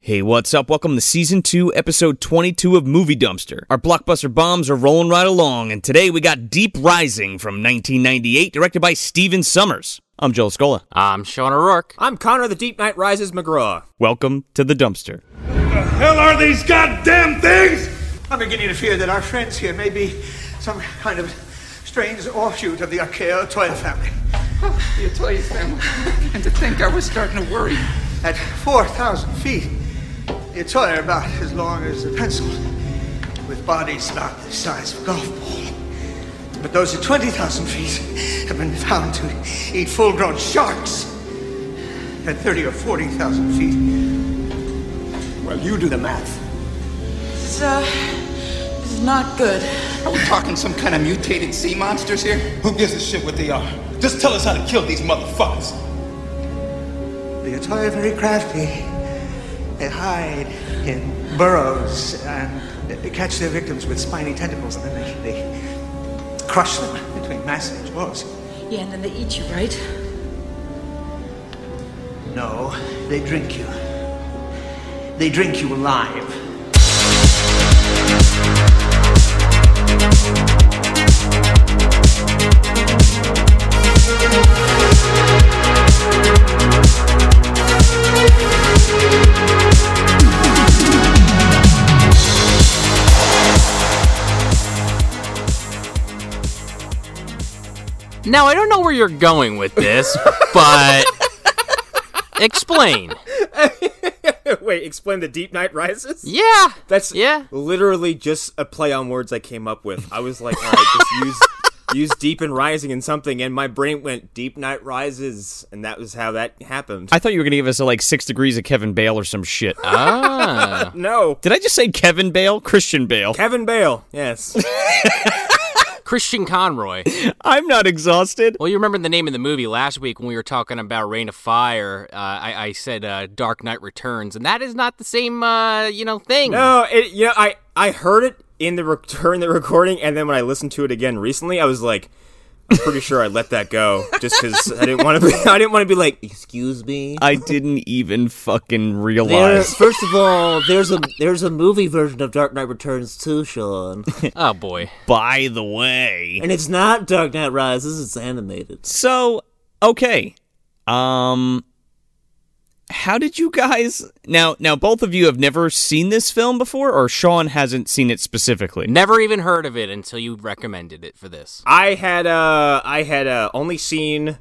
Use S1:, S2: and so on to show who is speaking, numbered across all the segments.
S1: Hey, what's up? Welcome to season two, episode 22 of Movie Dumpster. Our blockbuster bombs are rolling right along, and today we got Deep Rising from 1998, directed by Steven Summers. I'm Joel Scola.
S2: I'm Sean O'Rourke.
S3: I'm Connor the Deep Knight Rises McGraw.
S1: Welcome to the dumpster.
S4: The hell are these goddamn things?
S5: I'm beginning to fear that our friends here may be some kind of strange offshoot of the Archaeo Toya family.
S6: Oh, the Atoya family. and to think I was starting to worry.
S5: At 4,000 feet, the Atoya are about as long as a pencil, with bodies about the size of a golf ball. But those at 20,000 feet have been found to eat full grown sharks. At 30 or 40,000 feet, well, you do the math.
S6: This is, uh, this is not good. Are we talking some kind of mutated sea monsters here?
S7: Who gives a shit what they are? Just tell us how to kill these motherfuckers.
S5: The Atoy are very crafty. They hide in burrows and they catch their victims with spiny tentacles and then they, they crush them between massive jaws.
S8: Yeah, and then they eat you, right?
S5: No, they drink you. They drink you alive.
S2: Now, I don't know where you're going with this, but explain.
S3: Wait, explain the Deep Knight Rises?
S2: Yeah.
S3: That's
S2: yeah.
S3: literally just a play on words I came up with. I was like, all right, just use use Deep and Rising and something, and my brain went Deep Knight Rises, and that was how that happened.
S1: I thought you were going to give us a, like six degrees of Kevin Bale or some shit.
S2: Ah.
S3: no.
S1: Did I just say Kevin Bale? Christian Bale.
S3: Kevin Bale, yes.
S2: Christian Conroy.
S1: I'm not exhausted.
S2: Well, you remember the name of the movie last week when we were talking about Reign of Fire. Uh, I, I said uh, Dark Knight Returns, and that is not the same, uh, you know, thing.
S3: no, it, you know, I, I heard it in the re- during the recording, and then when I listened to it again recently, I was like, I'm pretty sure I let that go just because I didn't want to be. I didn't want to be like, excuse me.
S1: I didn't even fucking
S9: There,
S1: realize.
S9: first of all, there's a there's a movie version of Dark Knight Returns too, Sean,
S2: Oh, boy.
S1: By the way.
S9: and it's not Dark Knight Rises; it's animated.
S1: So, okay. Um how did you guys now now both of you have never seen this film before or Sean hasn't seen it specifically?
S2: Never even heard of it until you recommended it for this.
S3: I had uh I had uh only seen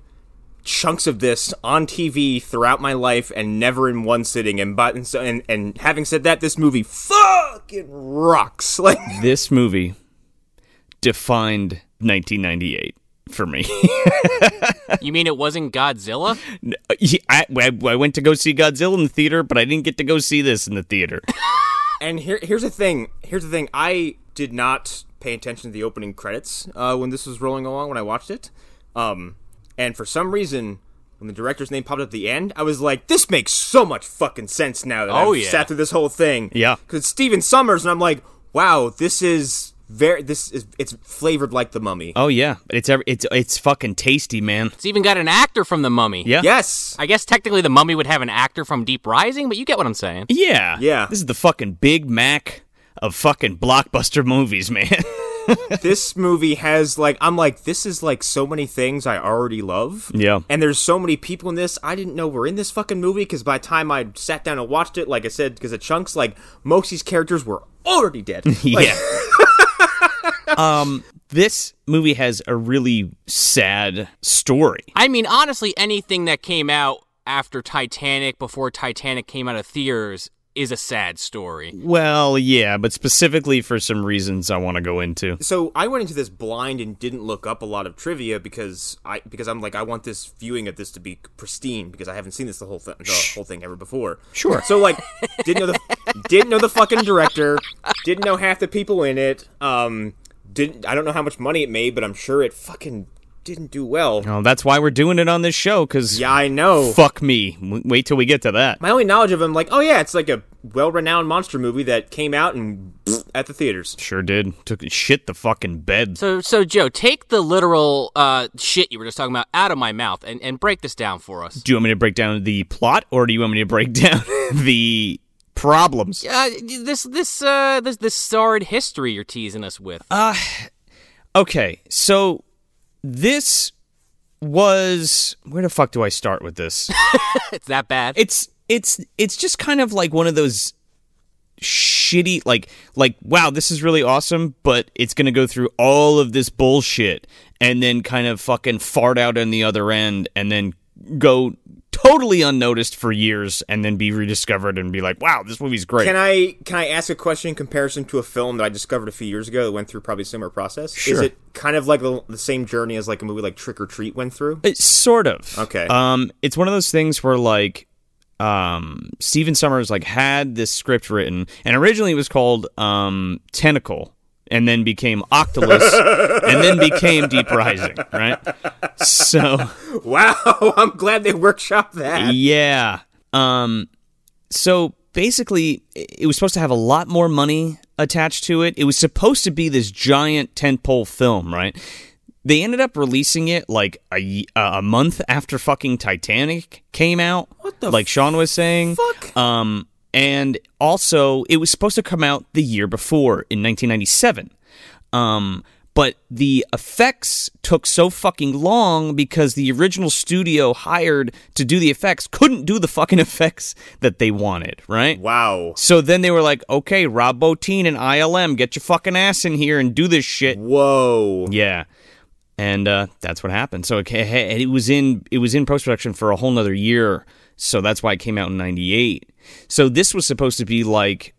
S3: chunks of this on TV throughout my life and never in one sitting and but and so and, and having said that this movie fucking rocks like
S1: This movie defined 1998 for me.
S2: You mean it wasn't Godzilla?
S1: Yeah, I, I, I went to go see Godzilla in the theater, but I didn't get to go see this in the theater.
S3: and here here's the thing here's the thing I did not pay attention to the opening credits uh when this was rolling along when I watched it um and for some reason when the director's name popped up at the end, I was like, "This makes so much fucking sense now that
S2: Oh,
S3: I've
S2: yeah.
S3: sat through this whole thing."
S1: Yeah.
S3: because Steven Summers, and I'm like, wow, this is very, this is it's flavored like the Mummy.
S1: Oh yeah, it's ev- it's it's fucking tasty, man.
S2: It's even got an actor from The Mummy.
S1: Yeah.
S3: Yes,
S2: I guess technically The Mummy would have an actor from Deep Rising, but you get what I'm saying.
S1: Yeah.
S3: Yeah.
S1: This is the fucking Big Mac of fucking blockbuster movies, man.
S3: this movie has like, I'm like, this is like so many things I already love.
S1: Yeah.
S3: and there's so many people in this I didn't know were in this fucking movie because by the time I sat down and watched it, like I said, because of chunks, like most of these characters were already dead. Like,
S1: yeah. um this movie has a really sad story.
S2: I mean, honestly, anything that came out after Titanic, before Titanic came out of theaters, is a sad story.
S1: Well, yeah, but specifically for some reasons I want to go into.
S3: so I went into this blind and didn't look up a lot of trivia because I because I'm like I want this viewing of this to be pristine because I haven't seen this the whole th- the whole thing ever before.
S1: Sure.
S3: So like didn't know the didn't know the fucking director, didn't know half the people in it. Um, didn't I don't know how much money it made, but I'm sure it fucking didn't do well.
S1: Oh, that's why we're doing it on this show cuz
S3: Yeah, I know.
S1: fuck me. W- Wait till we get to that.
S3: My only knowledge of him, like, oh yeah, it's like a well-renowned monster movie that came out and at the theaters.
S1: Sure did. Took shit the fucking bed.
S2: So, so Joe, take the literal uh, shit you were just talking about out of my mouth and, and break this down for us.
S1: do you want me to break down the plot or do you want me to break down the problems.
S2: Uh, this this uh this this sordid history you're teasing us with.
S1: Okay, so this was where the fuck do I start with this?
S2: it's that bad.
S1: it's it's it's just kind of like one of those shitty like like wow this is really awesome but it's gonna go through all of this bullshit and then kind of fucking fart out on the other end and then go totally unnoticed for years and then be rediscovered and be like wow this movie's great
S3: Can I can I ask a question in comparison to a film that I discovered a few years ago that went through probably a similar process? Is
S1: Sure.
S3: it kind of like the, the same journey as like a movie like Trick or Treat went through?
S1: It's sort of.
S3: Okay.
S1: Um, it's one of those things where like, um, Stephen Summers like had this script written, and originally it was called um Tentacle, and then became Octolus, and then became Deep Rising. Right. So
S3: Wow, I'm glad they workshopped that.
S1: yeah. Um, so basically, i- it was supposed to have a lot more money attached to it. It was supposed to be this giant tentpole film, right? They ended up releasing it like a, ye- uh, a month after fucking Titanic came out. What the Like Sean was saying. Fuck. Um, and also, it was supposed to come out the year before in 1997. Um, but the effects took so fucking long because the original studio hired to do the effects couldn't do the fucking effects that they wanted, right?
S3: Wow.
S1: So then they were like, okay, Rob Bottin and ILM, get your fucking ass in here and do this shit.
S3: Whoa.
S1: Yeah. And uh, that's what happened. So it, ca- and it was in it was in post production for a whole nother year. So that's why it came out in '98. So this was supposed to be like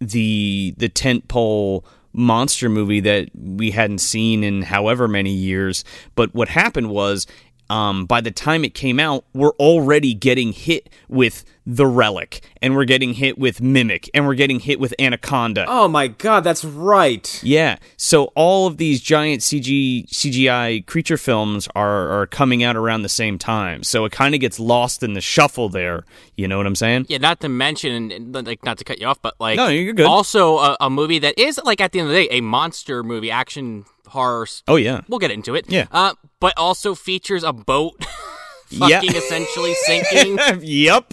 S1: the the tentpole monster movie that we hadn't seen in however many years. But what happened was, um, by the time it came out, we're already getting hit with the relic, and we're getting hit with mimic, and we're getting hit with anaconda.
S3: Oh my god, that's right.
S1: Yeah. So all of these giant CG CGI creature films are are coming out around the same time. So it kind of gets lost in the shuffle there. You know what I'm saying?
S2: Yeah, not to mention, and- and, like, not to cut you off, but like,
S1: No, you're good.
S2: Also, a, a movie that is like at the end of the day a monster movie, action horror. s-
S1: Oh yeah.
S2: We'll get into it.
S1: Yeah.
S2: uh, but also features a boat, fucking
S1: Yeah.
S2: essentially sinking.
S1: yep.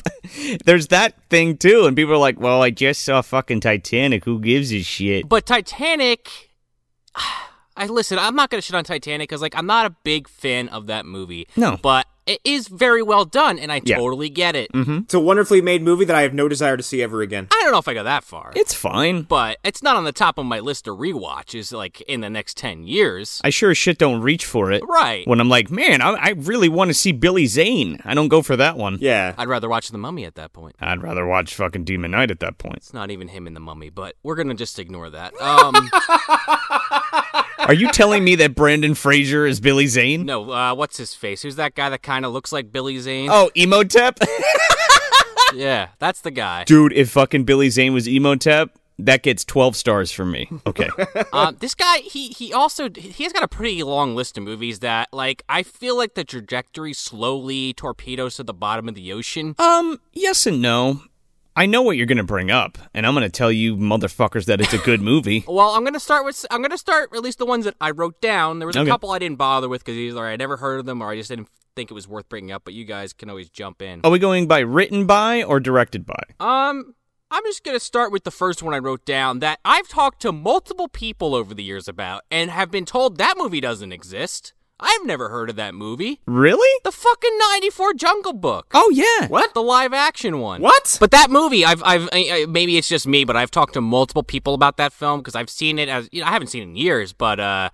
S1: There's that thing too, and people are like, "Well, I just saw fucking Titanic. Who gives a shit?"
S2: But Titanic, I listen. I'm not gonna shit on Titanic because like I'm not a big fan of that movie.
S1: No.
S2: but it is very well done, and I
S1: Yeah. Mm-hmm.
S2: totally get it.
S3: It's a wonderfully made movie that I have no desire to see ever again.
S2: I don't know if I go that far.
S1: It's fine.
S2: but it's not on the top of my list to rewatch. Is like in the next ten years.
S1: I sure as shit don't reach for it.
S2: Right.
S1: When I'm like, man, I, I really want to see Billy Zane. I don't go for that one.
S3: Yeah.
S2: I'd rather watch The Mummy at that point.
S1: I'd rather watch fucking Demon Knight at that point.
S2: It's not even him in The Mummy, but we're gonna just ignore that. Um,
S1: Are you telling me that Brandon Fraser is Billy Zane?
S2: no, uh, what's his face? Who's that guy that kind of looks like Billy Zane?
S1: Oh, Emotep?
S2: Yeah, that's the guy.
S1: Dude, if fucking Billy Zane was Emotep, that gets 12 stars from me. Okay.
S2: Uh, this guy, he he also he's got a pretty long list of movies that like I feel like the trajectory slowly torpedoes to the bottom of the ocean.
S1: um, yes and no. I know what you're going to bring up, and I'm going to tell you motherfuckers that it's a good movie.
S2: Well, I'm gonna start with I'm gonna start at least the ones that I wrote down. There was a
S1: Okay.
S2: couple I didn't bother with because either I never heard of them or I just didn't think it was worth bringing up. But you guys can always jump in.
S1: Are we going by written by or directed by?
S2: Um, I'm just gonna start with the first one I wrote down that I've talked to multiple people over the years about and have been told that movie doesn't exist. I've never heard of that movie.
S1: Really?
S2: The fucking '94 Jungle Book.
S1: Oh, yeah.
S2: The live action one.
S3: What?
S2: But that movie, I've, I've, I, I- maybe it's just me, but I've talked to multiple people about that film because I've seen it as, you know, I haven't seen it in years, but uh,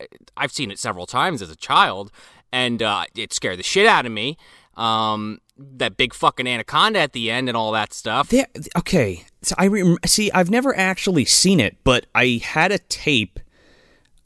S2: I- I've seen it several times as a child, and uh, it scared the shit out of me. Um, that big fucking anaconda at the end and all that stuff.
S1: There, okay. So I rem- see. I've never actually seen it, but I had a tape.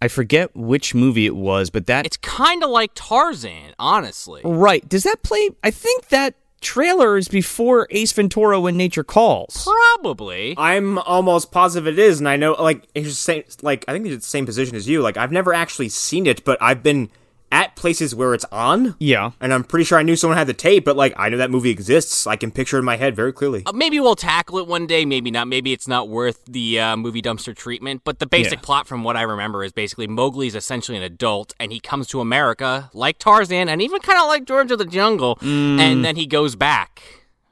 S1: I forget which movie it was, but that
S2: It's kind of like Tarzan, honestly.
S1: Right. Does that play? I think that trailer is before Ace Ventura when nature calls.
S2: Probably.
S3: I'm almost positive it is, and I know like it's the same. Like I think it's the same position as you. Like I've never actually seen it, but I've been at places where it's on.
S1: Yeah.
S3: And I'm pretty sure I knew someone had the tape, but like I know that movie exists. I can picture it in my head very clearly.
S2: Uh, Maybe we'll tackle it one day. Maybe not. Maybe it's not worth the uh, movie dumpster treatment. But the basic
S1: Yeah.
S2: plot, from what I remember, is basically Mowgli's essentially an adult, and he comes to
S1: Mm.
S2: America like Tarzan, and even kind of like George of the Jungle, and then he goes back.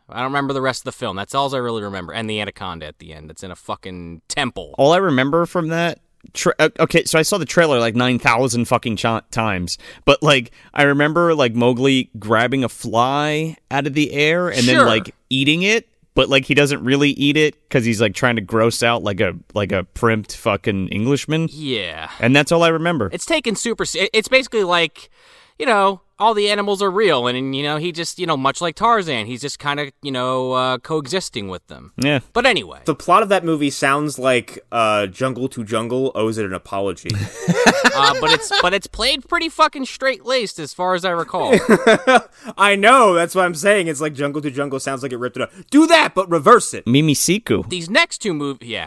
S2: I don't remember the rest of the film. That's all I really remember. And the anaconda at the end. That's in a fucking temple.
S1: All I remember from that. Tra- uh, okay, so I saw the trailer like nine thousand fucking ch- times, but like I remember like Mowgli grabbing a fly out of the air and
S2: Sure.
S1: then like eating it, but like he doesn't really eat it because he's like trying to gross out like a like a primped fucking Englishman,
S2: Yeah.
S1: and that's all I remember.
S2: It's taken super. se- It's basically like, you know, all the animals are real, and, you know, he just, you know, much like Tarzan, he's just kind of, you know, uh, coexisting with them.
S1: yeah,
S2: But anyway,
S3: The plot of that movie sounds like uh, Jungle to Jungle owes it an apology.
S2: uh, but it's but it's played pretty fucking straight laced as far as I recall.
S3: I know, that's what I'm saying. It's like Jungle to Jungle sounds like it ripped it up. Do that, but reverse it.
S1: Mimi Siku.
S2: these next two movies, yeah,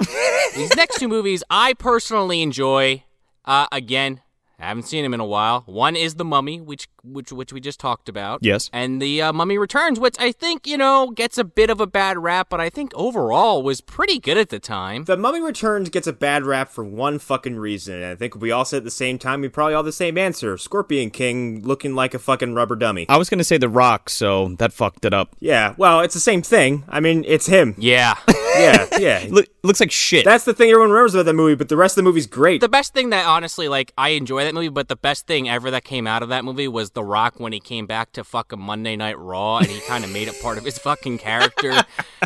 S2: these next two movies I personally enjoy. Uh, again, I haven't seen them in a while. One is the Mummy, which which which we just talked about.
S1: Yes.
S2: and the uh, Mummy Returns, which I think you know gets a bit of a bad rap, but I think overall was pretty good at the time.
S3: The Mummy Returns gets a bad rap for one fucking reason, and I think if we all said at the same time, we probably all had the same answer. Scorpion King looking like a fucking rubber dummy.
S1: I was gonna say The Rock, so that fucked it up.
S3: Yeah, well, it's the same thing. I mean, it's him.
S2: yeah.
S3: Yeah, yeah.
S1: Look, looks like shit.
S3: That's the thing everyone remembers about that movie, but the rest of the movie's great.
S2: The best thing that honestly, like, I enjoy that movie, but the best thing ever that came out of that movie was The Rock when he came back to fucking Monday Night Raw and he kind of made it part of his fucking character.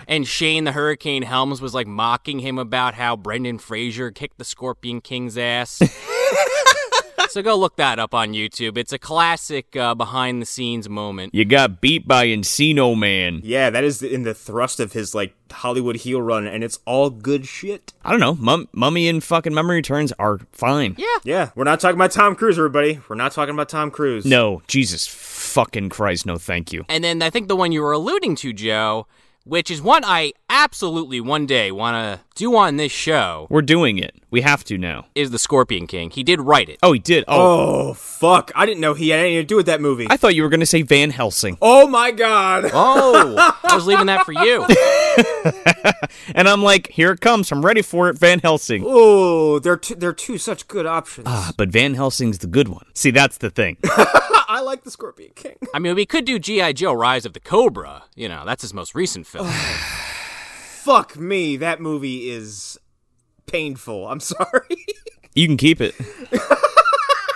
S2: and Shane the Hurricane Helms was like mocking him about how Brendan Fraser kicked the Scorpion King's ass. so go look that up on YouTube. It's a classic uh, behind the scenes moment.
S1: you got beat by Encino Man.
S3: yeah, that is in the thrust of his like Hollywood heel run, and it's all good shit.
S1: I don't know. Mum- Mummy and fucking Mummy Returns are fine. Yeah.
S3: Yeah, we're not talking about Tom Cruise, everybody. We're not talking about Tom Cruise.
S1: No, Jesus fucking Christ, no, thank you.
S2: And then I think the one you were alluding to, Joe, which is one I absolutely one day want to do on this show,
S1: We're doing it. We have to now.
S2: is The Scorpion King. He did write it.
S1: Oh, he did. Oh,
S3: Oh fuck! I didn't know he had anything to do with that movie.
S1: I thought you were gonna say Van Helsing,
S3: oh my god!
S2: Oh, I was leaving that for you.
S1: and I'm like, here it comes. I'm ready for it, Van Helsing.
S3: Oh, they're two, they're two such good options.
S1: Ah, But Van Helsing's the good one. See, that's the thing.
S3: I like the Scorpion King.
S2: I mean, we could do G.I. Joe Rise of the Cobra. You know, that's his most recent film.
S3: Fuck me, that movie is painful. I'm sorry.
S1: You can keep it.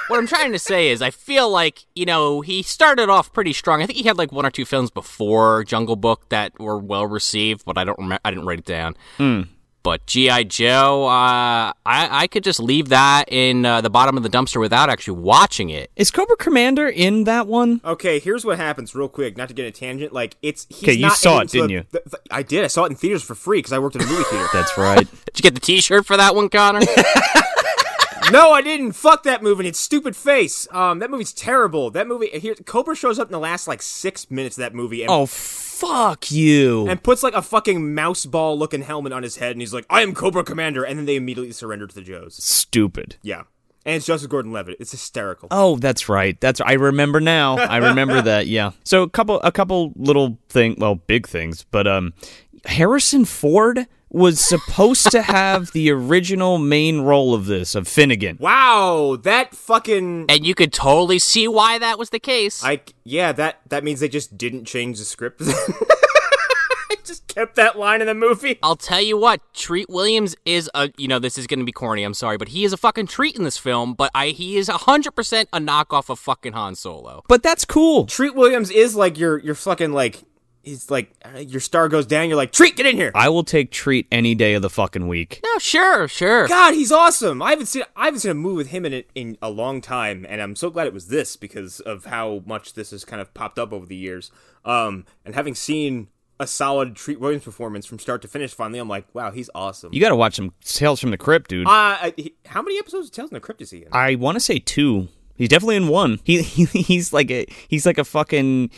S2: what I'm trying to say is, I feel like, you know, he started off pretty strong. I think he had like one or two films before Jungle Book that were well received, but I don't remember. I didn't write it down. But G.I. Joe, uh, I, I could just leave that in uh, the bottom of the dumpster without actually watching it.
S1: Is Cobra Commander in that one?
S3: okay, here's what happens, real quick. Not to get in a tangent, like it's. he's
S1: 'Kay, you
S3: not
S1: saw
S3: in
S1: it, didn't
S3: the-
S1: you?
S3: the- the- I did. I saw it in theaters for free because I worked at a movie theater.
S1: That's right.
S2: Did you get the t shirt for that one, Connor?
S3: No, I didn't. Fuck that movie and its stupid face. Um, that movie's terrible. That movie here, Cobra shows up in the last like six minutes of that movie and,
S1: oh, fuck you.
S3: and puts like a fucking mouse ball looking helmet on his head, and he's like, "I am Cobra Commander," and then they immediately surrender to the Joes.
S1: Stupid.
S3: Yeah, and it's Joseph Gordon-Levitt. It's hysterical.
S1: Oh, that's right. That's I remember now. I remember that. Yeah. So a couple, a couple little thing, well, big things, but um, Harrison Ford was supposed to have the original main role of this of Finnegan.
S3: Wow, that fucking.
S2: and you could totally see why that was the case.
S3: I yeah that that means they just didn't change the script. I just kept that line in the movie.
S2: I'll tell you what, Treat Williams is a you know this is going to be corny. I'm sorry, but he is a fucking treat in this film. But I he is hundred percent a knockoff of fucking Han Solo.
S1: But that's cool.
S3: Treat Williams is like your your fucking like he's like uh, your star goes down. You're like Treat, get in here.
S1: I will take treat any day of the fucking week.
S2: No, sure, sure.
S3: God, he's awesome. I haven't seen I haven't seen a movie with him in it in a long time, and I'm so glad it was this because of how much this has kind of popped up over the years. Um, and having seen a solid Treat Williams performance from start to finish, finally, I'm like, wow, he's awesome.
S1: You got to watch some Tales from the Crypt, dude.
S3: uh, he- how many episodes of Tales from the Crypt is he in?
S1: I want to say two. He's definitely in one. He, he he's like a he's like a fucking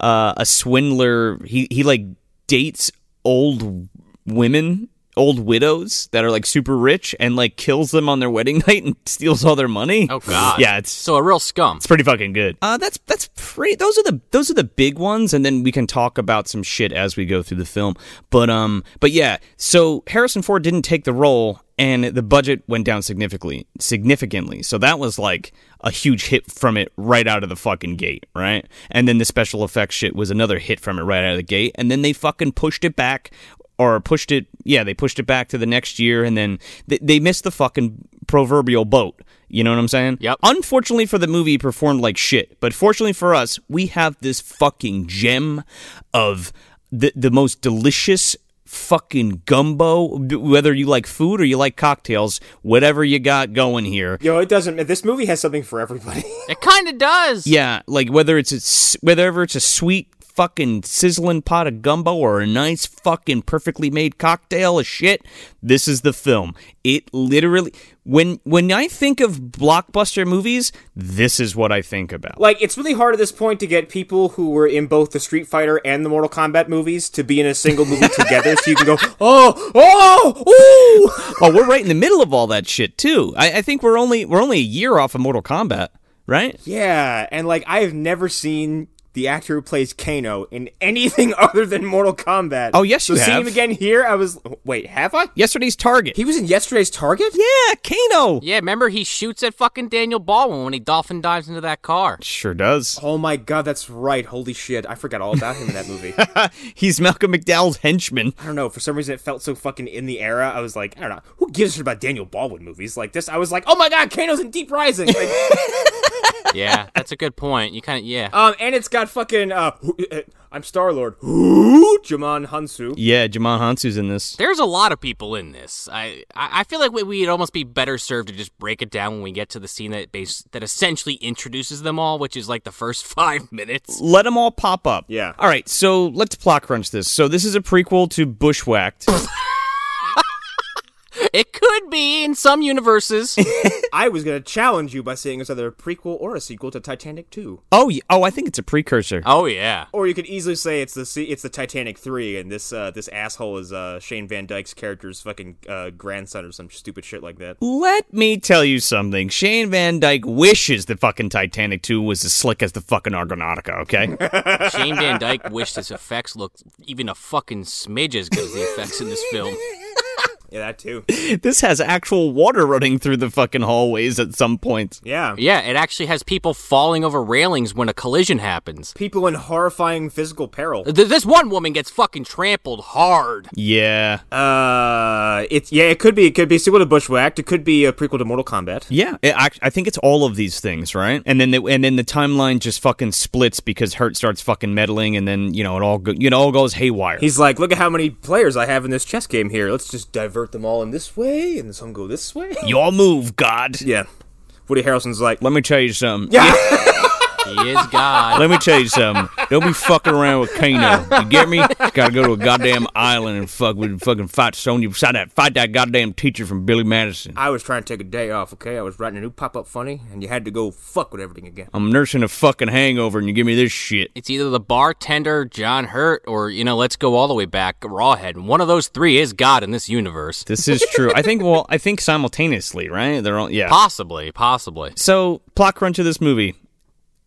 S1: uh, a swindler. He he like dates old women old widows that are like super rich and like kills them on their wedding night and steals all their money.
S2: Oh God.
S1: Yeah, it's
S2: so a real scum.
S1: it's pretty fucking good. Uh, that's that's pretty. Those are the those are the big ones, and then we can talk about some shit as we go through the film. But um, but yeah. So Harrison Ford didn't take the role, and the budget went down significantly. Significantly. So that was like a huge hit from it right out of the fucking gate, right? And then the special effects shit was another hit from it right out of the gate, and then they fucking pushed it back. Or pushed it, yeah, they pushed it back to the next year, and then they, they missed the fucking proverbial boat. You know what I'm saying?
S2: Yep.
S1: Unfortunately for the movie, it performed like shit. But fortunately for us, we have this fucking gem of the the most delicious fucking gumbo. B- Whether you like food or you like cocktails, whatever you got going here.
S3: Yo, it doesn't. This movie has something for everybody.
S2: It kind of does.
S1: Yeah, like whether it's a, s- whether it's a sweet fucking sizzling pot of gumbo or a nice fucking perfectly made cocktail of shit, this is the film. It literally when when I think of blockbuster movies, this is what I think about.
S3: like, it's really hard at this point to get people who were in both the Street Fighter and the Mortal Kombat movies to be in a single movie together, so you can go, oh, oh, ooh.
S1: Well, we're right in the middle of all that shit too. I, I think we're only we're only a year off of Mortal Kombat, right?
S3: Yeah, and like I have never seen the actor who plays Kano in anything other than Mortal Kombat.
S1: Oh, yes, you
S3: so Seeing
S1: have.
S3: him again here, I was wait, have I?
S1: Yesterday's Target.
S3: He was in yesterday's Target.
S1: yeah, Kano.
S2: Yeah, remember he shoots at fucking Daniel Baldwin when he dolphin dives into that car.
S1: Sure does.
S3: Oh my god, that's right. Holy shit, I forgot all about him in that movie.
S1: He's Malcolm McDowell's henchman.
S3: I don't know. For some reason, it felt so fucking in the era. I was like, I don't know. Who gives a shit about Daniel Baldwin movies like this? I was like, oh my god, Kano's in Deep Rising. Like,
S2: Yeah, that's a good point. You kind of yeah.
S3: um, and it's got fucking. Uh, who- uh, I'm Star Lord. Who? Jaman Hansu.
S1: Yeah, Jamon Hansu's in this.
S2: There's a lot of people in this. I I I feel like we- we'd almost be better served to just break it down when we get to the scene that base that essentially introduces them all, which is like the first five minutes.
S1: Let them all pop up.
S3: Yeah.
S1: All right, so let's plot crunch this. So this is a prequel to Bushwhacked.
S2: It could be in some universes.
S3: I was gonna challenge you by saying it's either a prequel or a sequel to Titanic 2,
S1: oh, y- oh, I think it's a precursor.
S3: Uh,
S2: oh yeah.
S3: or you could easily say it's the se- it's the Titanic 3, and this uh, this asshole is uh, Shane Van Dyke's character's fucking uh, grandson or some stupid shit like that.
S1: Let me tell you something. Shane Van Dyke wishes the fucking Titanic 2 was as slick as the fucking Argonautica, okay?
S2: Shane Van Dyke wished his effects looked even a fucking smidge as good as the effects in this film.
S3: Yeah, that too.
S1: this has actual water running through the fucking hallways at some point.
S3: Yeah.
S2: Yeah, it actually has people falling over railings when a collision happens.
S3: People in horrifying physical peril.
S2: Th- This one woman gets fucking trampled hard.
S1: Yeah.
S3: Uh, it's yeah, it could be. It could be a sequel to Bushwhacked. It could be a prequel to Mortal Kombat.
S1: Yeah, it, I, I think it's all of these things, right? And then the, and then the timeline just fucking splits because Hurt starts fucking meddling, and then you know it all go, you know all goes haywire.
S3: He's like, look at how many players I have in this chess game here. Let's just divert them all in this way, and some go this way.
S1: Your move, God.
S3: Yeah. Woody Harrelson's like,
S1: Let me tell you something.
S2: He is God.
S1: Let me tell you something. Don't be fucking around with Kano. You get me? Gotta go to a goddamn island and fuck with fucking fight Sonya beside that fight that goddamn teacher from Billy Madison.
S3: I was trying to take a day off, okay? I was writing a new pop up funny, and you had to go fuck with everything again.
S1: I'm nursing a fucking hangover and you give me this shit.
S2: It's either the bartender, John Hurt, or, you know, let's go all the way back, Rawhead. One of those three is God in this universe.
S1: This is true. I think well I think simultaneously, right? They're all yeah.
S2: Possibly, possibly.
S1: So, plot crunch of this movie.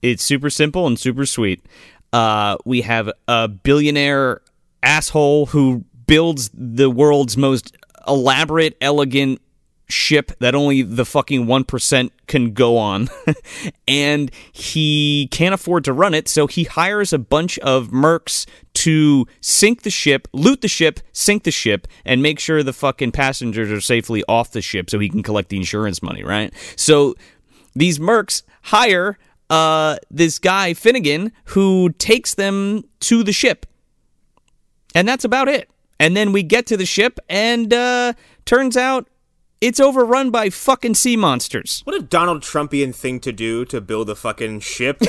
S1: It's super simple and super sweet. Uh, we have a billionaire asshole who builds the world's most elaborate, elegant ship that only the fucking 1% can go on. and he can't afford to run it, so he hires a bunch of mercs to sink the ship, loot the ship, sink the ship, and make sure the fucking passengers are safely off the ship so he can collect the insurance money, right? So these mercs hire uh, this guy Finnegan who takes them to the ship, and that's about it. And then we get to the ship, and uh, turns out it's overrun by fucking sea monsters.
S3: What a Donald Trumpian thing to do to build a fucking ship.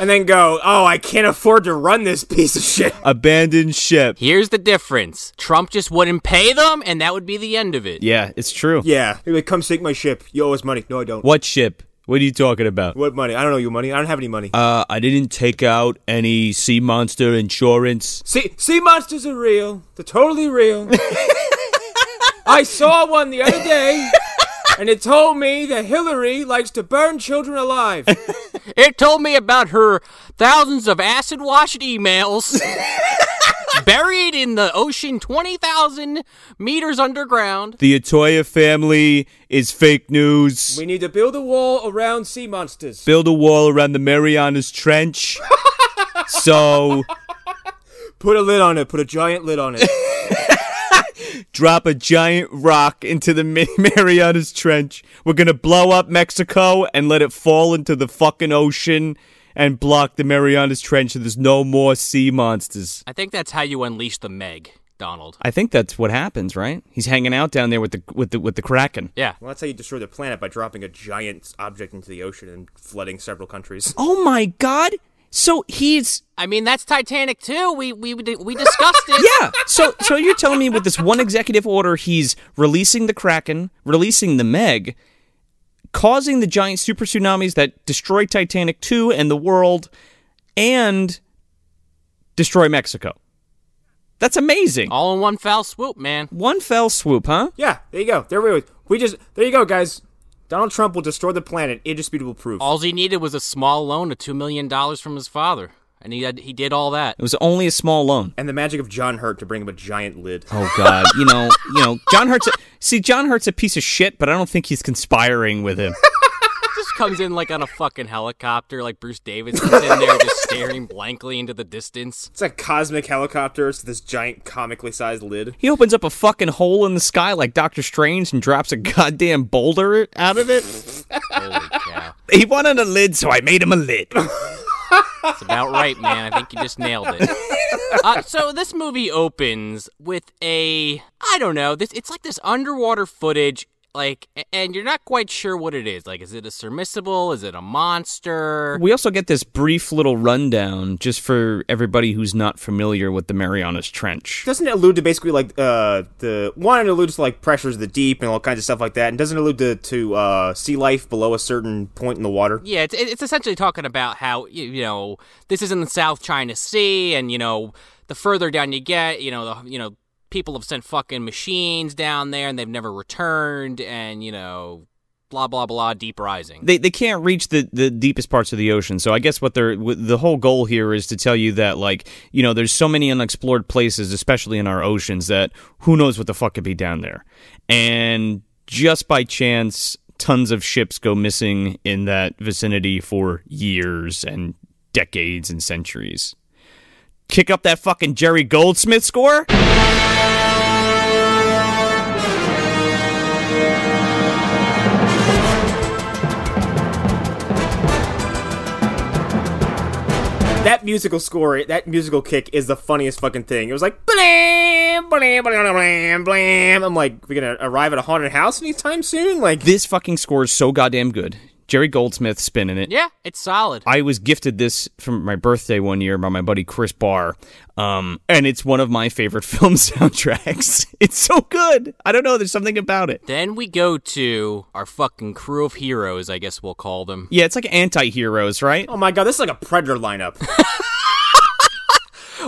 S3: and then go, oh, I can't afford to run this piece of shit.
S1: Abandoned ship.
S2: Here's the difference Trump just wouldn't pay them, and that would be the end of it.
S1: Yeah, it's true.
S3: Yeah. He would come sink my ship. You owe us money. No, I don't.
S1: What ship? What are you talking about?
S3: What money? I don't know you money. I don't have any money.
S1: Uh, I didn't take out any sea monster insurance.
S3: sea sea monsters are real. They're totally real. I saw one the other day, and it told me that Hillary likes to burn children alive.
S2: It told me about her thousands of acid washed emails buried in the ocean 20,000 meters underground.
S1: The Atoya family is fake news.
S3: We need to build a wall around sea monsters.
S1: Build a wall around the Marianas Trench. so
S3: Put a lid on it. Put a giant lid on it.
S1: drop a giant rock into the Mi- Marianas Trench. We're going to blow up Mexico and let it fall into the fucking ocean and block the Marianas Trench so there's no more sea monsters.
S2: I think that's how you unleash the Meg, Donald.
S1: I think that's what happens, right? He's hanging out down there with the with the with the Kraken.
S2: Yeah.
S3: Well, that's how you destroy the planet by dropping a giant object into the ocean and flooding several countries.
S1: Oh my god. So he's
S2: I mean, that's Titanic too. We we we discussed it.
S1: yeah. So so you're telling me with this one executive order, he's releasing the Kraken, releasing the Meg, causing the giant super tsunamis that destroy Titanic 2 and the world, and destroy Mexico. That's amazing.
S2: All in one foul swoop, man.
S1: One fell swoop, huh?
S3: Yeah, there you go. There we we just there you go, guys. Donald Trump will destroy the planet. Indisputable proof.
S2: All he needed was a small loan of two million dollars from his father, and he had, he did all that.
S1: It was only a small loan.
S3: and the magic of John Hurt to bring him a giant lid.
S1: Oh God, you know, you know, John Hurt's. A, see, John Hurt's a piece of shit, but I don't think he's conspiring with him.
S2: Just comes in like on a fucking helicopter, like Bruce Davis is in there just staring blankly into the distance.
S3: It's a cosmic helicopter. It's this giant comically sized lid.
S1: He opens up a fucking hole in the sky like Doctor Strange and drops a goddamn boulder out of it.
S2: Holy cow!
S1: He wanted a lid, so I made him a lid.
S2: That's about right, man. I think you just nailed it. Uh, so this movie opens with a I don't know. This it's like this underwater footage. Like, a- and you're not quite sure what it is. Like, is it a submersible? Is it a monster?
S1: We also get this brief little rundown just for everybody who's not familiar with the Marianas Trench.
S3: Doesn't it allude to basically like uh the one it alludes to like pressures of the deep and all kinds of stuff like that, and doesn't it allude to, to uh sea life below a certain point in the water.
S2: Yeah, it's, it's essentially talking about how, you you know, this is in the South China Sea, and, you know, the further down you get, you know, the, you know, people have sent fucking machines down there and they've never returned, and, you know, blah, blah, blah, deep rising.
S1: They, they can't reach the, the deepest parts of the ocean, so I guess what they're wh- the whole goal here is to tell you that like you know there's so many unexplored places, especially in our oceans, that who knows what the fuck could be down there, and just by chance, tons of ships go missing in that vicinity for years and decades and centuries. Kick up that fucking Jerry Goldsmith score.
S3: That musical score, that musical kick is the funniest fucking thing. It was like blam blam blam blam blam. I'm like, we're gonna arrive at a haunted house anytime soon. Like
S1: This fucking score is so goddamn good. Jerry Goldsmith spinning it.
S2: Yeah, it's solid.
S1: I was gifted this from my birthday one year by my buddy Chris Barr, um, and it's one of my favorite film soundtracks. It's so good. I don't know. There's something about it.
S2: then we go to our fucking crew of heroes, I guess we'll call them.
S1: Yeah, it's like anti-heroes, right?
S3: Oh my god, this is like a predator lineup.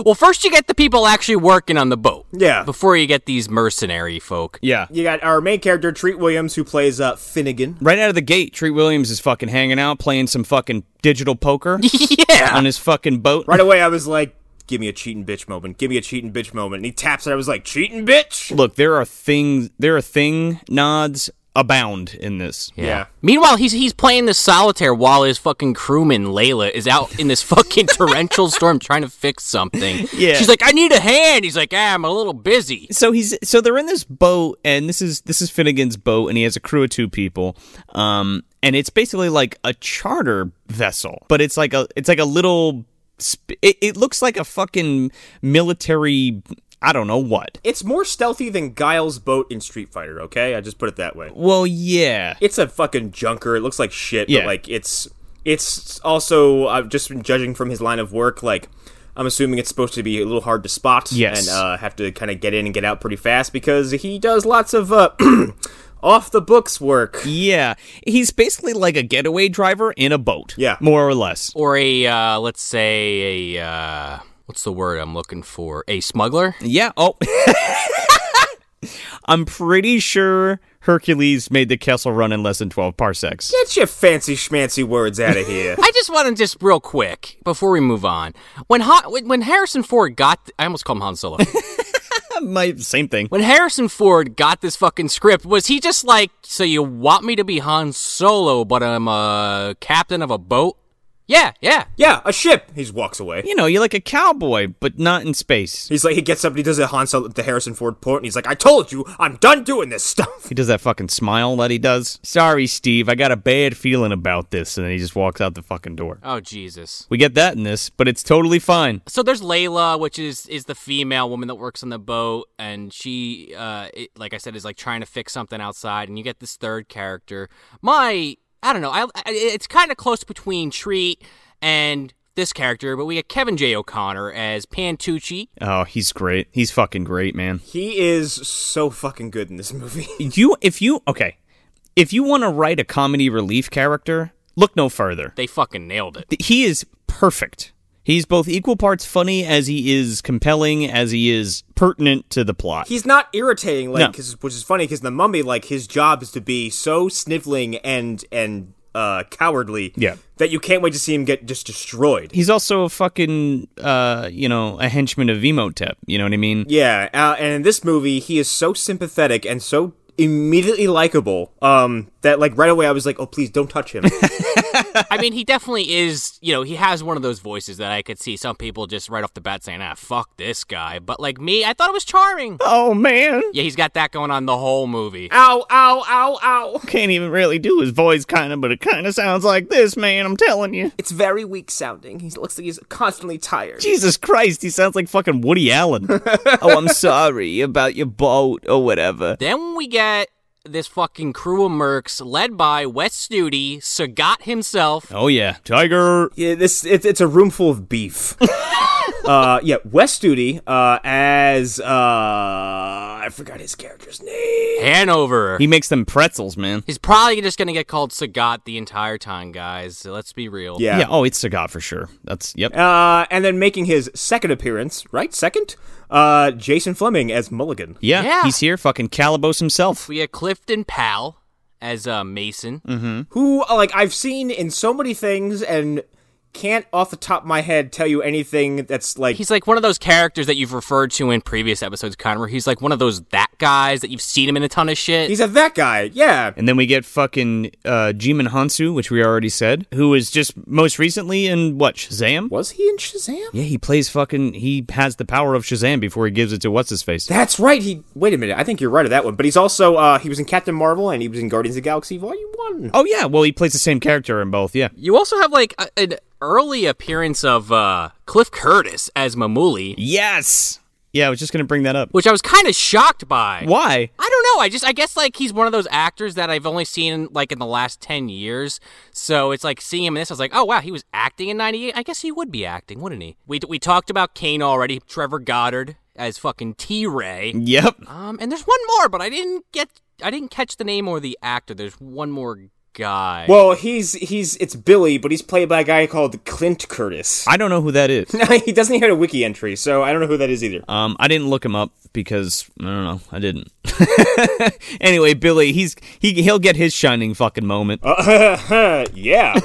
S2: Well, first you get the people actually working on the boat.
S3: Yeah.
S2: Before you get these mercenary folk.
S1: Yeah.
S3: You got our main character, Treat Williams, who plays uh, Finnegan.
S1: Right out of the gate, Treat Williams is fucking hanging out, playing some fucking digital poker
S2: Yeah.
S1: on his fucking boat.
S3: Right away, I was like, give me a cheating bitch moment. Give me a cheating bitch moment. And he taps it. I was like, cheating bitch?
S1: Look, there are things, there are thing nods abound in this.
S3: Yeah.
S2: Meanwhile, he's he's playing this solitaire while his fucking crewman Layla is out in this fucking torrential storm trying to fix something.
S1: Yeah.
S2: She's like, I need a hand. He's like, ah, I'm a little busy.
S1: so he's so they're in this boat and this is this is Finnegan's boat and he has a crew of two people um and it's basically like a charter vessel but it's like a it's like a little sp- it, it looks like a fucking military I don't know what
S3: It's more stealthy than Guile's boat in Street Fighter, okay? I just put it that way.
S1: well yeah
S3: It's a fucking junker. It looks like shit,
S1: Yeah.
S3: but like, it's. It's also, I've just been judging from his line of work, like, I'm assuming it's supposed to be a little hard to spot
S1: Yes.
S3: and uh, have to kind of get in and get out pretty fast because he does lots of uh, off the books work.
S1: Yeah, he's basically like a getaway driver in a boat.
S3: Yeah.
S1: more or less.
S2: or a uh, let's say a uh, what's the word I'm looking for? A smuggler.
S1: Yeah. Oh, I'm pretty sure Hercules made the Kessel Run in less than 12 parsecs.
S3: Get your fancy schmancy words out of here.
S2: I just want to just real quick before we move on. When ha- when when Harrison Ford got, I almost called him Han Solo.
S1: My same thing.
S2: when Harrison Ford got this fucking script, was he just like, so you want me to be Han Solo, but I'm a captain of a boat? Yeah, yeah.
S3: yeah, a ship. He just walks away.
S1: You know, you're like a cowboy, but not in space.
S3: He's like, he gets up and he does a Han Solo, the Harrison Ford port, and he's like, I told you, I'm done doing this stuff.
S1: He does that fucking smile that he does. Sorry, Steve, I got a bad feeling about this, and then he just walks out the fucking door.
S2: Oh Jesus.
S1: We get that in this, but it's totally fine.
S2: So there's Layla, which is is the female woman that works on the boat, and she, uh, it, like I said, is like trying to fix something outside, and you get this third character. My, I don't know. I, I it's kind of close between Treat and this character, but we get Kevin J. O'Connor as Pantucci.
S1: Oh, he's great. He's fucking great, man.
S3: He is so fucking good in this movie.
S1: You, if you, okay, if you want to write a comedy relief character, look no further.
S2: They fucking nailed it.
S1: He is perfect. He's both equal parts funny as he is compelling, as he is pertinent to the plot.
S3: He's not irritating, like,
S1: No.
S3: 'cause- which is funny because the mummy, like, his job is to be so sniveling and and uh cowardly,
S1: Yeah.
S3: that you can't wait to see him get just destroyed.
S1: He's also a fucking, uh, you know, a henchman of Emotep. You know what I mean?
S3: Yeah, uh, and in this movie, he is so sympathetic and so immediately likable um that like right away i was like oh please don't touch him
S2: I mean, he definitely is. You know, he has one of those voices that I could see some people just right off the bat saying, "Ah, fuck this guy." But like me, I thought it was charming.
S1: Oh man,
S2: Yeah, he's got that going on the whole movie.
S3: ow ow ow ow
S1: can't even really do his voice, kind of, but it kind of sounds like this, man. I'm telling you.
S3: it's very weak sounding he looks like he's constantly tired
S1: Jesus Christ, he sounds like fucking Woody Allen. oh, I'm sorry about your boat or whatever.
S2: Then we get this fucking crew of mercs led by Wes Studi, Sagat himself.
S1: Oh yeah, Tiger.
S3: Yeah, this it, it's a room full of beef. uh, yeah, West Studi uh, as uh, I forgot his character's name.
S2: Hanover.
S1: He makes them pretzels, man.
S2: He's probably just gonna get called Sagat the entire time, guys. So let's be real.
S1: Yeah.
S3: Yeah.
S1: oh, it's Sagat for sure. That's yep.
S3: Uh, and then making his second appearance, right? Second, uh, Jason Fleming as Mulligan.
S1: yeah,
S2: yeah.
S1: he's here. Fucking Calabos himself.
S2: We get Clifton Powell as uh, Mason.
S1: Mm.
S3: Who, like, I've seen in so many things and can't off the top of my head tell you anything that's like.
S2: He's like one of those characters that you've referred to in previous episodes, Connor. Where he's like one of those that guys that you've seen him in a ton of shit.
S3: He's a that guy, yeah.
S1: And then we get fucking uh, Jimin Hansu, which we already said, who is just most recently in what Shazam?
S3: Was he in Shazam?
S1: Yeah, he plays fucking. He has the power of Shazam before he gives it to what's his face.
S3: That's right. He wait a minute. I think you're right of that one. But he's also uh, he was in Captain Marvel and he was in Guardians of the Galaxy Volume One.
S1: Oh yeah, well he plays the same character in both. Yeah,
S2: you also have like a, an early appearance of uh, Cliff Curtis as Mamuli,
S1: yes, yeah. I was just gonna bring that up.
S2: which I was kind of shocked by.
S1: Why?
S2: I don't know. I just I guess like he's one of those actors that I've only seen like in the last ten years. So it's like seeing him in this, I was like, oh wow, he was acting in '98. I guess he would be acting, wouldn't he? We we talked about Kane already. Trevor Goddard as fucking T Ray.
S1: Yep.
S2: Um, and there's one more, but I didn't get I didn't catch the name or the actor. There's one more guy.
S3: Well, he's he's it's Billy, but he's played by a guy called Clint Curtis.
S1: I don't know who that is.
S3: he doesn't even have a wiki entry, so I don't know who that is either.
S1: Um, I didn't look him up because I don't know. I didn't. anyway, Billy, he's he he'll get his shining fucking moment.
S3: Uh. yeah,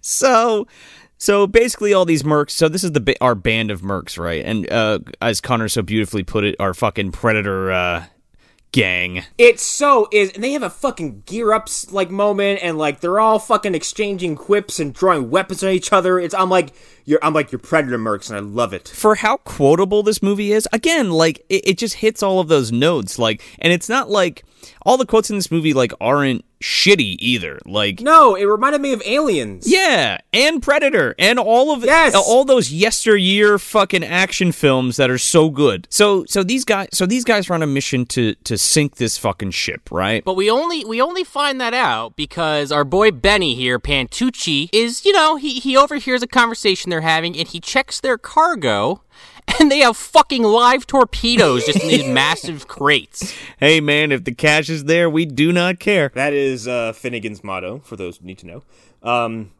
S1: So, so basically, all these mercs. So this is the ba- our band of mercs, right? And uh, as Connor so beautifully put it, our fucking predator uh, gang.
S3: it's so is, and they have a fucking gear ups like moment, and like they're all fucking exchanging quips and drawing weapons on each other. It's I'm like you're I'm like your predator mercs, and I love it.
S1: for how quotable this movie is again like it, it just hits all of those notes like and it's not like all the quotes in this movie like aren't shitty either like
S3: No, it reminded me of Aliens.
S1: yeah and predator and all of
S3: Yes!
S1: all those yesteryear fucking action films that are so good so so these guys so these guys are on a mission to to sink this fucking ship right
S2: But we only we only find that out because our boy Benny here, Pantucci, is you know he he overhears a conversation they're having and he checks their cargo, and they have fucking live torpedoes just in these massive crates.
S1: Hey, man, if the cash is there, we do not care.
S3: That is uh, Finnegan's motto for those who need to know. Um,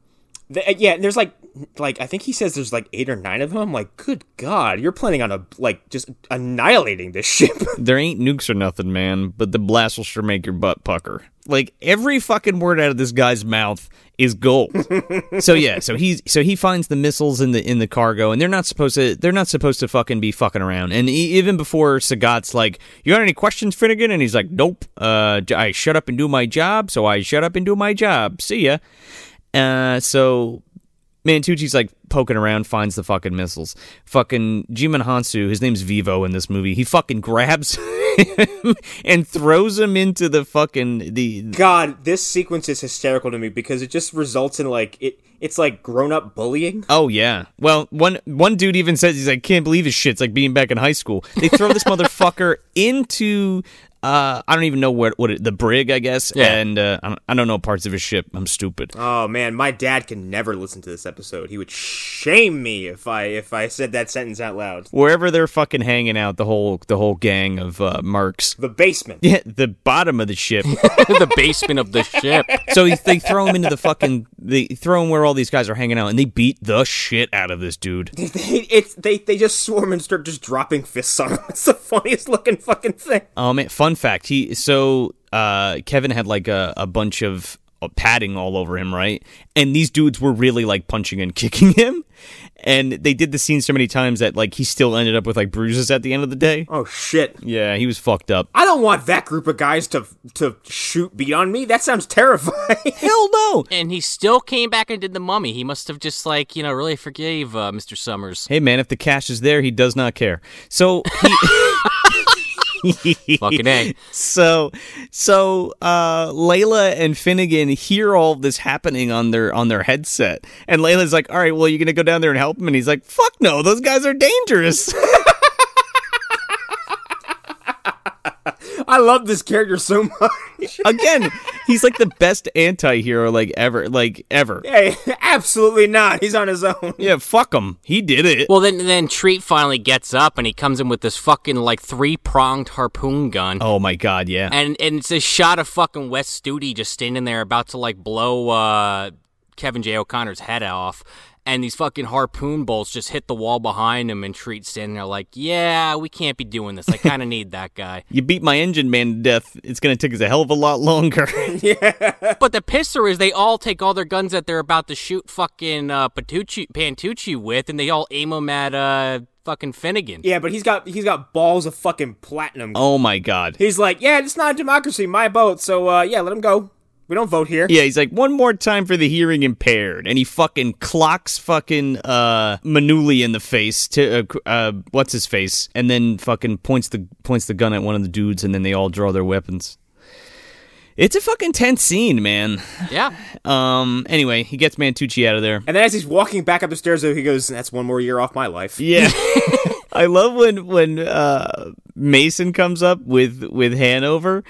S3: th- yeah, and there's like, like I think he says there's like eight or nine of them. I'm like, good god, you're planning on a like just annihilating this ship.
S1: There ain't nukes or nothing, man, but the blast will sure make your butt pucker. Like every fucking word out of this guy's mouth is gold. so yeah, so he's so he finds the missiles in the in the cargo, and they're not supposed to they're not supposed to fucking be fucking around. And e- even before Sagat's like, "You got any questions, Finnegan?" and he's like, "Nope. Uh, j- I shut up and do my job, so I shut up and do my job. See ya." Uh, so Mantucci's like poking around, finds the fucking missiles. Fucking Jimon Hansu, his name's Vivo in this movie. He fucking grabs him and throws him into the fucking the
S3: god, this sequence is hysterical to me because it just results in like it. It's like grown up bullying.
S1: Oh yeah. Well, one one dude even says he's like, can't believe his shit's like being back in high school. They throw this motherfucker into uh, I don't even know what what it, the brig, I guess,
S2: Yeah.
S1: and uh, I don't- I don't know parts of his ship. I'm stupid.
S3: Oh man, my dad can never listen to this episode. He would shame me if I if I said that sentence out loud.
S1: Wherever they're fucking hanging out, the whole the whole gang of uh, marks.
S3: The basement.
S1: Yeah, the bottom of the ship.
S2: the basement of the ship.
S1: so he, they throw him into the fucking they throw him where all these guys are hanging out, and they beat the shit out of this dude.
S3: They, it's they they just swarm and start just dropping fists on him. It's the funniest looking fucking thing.
S1: Um, fun fact, he so uh, Kevin had like a, a bunch of uh, padding all over him, right? And these dudes were really like punching and kicking him, and they did the scene so many times that like he still ended up with like bruises at the end of the day.
S3: Oh shit.
S1: Yeah, he was fucked up.
S3: I don't want that group of guys to to shoot beyond me. That sounds terrifying.
S1: Hell no.
S2: And he still came back and did the mummy. He must have just like you know really forgave uh, Mr. Summers.
S1: Hey man, if the cash is there, he does not care. So he.
S2: Fucking a.
S1: so so uh Layla and Finnegan hear all this happening on their on their headset and Layla's like all right well you're gonna go down there and help him and he's like fuck no those guys are dangerous
S3: I love this character so much.
S1: again he's like the best anti-hero like ever like ever
S3: hey, absolutely not. He's on his own.
S1: yeah fuck him he did it
S2: Well, then then Treat finally gets up and he comes in with this fucking like three pronged harpoon gun.
S1: oh my god yeah
S2: And and it's a shot of fucking West Studi just standing there about to like blow uh, Kevin J. O'Connor's head off. And these fucking harpoon bolts just hit the wall behind him, and Treat's standing there like, "Yeah, we can't be doing this. I kind of need that guy."
S1: you beat my engine man to death it's gonna take us a hell of a lot longer
S2: But the pisser is they all take all their guns that they're about to shoot fucking uh, Patucci, Pantucci with, and they all aim them at uh, fucking Finnegan.
S3: Yeah, but he's got he's got balls of fucking platinum.
S1: oh my god
S3: He's like, yeah, it's not a democracy, my vote. So uh, yeah, let him go. We don't vote here.
S1: Yeah, he's like one more time for the hearing impaired, and he fucking clocks fucking uh Manuli in the face to uh, cr- uh what's his face, and then fucking points the points the gun at one of the dudes, and then they all draw their weapons. It's a fucking tense scene, man.
S2: yeah.
S1: Um. Anyway, he gets Mantucci out of there.
S3: And then as he's walking back up the stairs, though, he goes, "That's one more year off my life."
S1: Yeah. I love when when uh, Mason comes up with with Hanover,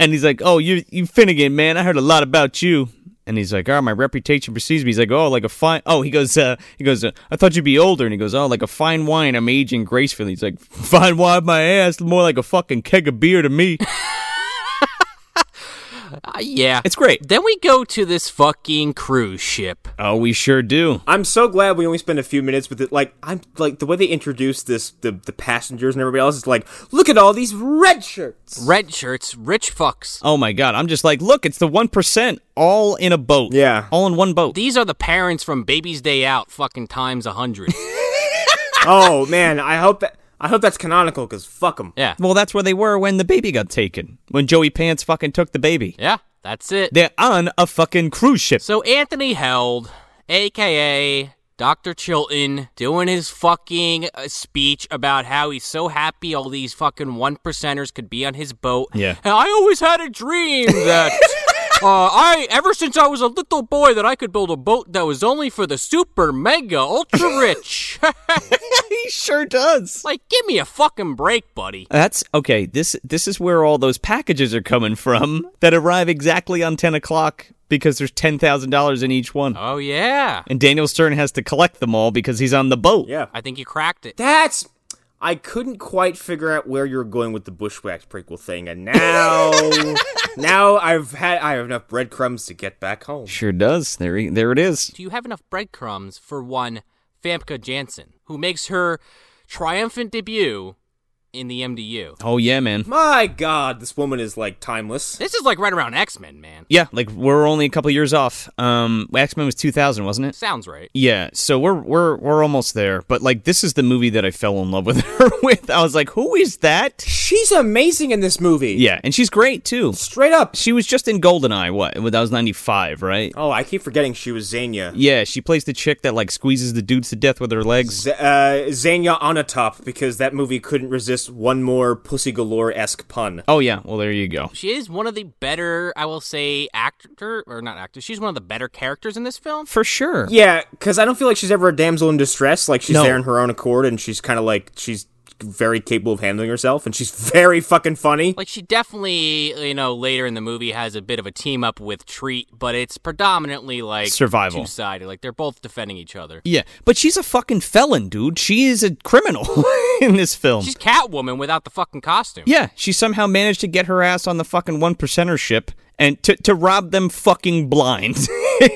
S1: and he's like, "Oh, you you Finnegan, man. I heard a lot about you." And he's like, "Oh, my reputation precedes me." He's like, "Oh, like a fine." Oh, he goes, uh, "He goes, uh, I thought you'd be older." And he goes, "Oh, like a fine wine. I'm aging gracefully." He's like, "Fine wine, my ass. More like a fucking keg of beer to me."
S2: Uh, yeah.
S1: It's great.
S2: Then we go to this fucking cruise ship.
S1: Oh, we sure do.
S3: I'm so glad we only spent a few minutes with it. Like I'm like the way they introduce this the the passengers and everybody else is like, look at all these red shirts.
S2: Red shirts, rich fucks.
S1: Oh my god, I'm just like, look, it's the one percent all in a boat.
S3: Yeah.
S1: all in one boat.
S2: These are the parents from Baby's Day Out, fucking times a hundred.
S3: oh man, I hope that I hope that's canonical because fuck them.
S2: yeah.
S1: Well, that's where they were when the baby got taken. When Joey Pants fucking took the baby.
S2: Yeah, that's it.
S1: They're on a fucking cruise ship.
S2: So Anthony Held, aka Dr. Chilton, doing his fucking uh, speech about how he's so happy all these fucking one percenters could be on his boat.
S1: Yeah.
S2: And I always had a dream that. Uh, I ever since I was a little boy that I could build a boat that was only for the super mega ultra rich.
S1: He sure does.
S2: like, give me a fucking break, buddy.
S1: That's okay. This this is where all those packages are coming from that arrive exactly on ten o'clock because there's ten thousand dollars in each one,
S2: Oh yeah.
S1: and Daniel Stern has to collect them all because he's on the boat.
S3: Yeah.
S2: I think you cracked it.
S3: That's. I couldn't quite figure out where you were going with the Bushwhacked prequel thing, and now, now I've had I have enough breadcrumbs to get back home.
S1: Sure does. There, he- there it is.
S2: Do you have enough breadcrumbs for one Famke Janssen, who makes her triumphant debut in the MDU?
S1: Oh yeah, man.
S3: My God, this woman is like timeless.
S2: This is like right around X Men, man.
S1: Yeah, like we're only a couple years off. Um, X Men was two thousand, wasn't it?
S2: Sounds right.
S1: Yeah, so we're we're we're almost there. But like, this is the movie that I fell in love with her with. I was like, who is that?
S3: She's amazing in this movie.
S1: Yeah, and she's great too.
S3: straight up.
S1: She was just in Goldeneye. What? That was ninety five, right?
S3: Oh, I keep forgetting she was Xenia.
S1: Yeah, she plays the chick that like squeezes the dudes to death with her legs.
S3: Z- uh, Xenia on a top because that movie couldn't resist one more pussy galore esque pun.
S1: Oh yeah, well there you go.
S2: She is one of the better, I will say, actor or not actor. She's one of the better characters in this film.
S1: For sure.
S3: Yeah, because I don't feel like she's ever a damsel in distress. Like she's
S1: No.
S3: there in her own accord, and she's kind of like she's very capable of handling herself, and she's very fucking funny.
S2: Like she definitely, you know, later in the movie has a bit of a team up with Treat, but it's predominantly like
S1: Survival.
S2: two sided. Like they're both defending each other.
S1: Yeah, but she's a fucking felon, dude. She is a criminal in this film.
S2: She's Catwoman without the fucking costume.
S1: yeah, she somehow managed to get her ass on the fucking one percenter ship and to to rob them fucking blind.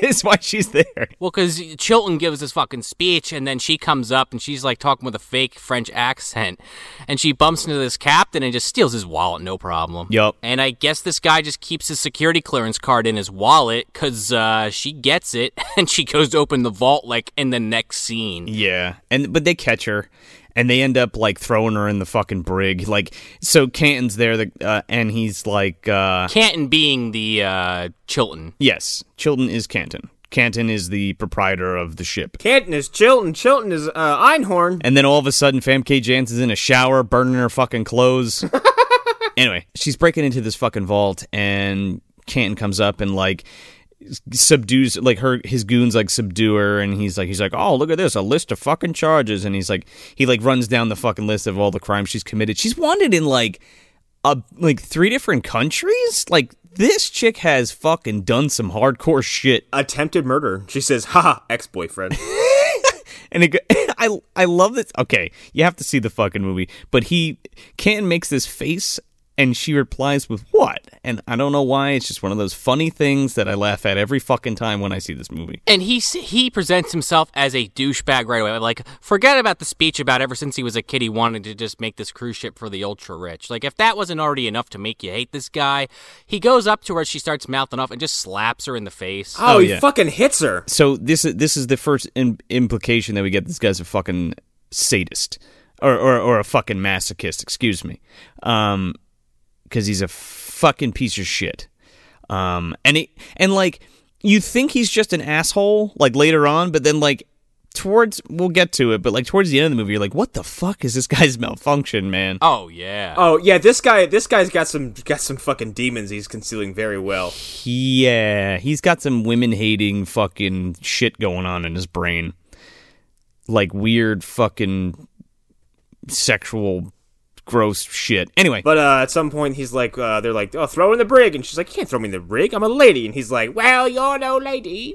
S1: is why she's there.
S2: Well, because Chilton gives this fucking speech, and then she comes up and she's like talking with a fake French accent, and she bumps into this captain and just steals his wallet, no problem.
S1: Yup.
S2: And I guess this guy just keeps his security clearance card in his wallet because uh, she gets it, and she goes to open the vault like in the next scene.
S1: Yeah, and but they catch her, and they end up like throwing her in the fucking brig. Like, so Canton's there, the, uh, and he's like, uh,
S2: Canton being the uh, Chilton.
S1: yes, Chilton is Canton. Canton is the proprietor of the ship.
S3: Canton is Chilton. Chilton is uh, Einhorn.
S1: And then all of a sudden, Famke Jansen's in a shower, burning her fucking clothes. anyway, she's breaking into this fucking vault, and Canton comes up and like subdues like her his goons like subdue her and he's like he's like oh look at this a list of fucking charges and he's like he like runs down the fucking list of all the crimes she's committed she's wanted in like a like three different countries like this chick has fucking done some hardcore shit
S3: Attempted murder. She says, "Ha, ex boyfriend."
S1: And it, go- I I love this. Okay, you have to see the fucking movie. But he Canton makes this face, and she replies with what? And I don't know why. It's just one of those funny things that I laugh at every fucking time when I see this movie.
S2: And he s- he presents himself as a douchebag right away. Like, forget about the speech about ever since he was a kid, he wanted to just make this cruise ship for the ultra rich. Like, if that wasn't already enough to make you hate this guy, he goes up to her, she starts mouthing off, and just slaps her in the face.
S3: Oh, he
S1: yeah.
S3: fucking hits her.
S1: So this is this is the first im implication that we get. This guy's a fucking sadist, or or, or a fucking masochist. Excuse me, um, because he's a fucking piece of shit. Um, and it and like you think he's just an asshole like later on, but then like towards we'll get to it, but like towards the end of the movie, you're like, what the fuck is this guy's malfunction, man?
S2: Oh, yeah.
S3: Oh yeah, this guy. This guy's got some got some fucking demons. He's concealing very well.
S1: Yeah, uh, he's got some women hating fucking shit going on in his brain. Like weird fucking sexual gross shit. Anyway,
S3: But uh, at some point, he's like, uh, they're like, "Oh, throw in the brig," and she's like, "You can't throw me in the brig. I'm a lady." And he's like, "Well, you're no lady."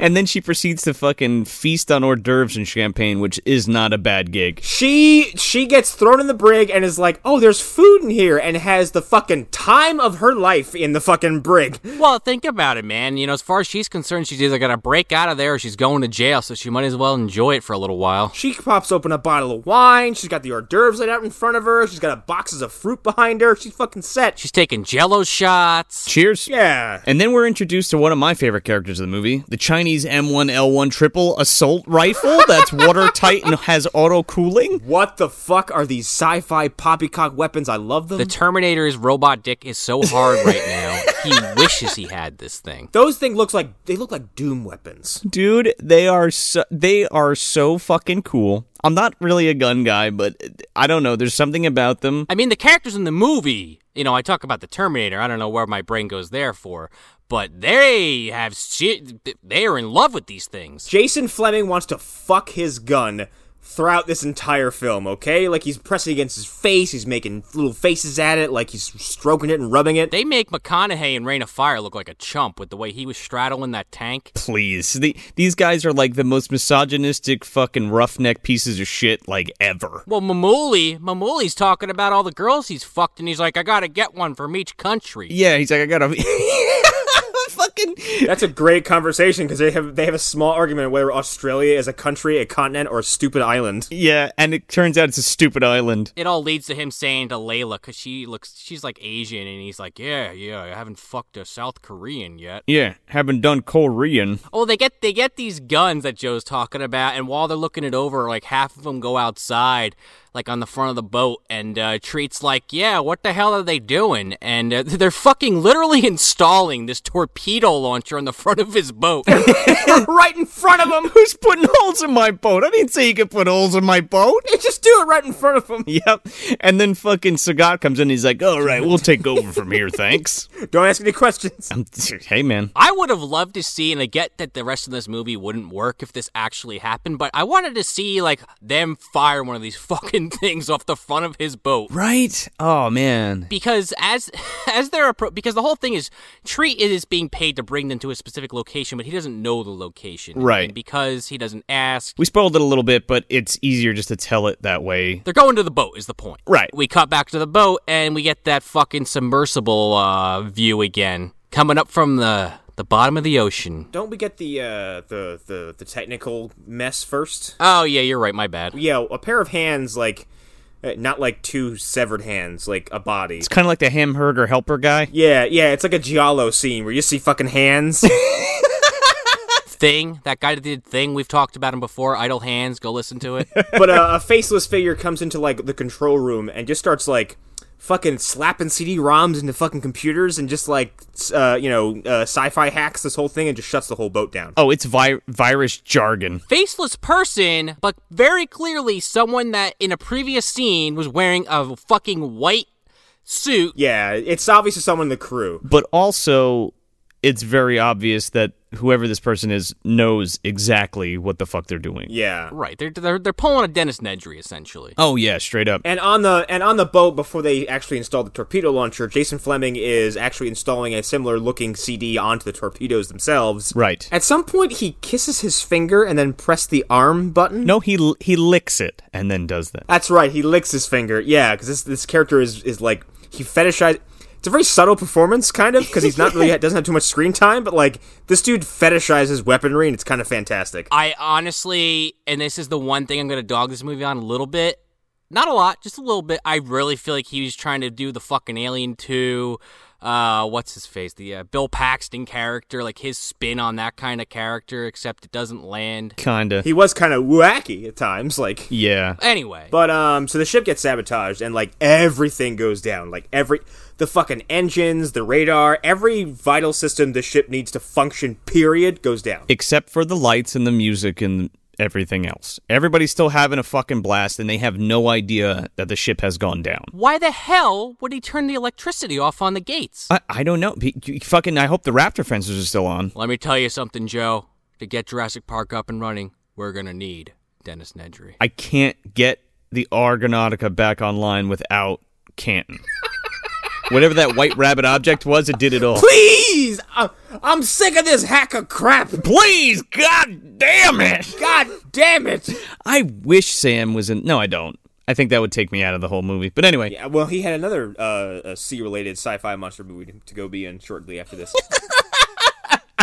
S1: and then she proceeds to fucking feast on hors d'oeuvres and champagne, which is not a bad gig.
S3: She she gets thrown in the brig and is like, "Oh, there's food in here," and has the fucking time of her life in the fucking brig.
S2: Well, think about it, man. You know, as far as she's concerned, she's either going to break out of there or she's going to jail, so she might as well enjoy it for a little while.
S3: She pops open a bottle of wine. She's got the hors d'oeuvres laid out in front of her. She's got a boxes of fruit behind her. She's fucking set. She's
S2: She's taking jello shots.
S1: Cheers.
S3: yeah.
S1: And then we're introduced to one of my favorite characters of the movie, the Chinese M1L1 triple assault rifle that's watertight and has auto cooling.
S3: What the fuck are these sci-fi poppycock weapons? I love them.
S2: The Terminator's robot dick is so hard right now. he wishes he had this thing.
S3: Those things looks like they look like doom weapons.
S1: dude they are so they are so fucking cool i'm not really a gun guy but i don't know there's something about them
S2: I mean, the characters in the movie, you know, I talk about the Terminator. I don't know where my brain goes there for, but they have shit. They are in love with these things.
S3: Jason Fleming wants to fuck his gun. throughout this entire film, okay? Like he's pressing against his face, he's making little faces at it, like he's stroking it and rubbing it.
S2: They make McConaughey in Rain of Fire look like a chump with the way he was straddling that tank.
S1: Please, the, these guys are like the most misogynistic fucking roughneck pieces of shit like ever.
S2: Well, Mamuli, Mamuli's talking about all the girls he's fucked, and he's like, I gotta get one from each country.
S1: Yeah, he's like, I gotta fucking.
S3: That's a great conversation because they have they have a small argument whether Australia is a country, a continent, or a stupid island.
S1: Yeah, and it turns out it's a stupid island.
S2: It all leads to him saying to Layla, because she looks, she's like Asian, and he's like, yeah, yeah, I haven't fucked a South Korean yet.
S1: Yeah, haven't done Korean.
S2: Oh, they get they get these guns that Joe's talking about, and while they're looking it over, like half of them go outside, like on the front of the boat, and uh, treats like, yeah, what the hell are they doing? And uh, they're fucking literally installing this torpedo launcher on the front of his boat, right in front of him.
S1: Who's putting holes in my boat? I didn't say you could put holes in my boat.
S3: They just do it right in front of him.
S1: Yep. And then fucking Sagat comes in. He's like, all right, we'll take over from here. Thanks.
S3: Don't ask any questions.
S1: I'm, hey, man.
S2: I would have loved to see, and I get that the rest of this movie wouldn't work if this actually happened, but I wanted to see like them fire one of these fucking things off the front of his boat.
S1: Right? Oh, man.
S2: Because as as they're appro- because the whole thing is Treat is being paid to bring them to a specific location, but he doesn't know the location.
S1: Right.
S2: And because he doesn't ask.
S1: We spoiled it a little bit, but it's easier just to tell it that way.
S2: They're going to the boat is the point.
S1: Right.
S2: We cut back to the boat and we get that fucking submersible uh, view again coming up from the the bottom of the ocean.
S3: Don't we get the uh, the, the the technical mess first?
S2: Oh yeah, you're right. My bad.
S3: Yeah, a pair of hands, like uh, not like two severed hands, like a body.
S1: It's kind of like the hamburger helper guy.
S3: Yeah, yeah, it's like a giallo scene where you see fucking hands.
S2: Thing that guy that did thing we've talked about him before. Idle hands. Go listen to it.
S3: but uh, a faceless figure comes into like the control room and just starts like fucking slapping CD-ROMs into fucking computers and just like s- uh, you know uh, sci-fi hacks this whole thing and just shuts the whole boat down.
S1: Oh, it's vi- virus jargon.
S2: Faceless person, but very clearly someone that in a previous scene was wearing a fucking white suit.
S3: Yeah, it's obvious to someone in the crew.
S1: But also, it's very obvious that whoever this person is knows exactly what the fuck they're doing.
S3: Yeah.
S2: Right. They're they're, they're pulling a Dennis Nedry essentially.
S1: Oh, yeah, straight up.
S3: And on the and on the boat before they actually install the torpedo launcher, Jason Fleming is actually installing a similar looking CD onto the torpedoes themselves.
S1: Right.
S3: At some point, he kisses his finger and then press the arm button.
S1: No, he l- he licks it and then does that.
S3: That's right. He licks his finger. Yeah, because this this character is is like he fetishized. It's a very subtle performance, kind of, because he's not really doesn't have too much screen time. But like this dude fetishizes weaponry, and it's kind of fantastic.
S2: I honestly, and this is the one thing I'm going to dog this movie on a little bit. Not a lot, just a little bit. I really feel like he was trying to do the fucking Alien 2. Uh, what's his face? The uh, Bill Paxton character, like his spin on that kind of character, except it doesn't land.
S1: Kinda.
S3: He was kind of wacky at times, like.
S1: yeah.
S2: Anyway,
S3: But um, so the ship gets sabotaged, and like everything goes down. Like every the fucking engines, the radar, every vital system the ship needs to function. Period goes down.
S1: Except for the lights and the music and everything else. Everybody's still having a fucking blast and they have no idea that the ship has gone down.
S2: why the hell would he turn the electricity off on the gates?
S1: I, I don't know. He- you- Fucking, I hope the raptor fences are still on.
S2: Let me tell you something, Joe. To get Jurassic Park up and running, we're going to need Dennis Nedry.
S1: I can't get the Argonautica back online without Canton. Whatever that white rabbit object was, it did it all.
S3: Please, I, I'm sick of this hacker crap.
S1: Please, god damn it!
S3: God damn it.
S1: I wish Sam was in. No, I don't. I think that would take me out of the whole movie. But anyway,
S3: Yeah, well, he had another uh, sea related sci fi monster movie to go be in shortly after this.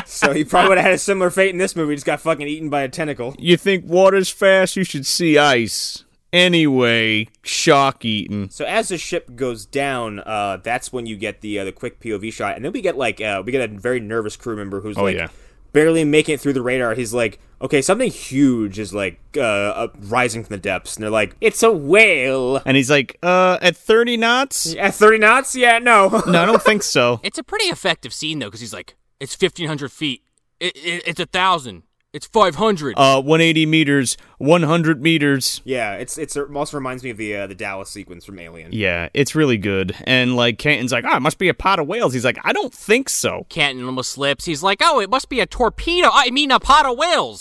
S3: so he probably would have had a similar fate in this movie. Just got fucking eaten by a tentacle.
S1: you think water's fast? You should see ice. Anyway, shock eaten.
S3: So as the ship goes down, uh, that's when you get the uh, the quick POV shot, and then we get like uh, we get a very nervous crew member who's
S1: Oh,
S3: like
S1: yeah.
S3: barely making it through the radar. He's like, okay, something huge is like uh, uh, rising from the depths, and they're like, it's a whale
S1: And he's like, uh, at 30 knots?
S3: at thirty knots. Yeah, no.
S1: No, I don't think so.
S2: It's a pretty effective scene though, because he's like, it's fifteen hundred feet, it, it, it's a thousand, it's five hundred.
S1: Uh, 180 meters, 100 meters.
S3: yeah, it's it's it also reminds me of the uh, the Dallas sequence from Alien.
S1: Yeah, it's really good. And like Canton's like, ah, it must be a pot of whales. He's like, I don't think so.
S2: Canton almost slips. He's like, oh, it must be a torpedo. I mean, a pot of whales.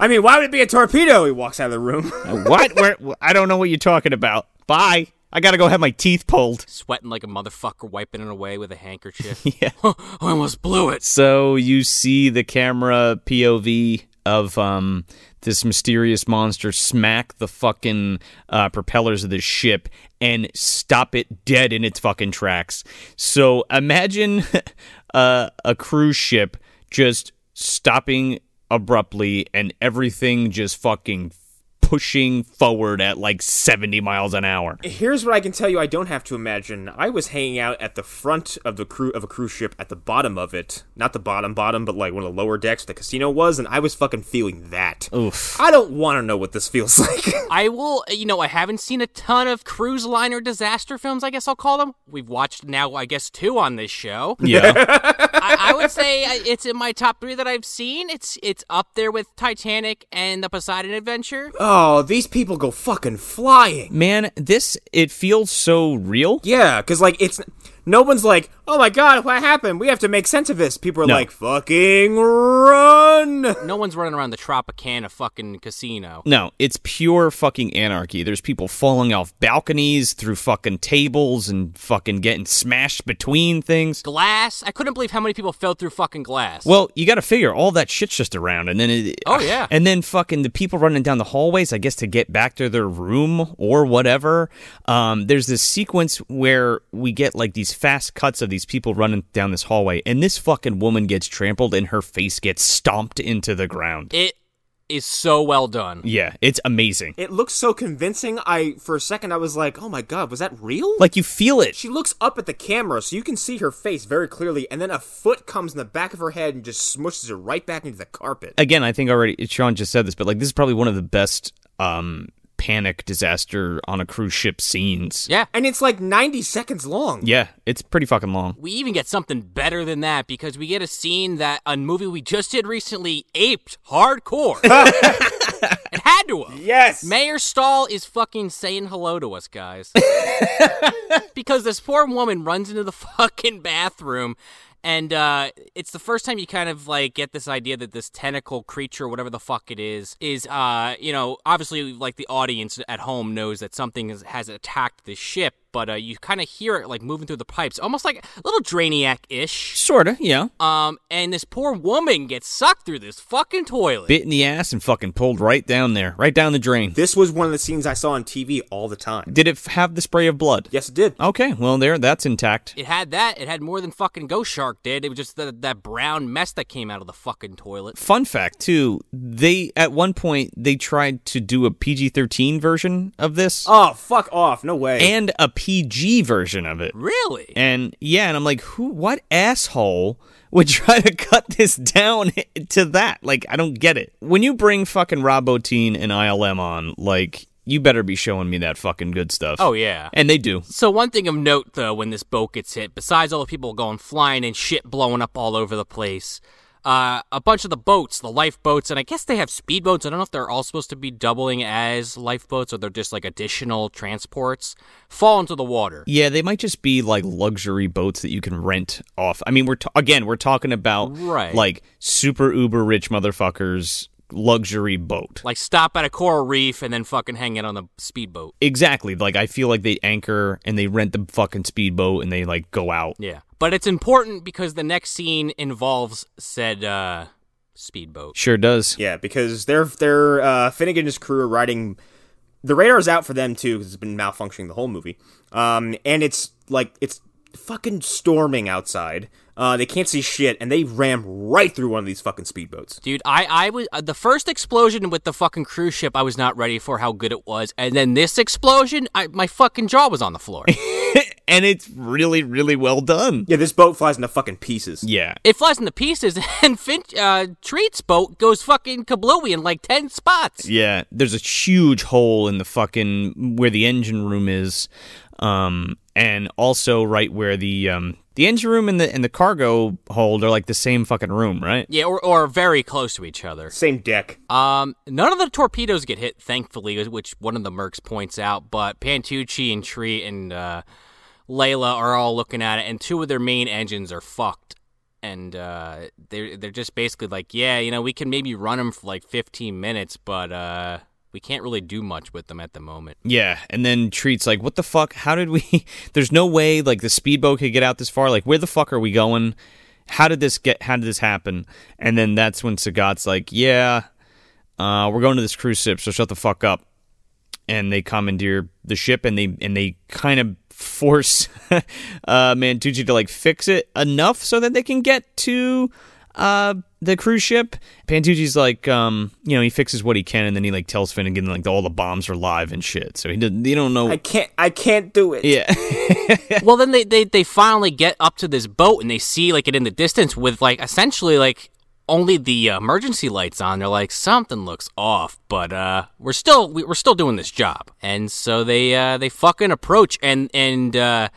S3: I mean, why would it be a torpedo? He walks out of the room.
S1: what? Where? I don't know what you're talking about. Bye. I gotta go have my teeth pulled.
S2: Sweating like a motherfucker, wiping it away with a handkerchief. yeah. I almost blew it.
S1: So you see the camera POV of um, this mysterious monster smack the fucking uh, propellers of this ship and stop it dead in its fucking tracks. So imagine uh, a cruise ship just stopping abruptly and everything just fucking pushing forward at like 70 miles an hour.
S3: Here's what I can tell you: I don't have to imagine. I was hanging out at the front of the crew of a cruise ship, at the bottom of it, not the bottom bottom, but like one of the lower decks where the casino was, and I was fucking feeling that. Oof. I don't want to know what this feels like.
S2: I will, you know, I haven't seen a ton of cruise liner disaster films, I guess I'll call them. We've watched now, I guess, two on this show.
S1: Yeah.
S2: I, I would say I- it's in my top three that I've seen. It's it's up there with Titanic and The Poseidon Adventure.
S3: oh, these people go fucking flying.
S1: Man, this it feels so real.
S3: Yeah, because like it's no one's like, oh my god, what happened? We have to make sense of this. People are
S1: No.
S3: like, fucking run.
S2: No one's running around the Tropicana fucking casino.
S1: No, it's pure fucking anarchy. There's people falling off balconies through fucking tables and fucking getting smashed between things.
S2: Glass. I couldn't believe how many people fell through fucking glass.
S1: Well, you got to figure all that shit's just around, and then it,
S2: Oh, yeah.
S1: and then fucking the people running down the hallways, I guess, to get back to their room or whatever. Um, there's this sequence where we get like these fast cuts of these people running down this hallway, and this fucking woman gets trampled, and her face gets stomped into the ground.
S2: it is so well done.
S1: yeah, it's amazing.
S3: It looks so convincing. I for a second I was like, oh my god, was that real?
S1: Like you feel it.
S3: She looks up at the camera, so you can see her face very clearly, and then a foot comes in the back of her head and just smushes her right back into the carpet.
S1: again, I think already Sean just said this, but like this is probably one of the best um panic disaster on a cruise ship scenes.
S2: Yeah.
S3: And it's like 90 seconds long.
S1: Yeah, it's pretty fucking long.
S2: We even get something better than that because we get a scene that a movie we just did recently aped hardcore. it had to have.
S3: Yes.
S2: Mayor Stahl is fucking saying hello to us, guys. because this poor woman runs into the fucking bathroom. And uh, it's the first time you kind of like get this idea that this tentacle creature, whatever the fuck it is, is uh, you know obviously like the audience at home knows that something is, has attacked this ship, but uh, you kind of hear it like moving through the pipes, almost like a little Draeniac ish.
S1: Sorta, yeah.
S2: Um, and this poor woman gets sucked through this fucking toilet.
S1: Bit in the ass and fucking pulled right down there, right down the drain.
S3: This was one of the scenes I saw on TV all the time.
S1: Did it f- have the spray of blood?
S3: Yes, it did.
S1: Okay, well there, that's intact.
S2: It had that. It had more than fucking Ghost Shark did. It was just that that brown mess that came out of the fucking toilet.
S1: Fun fact too, they at one point they tried to do a PG-13 version of this
S3: Oh, fuck off. No way.
S1: and a PG version of it.
S2: Really?
S1: And yeah, and I'm like, who? What asshole would try to cut this down to that? Like, I don't get it. When you bring fucking Rob Bottin and ILM on, like, you better be showing me that fucking good stuff.
S2: Oh yeah.
S1: and they do.
S2: So one thing of note though, when this boat gets hit, besides all the people going flying and shit blowing up all over the place, uh, a bunch of the boats, the lifeboats, and I guess they have speedboats. I don't know if they're all supposed to be doubling as lifeboats or they're just like additional transports, fall into the water.
S1: Yeah, they might just be like luxury boats that you can rent off. I mean, we're t- again, we're talking about
S2: Right.
S1: like super uber rich motherfuckers luxury boat.
S2: Like stop at a coral reef and then fucking hang out on the speedboat.
S1: Exactly. Like I feel like they anchor and they rent the fucking speedboat and they like go out.
S2: Yeah. But it's important because the next scene involves said uh, speedboat.
S1: Sure does.
S3: yeah, because they're, they're, uh, Finnegan and his crew are riding. The radar's out for them, too, because it's been malfunctioning the whole movie. Um, and it's like, it's fucking storming outside. Uh, they can't see shit, and they ram right through one of these fucking speedboats.
S2: Dude, I, I was uh, the first explosion with the fucking cruise ship. I was not ready for how good it was, and then this explosion, I, my fucking jaw was on the floor.
S1: and it's really, really well done.
S3: Yeah, this boat flies into fucking pieces.
S1: Yeah.
S2: it flies into pieces, and Finch uh, Treat's boat goes fucking kablooey in like ten spots.
S1: Yeah. There's a huge hole in the fucking where the engine room is. Um and also right where the um the engine room and the and the cargo hold are like the same fucking room, right?
S2: Yeah, or, or very close to each other.
S3: Same deck.
S2: Um, none of the torpedoes get hit, thankfully, which one of the mercs points out. But Pantucci and Treat and uh, Layla are all looking at it, and two of their main engines are fucked. and uh, they're they're just basically like, yeah, you know, we can maybe run them for like 15 minutes, but uh, we can't really do much with them at the moment.
S1: Yeah, and then treats like, what the fuck? How did we? There's no way like the speedboat could get out this far. Like, where the fuck are we going? How did this get? How did this happen? And then that's when Sagat's like, yeah, uh, we're going to this cruise ship, so shut the fuck up. And they commandeer the ship, and they and they kind of force uh, Mantucci to like fix it enough so that they can get to uh, the cruise ship. Pantucci's like, um, you know, he fixes what he can, and then he like tells Finn again, like all the bombs are live and shit. So he didn't, you don't know.
S10: I can't. I can't do it.
S1: yeah,
S2: well, then they, they they finally get up to this boat and they see like it in the distance with like essentially like only the uh, emergency lights on. They're like something looks off, but uh, we're still we, we're still doing this job. And so they uh, they fucking approach and and uh,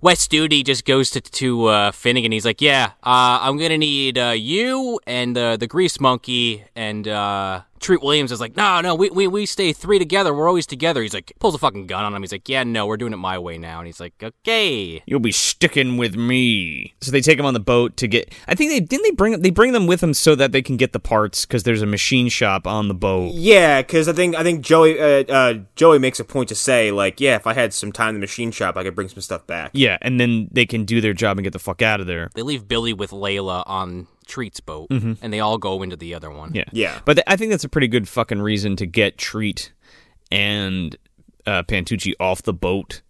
S2: West Duty just goes to to uh, Finnegan. He's like, yeah, uh, I'm gonna need uh, you and uh, the grease monkey and. Uh, Treat Williams is like, no, no, we, we, we stay three together. We're always together. He's like, pulls a fucking gun on him. He's like, yeah, no, we're doing it my way now. And he's like, okay.
S1: you'll be sticking with me. So they take him on the boat to get. I think they didn't they bring they bring them with them so that they can get the parts because there's a machine shop on the boat.
S3: Yeah, because I think I think Joey uh, uh, Joey makes a point to say like, yeah, if I had some time in the machine shop, I could bring some stuff back.
S1: Yeah, and then they can do their job and get the fuck out of there.
S2: They leave Billy with Layla on Treat's boat, and they all go into the other one.
S1: Yeah.
S3: Yeah.
S1: But th- I think that's a pretty good fucking reason to get Treat and uh, Pantucci off the boat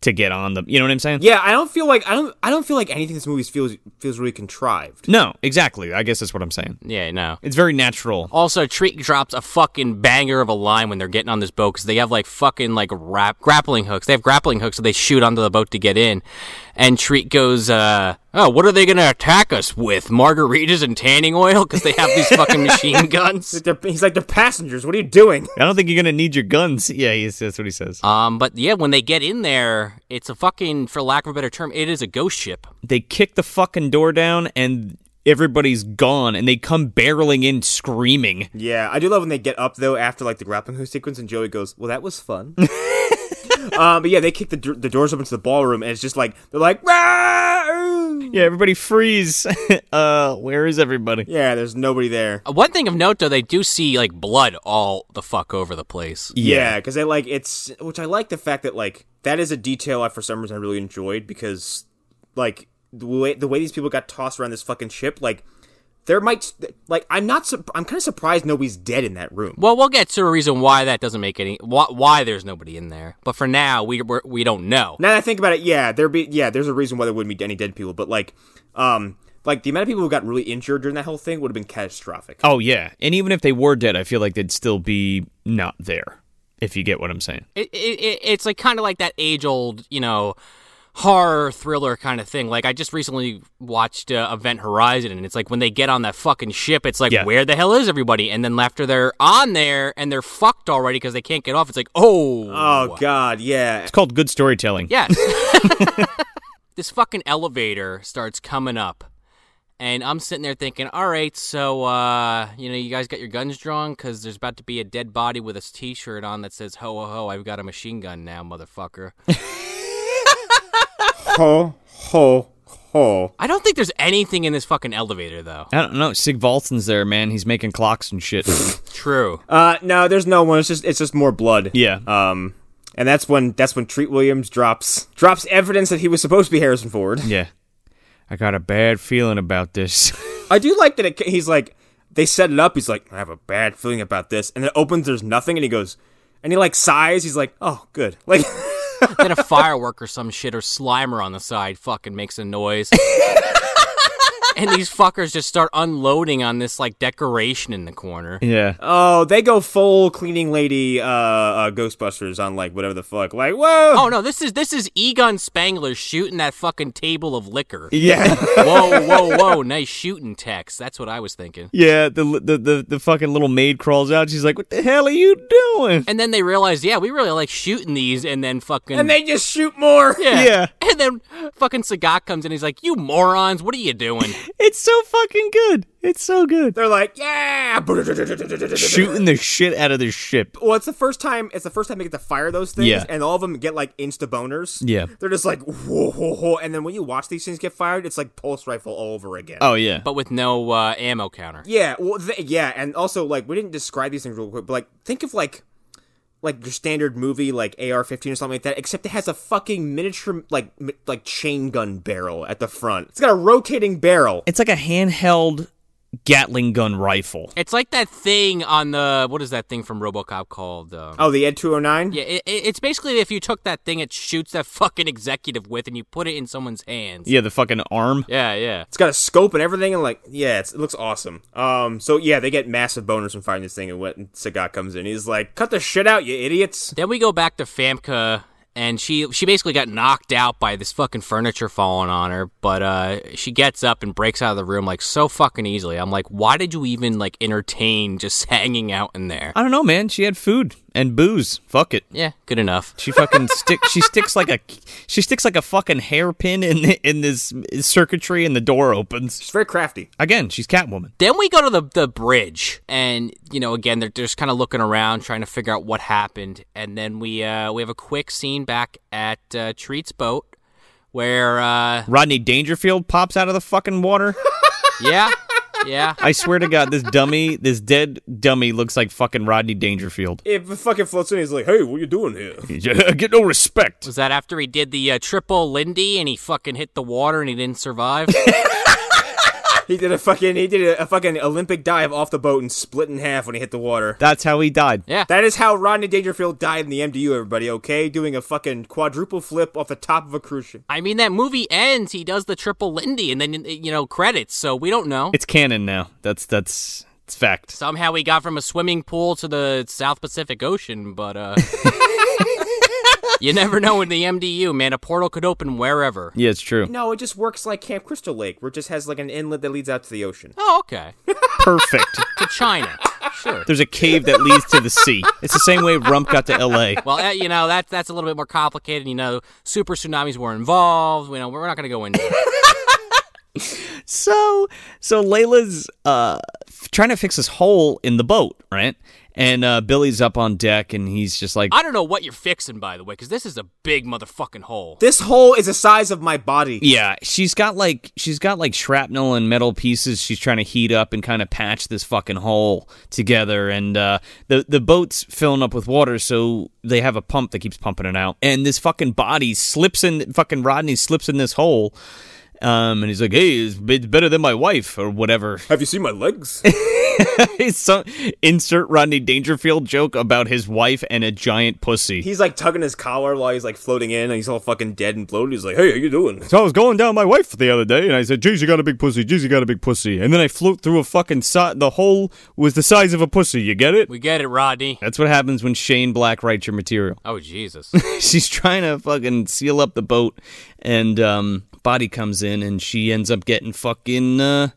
S1: to get on the. You know what I'm saying?
S3: Yeah, I don't feel like I don't I don't feel like anything in this movie feels feels really contrived.
S1: No, exactly. I guess that's what I'm saying.
S2: Yeah, no.
S1: It's very natural.
S2: Also, Treat drops a fucking banger of a line when they're getting on this boat because they have like fucking like rap- grappling hooks. They have grappling hooks, so they shoot onto the boat to get in. And Treat goes, uh, "Oh, what are they gonna attack us with? Margaritas and tanning oil? Because they have these fucking machine guns."
S3: They're- he's like the passengers. What are you doing?
S1: I don't think you're gonna need your guns. Yeah, he, that's what he says.
S3: Uh,
S2: Um, but yeah, when they get in there, it's a fucking, for lack of a better term, it is a ghost ship.
S1: they kick the fucking door down and everybody's gone and they come barreling in screaming.
S3: Yeah, I do love when they get up though after like the grappling hook sequence, and Joey goes, "Well, that was fun." um, but yeah, they kick the, do- the doors open to the ballroom, and it's just like they're like, "Rah!"
S1: Yeah, everybody freeze. uh, where is everybody?
S3: yeah, there's nobody there.
S2: Uh, One thing of note, though, they do see like blood all the fuck over the place.
S3: Yeah, because I like it's, which I like the fact that like that is a detail I for some reason I really enjoyed because like the way the way these people got tossed around this fucking ship, like there might like I'm not sur- I'm kind of surprised nobody's dead in that room.
S2: Well, we'll get to a reason why that doesn't make any why, why there's nobody in there. But for now, we we're, we don't know.
S3: Now that I think about it, yeah, there be yeah, there's a reason why there wouldn't be any dead people, but like, um, like the amount of people who got really injured during that whole thing would have been catastrophic.
S1: Oh yeah. And even if they were dead, I feel like they'd still be not there. If you get what I'm saying.
S2: It, it, it it's like kind of like that age old, you know, horror thriller kind of thing. Like I just recently watched uh, Event Horizon, and it's like when they get on that fucking ship, it's like
S1: Yeah.
S2: where the hell is everybody? And then after they're on there and they're fucked already because they can't get off, it's like oh
S3: Oh God, yeah,
S1: It's called good storytelling.
S2: Yes. this fucking elevator starts coming up. And I'm sitting there thinking, all right, so, uh, you know, you guys got your guns drawn because there's about to be a dead body with a t shirt on that says, ho, ho, ho, I've got a machine gun now, motherfucker.
S3: ho ho ho.
S2: I don't think there's anything in this fucking elevator, though.
S1: I don't know. Sig Valton's there, man. He's making clocks and shit.
S2: True.
S3: Uh, no, there's no one. It's just it's just more blood.
S1: yeah.
S3: Um, and that's when that's when Treat Williams drops drops evidence that he was supposed to be Harrison Ford.
S1: yeah. I got a bad feeling about this.
S3: I do like that it, he's like they set it up. He's like I have a bad feeling about this, and it opens. There's nothing, and he goes, and he like sighs. He's like, oh good, like.
S2: then a firework or some shit or Slimer on the side fucking makes a noise. and these fuckers just start unloading on this, like, decoration in the corner.
S1: yeah.
S3: Oh, they go full cleaning lady uh, uh Ghostbusters on like whatever the fuck. Like, whoa.
S2: Oh no, this is this is Egon Spangler shooting that fucking table of liquor.
S1: Yeah.
S2: whoa, whoa, whoa, nice shooting Tex. That's what I was thinking.
S1: yeah. The, the the the fucking little maid crawls out. She's like, "What the hell are you doing?"
S2: And then they realized, yeah, we really like shooting these and then fucking
S3: And they just shoot more.
S2: yeah.
S1: Yeah.
S2: And then fucking Sagat comes in he's like, You morons, what are you doing?
S1: It's so fucking good. It's so good.
S3: They're like, yeah,
S1: Shooting the shit out of this ship.
S3: Well, it's the first time. It's the first time they get to fire those things,
S1: Yeah.
S3: and all of them get like insta boners.
S1: Yeah.
S3: they're just like whoa, whoa, whoa, and then when you watch these things get fired, it's like pulse rifle all over again.
S1: Oh yeah.
S2: but with no uh, ammo counter.
S3: Yeah, well, th- yeah, and also like we didn't describe these things real quick, but like think of like like your standard movie like AR-15 or something like that, except it has a fucking miniature like m- like chain gun barrel at the front. It's got a rotating barrel.
S1: It's like a handheld Gatling gun rifle.
S2: It's like that thing on the what is that thing from RoboCop called? Um,
S3: Oh, the Ed 209.
S2: Yeah, it, it- it's basically if you took that thing, it shoots that fucking executive with, and you put it in someone's hands.
S1: Yeah, the fucking arm.
S2: yeah, yeah.
S3: It's got a scope and everything, and like, yeah, it's, it looks awesome. Um, so yeah, they get massive boners from firing this thing, and when Sagat comes in, he's like, "Cut the shit out, you idiots!"
S2: Then we go back to Famke, and she she basically got knocked out by this fucking furniture falling on her. But uh, she gets up and breaks out of the room like so fucking easily. I'm like, why did you even like entertain just hanging out in there?
S1: I don't know, man. She had food and booze. Fuck it.
S2: Yeah, good enough.
S1: She fucking stick. She sticks like a. She sticks like a fucking hairpin in the, in this circuitry, and the door opens
S3: It's very crafty.
S1: again. She's Catwoman.
S2: Then we go to the, the bridge, and you know, again, they're, they're just kind of looking around, trying to figure out what happened. And then we uh, we have a quick scene back at uh, Treat's boat, where uh,
S1: Rodney Dangerfield pops out of the fucking water.
S2: yeah, yeah,
S1: I swear to God, this dummy, this dead dummy, looks like fucking Rodney Dangerfield.
S3: It fucking floats in. He's like, "Hey, what you doing here?"
S1: Get no respect.
S2: was that after he did the uh, triple Lindy and he fucking hit the water and he didn't survive?
S3: he did a fucking he did a, a fucking Olympic dive off the boat and split in half when he hit the water.
S1: That's how he died.
S2: yeah,
S3: That is how Rodney Dangerfield died in the MDU. Everybody, okay? Doing a fucking quadruple flip off the top of a cruise ship.
S2: I mean that movie ends. He does the triple Lindy, and then you know credits. So we don't know.
S1: It's canon now. That's that's it's fact.
S2: Somehow he got from a swimming pool to the South Pacific Ocean, but uh You never know in the MDU, man. A portal could open wherever.
S1: Yeah, it's true.
S3: No, it just works like Camp Crystal Lake, where it just has like an inlet that leads out to the ocean.
S2: Oh, okay.
S1: Perfect.
S2: To China. Sure.
S1: There's a cave that leads to the sea. It's the same way Rump got to L.A.
S2: Well, that, you know, that's that's a little bit more complicated. You know, super tsunamis were involved. You know, we're not going to go into it.
S1: So, so Layla's uh, f- trying to fix this hole in the boat, right? And uh, Billy's up on deck, and he's just like,
S2: I don't know what you're fixing, by the way, because this is a big motherfucking hole.
S3: This hole is the size of my body.
S1: "Yeah, she's got like she's got like shrapnel and metal pieces. She's trying to heat up and kind of patch this fucking hole together." And uh, the the boat's filling up with water, so they have a pump that keeps pumping it out. And this fucking body slips in, fucking Rodney slips in this hole. Um, and he's like, "Hey, it's it's better than my wife or whatever."
S3: Have you seen my legs?
S1: Some, insert Rodney Dangerfield joke about his wife and a giant pussy.
S3: he's like tugging his collar while he's like floating in, and he's all fucking dead and bloated. He's like, "Hey, how you doing?"
S1: so I was going down my wife the other day, and I said, "Geez, you got a big pussy. Geez, you got a big pussy." And then I float through a fucking si- the hole was the size of a pussy. You get it?
S2: We get it, Rodney.
S1: That's what happens when Shane Black writes your material.
S2: Oh, Jesus.
S1: She's trying to fucking seal up the boat, and um, body comes in, and she ends up getting fucking uh,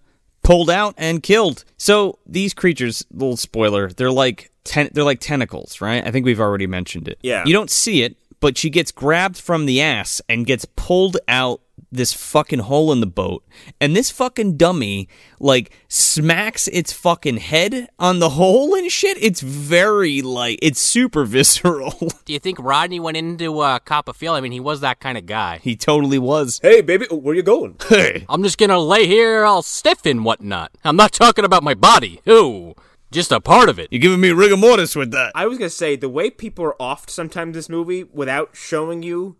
S1: pulled out and killed. So these creatures, little spoiler, they're like ten- they're like tentacles, right? I think we've already mentioned it.
S3: Yeah.
S1: you don't see it, but she gets grabbed from the ass and gets pulled out this fucking hole in the boat and this fucking dummy like smacks its fucking head on the hole and shit it's very like it's super visceral
S2: Do you think Rodney went into uh, Copperfield? I mean, he was that kind of guy.
S1: He totally was.
S3: Hey, baby, where you going?
S1: Hey.
S2: I'm just gonna lay here all stiff and whatnot. I'm not talking about my body. Ew. Just a part of it.
S1: You're giving me rigor mortis with that.
S3: I was gonna say the way people are offed sometimes this movie without showing you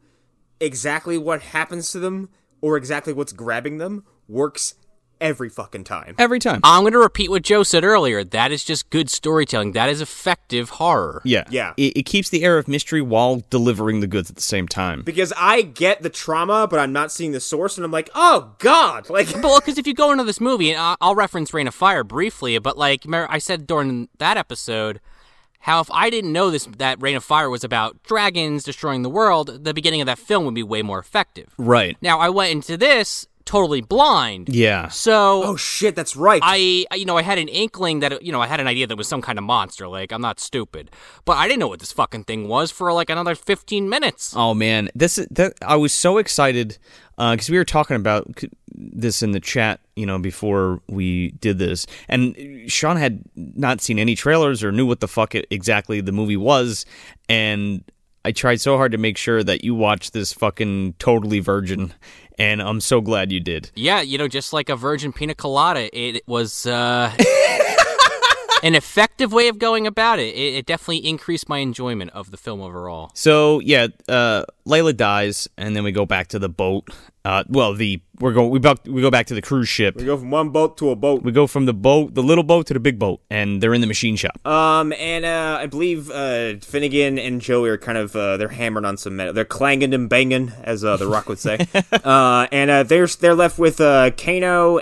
S3: exactly what happens to them or exactly what's grabbing them works every fucking time.
S1: Every time.
S2: I'm gonna repeat what Joe said earlier. That is just good storytelling. That is effective horror.
S1: yeah.
S3: Yeah.
S1: It, it keeps the air of mystery while delivering the goods at the same time.
S3: Because I get the trauma, but I'm not seeing the source, and I'm like, oh god, like
S2: But well, because if you go into this movie, and I- I'll reference Rain of Fire briefly, but like remember I said during that episode, how if I didn't know this that Rain of Fire was about dragons destroying the world, the beginning of that film would be way more effective.
S1: Right.
S2: Now I went into this totally blind.
S1: Yeah.
S2: So
S3: Oh shit, that's right.
S2: I, I- you know, I had an inkling that, you know, I had an idea that it was some kind of monster. Like, I'm not stupid. But I didn't know what this fucking thing was for like another 15 minutes.
S1: Oh man, this is that I was so excited because we were talking about c- this in the chat, you know, before we did this, and Sean had not seen any trailers or knew what the fuck it, exactly the movie was, and I tried so hard to make sure that you watched this fucking totally virgin, and I'm so glad you did.
S2: Yeah, you know, just like a virgin pina colada, it was uh, an effective way of going about it. it. It definitely increased my enjoyment of the film overall.
S1: So yeah, uh, Layla dies, and then we go back to the boat. Uh, well, the we're going we buck, we go back to the cruise ship.
S3: We go from one boat to a boat.
S1: We go from the boat, the little boat, to the big boat, and they're in the machine shop.
S3: Um, and uh, I believe uh, Finnegan and Joey are kind of uh, they're hammering on some metal. They're clanging and banging, as uh, The Rock would say. uh, and uh, they're they're left with uh, Kano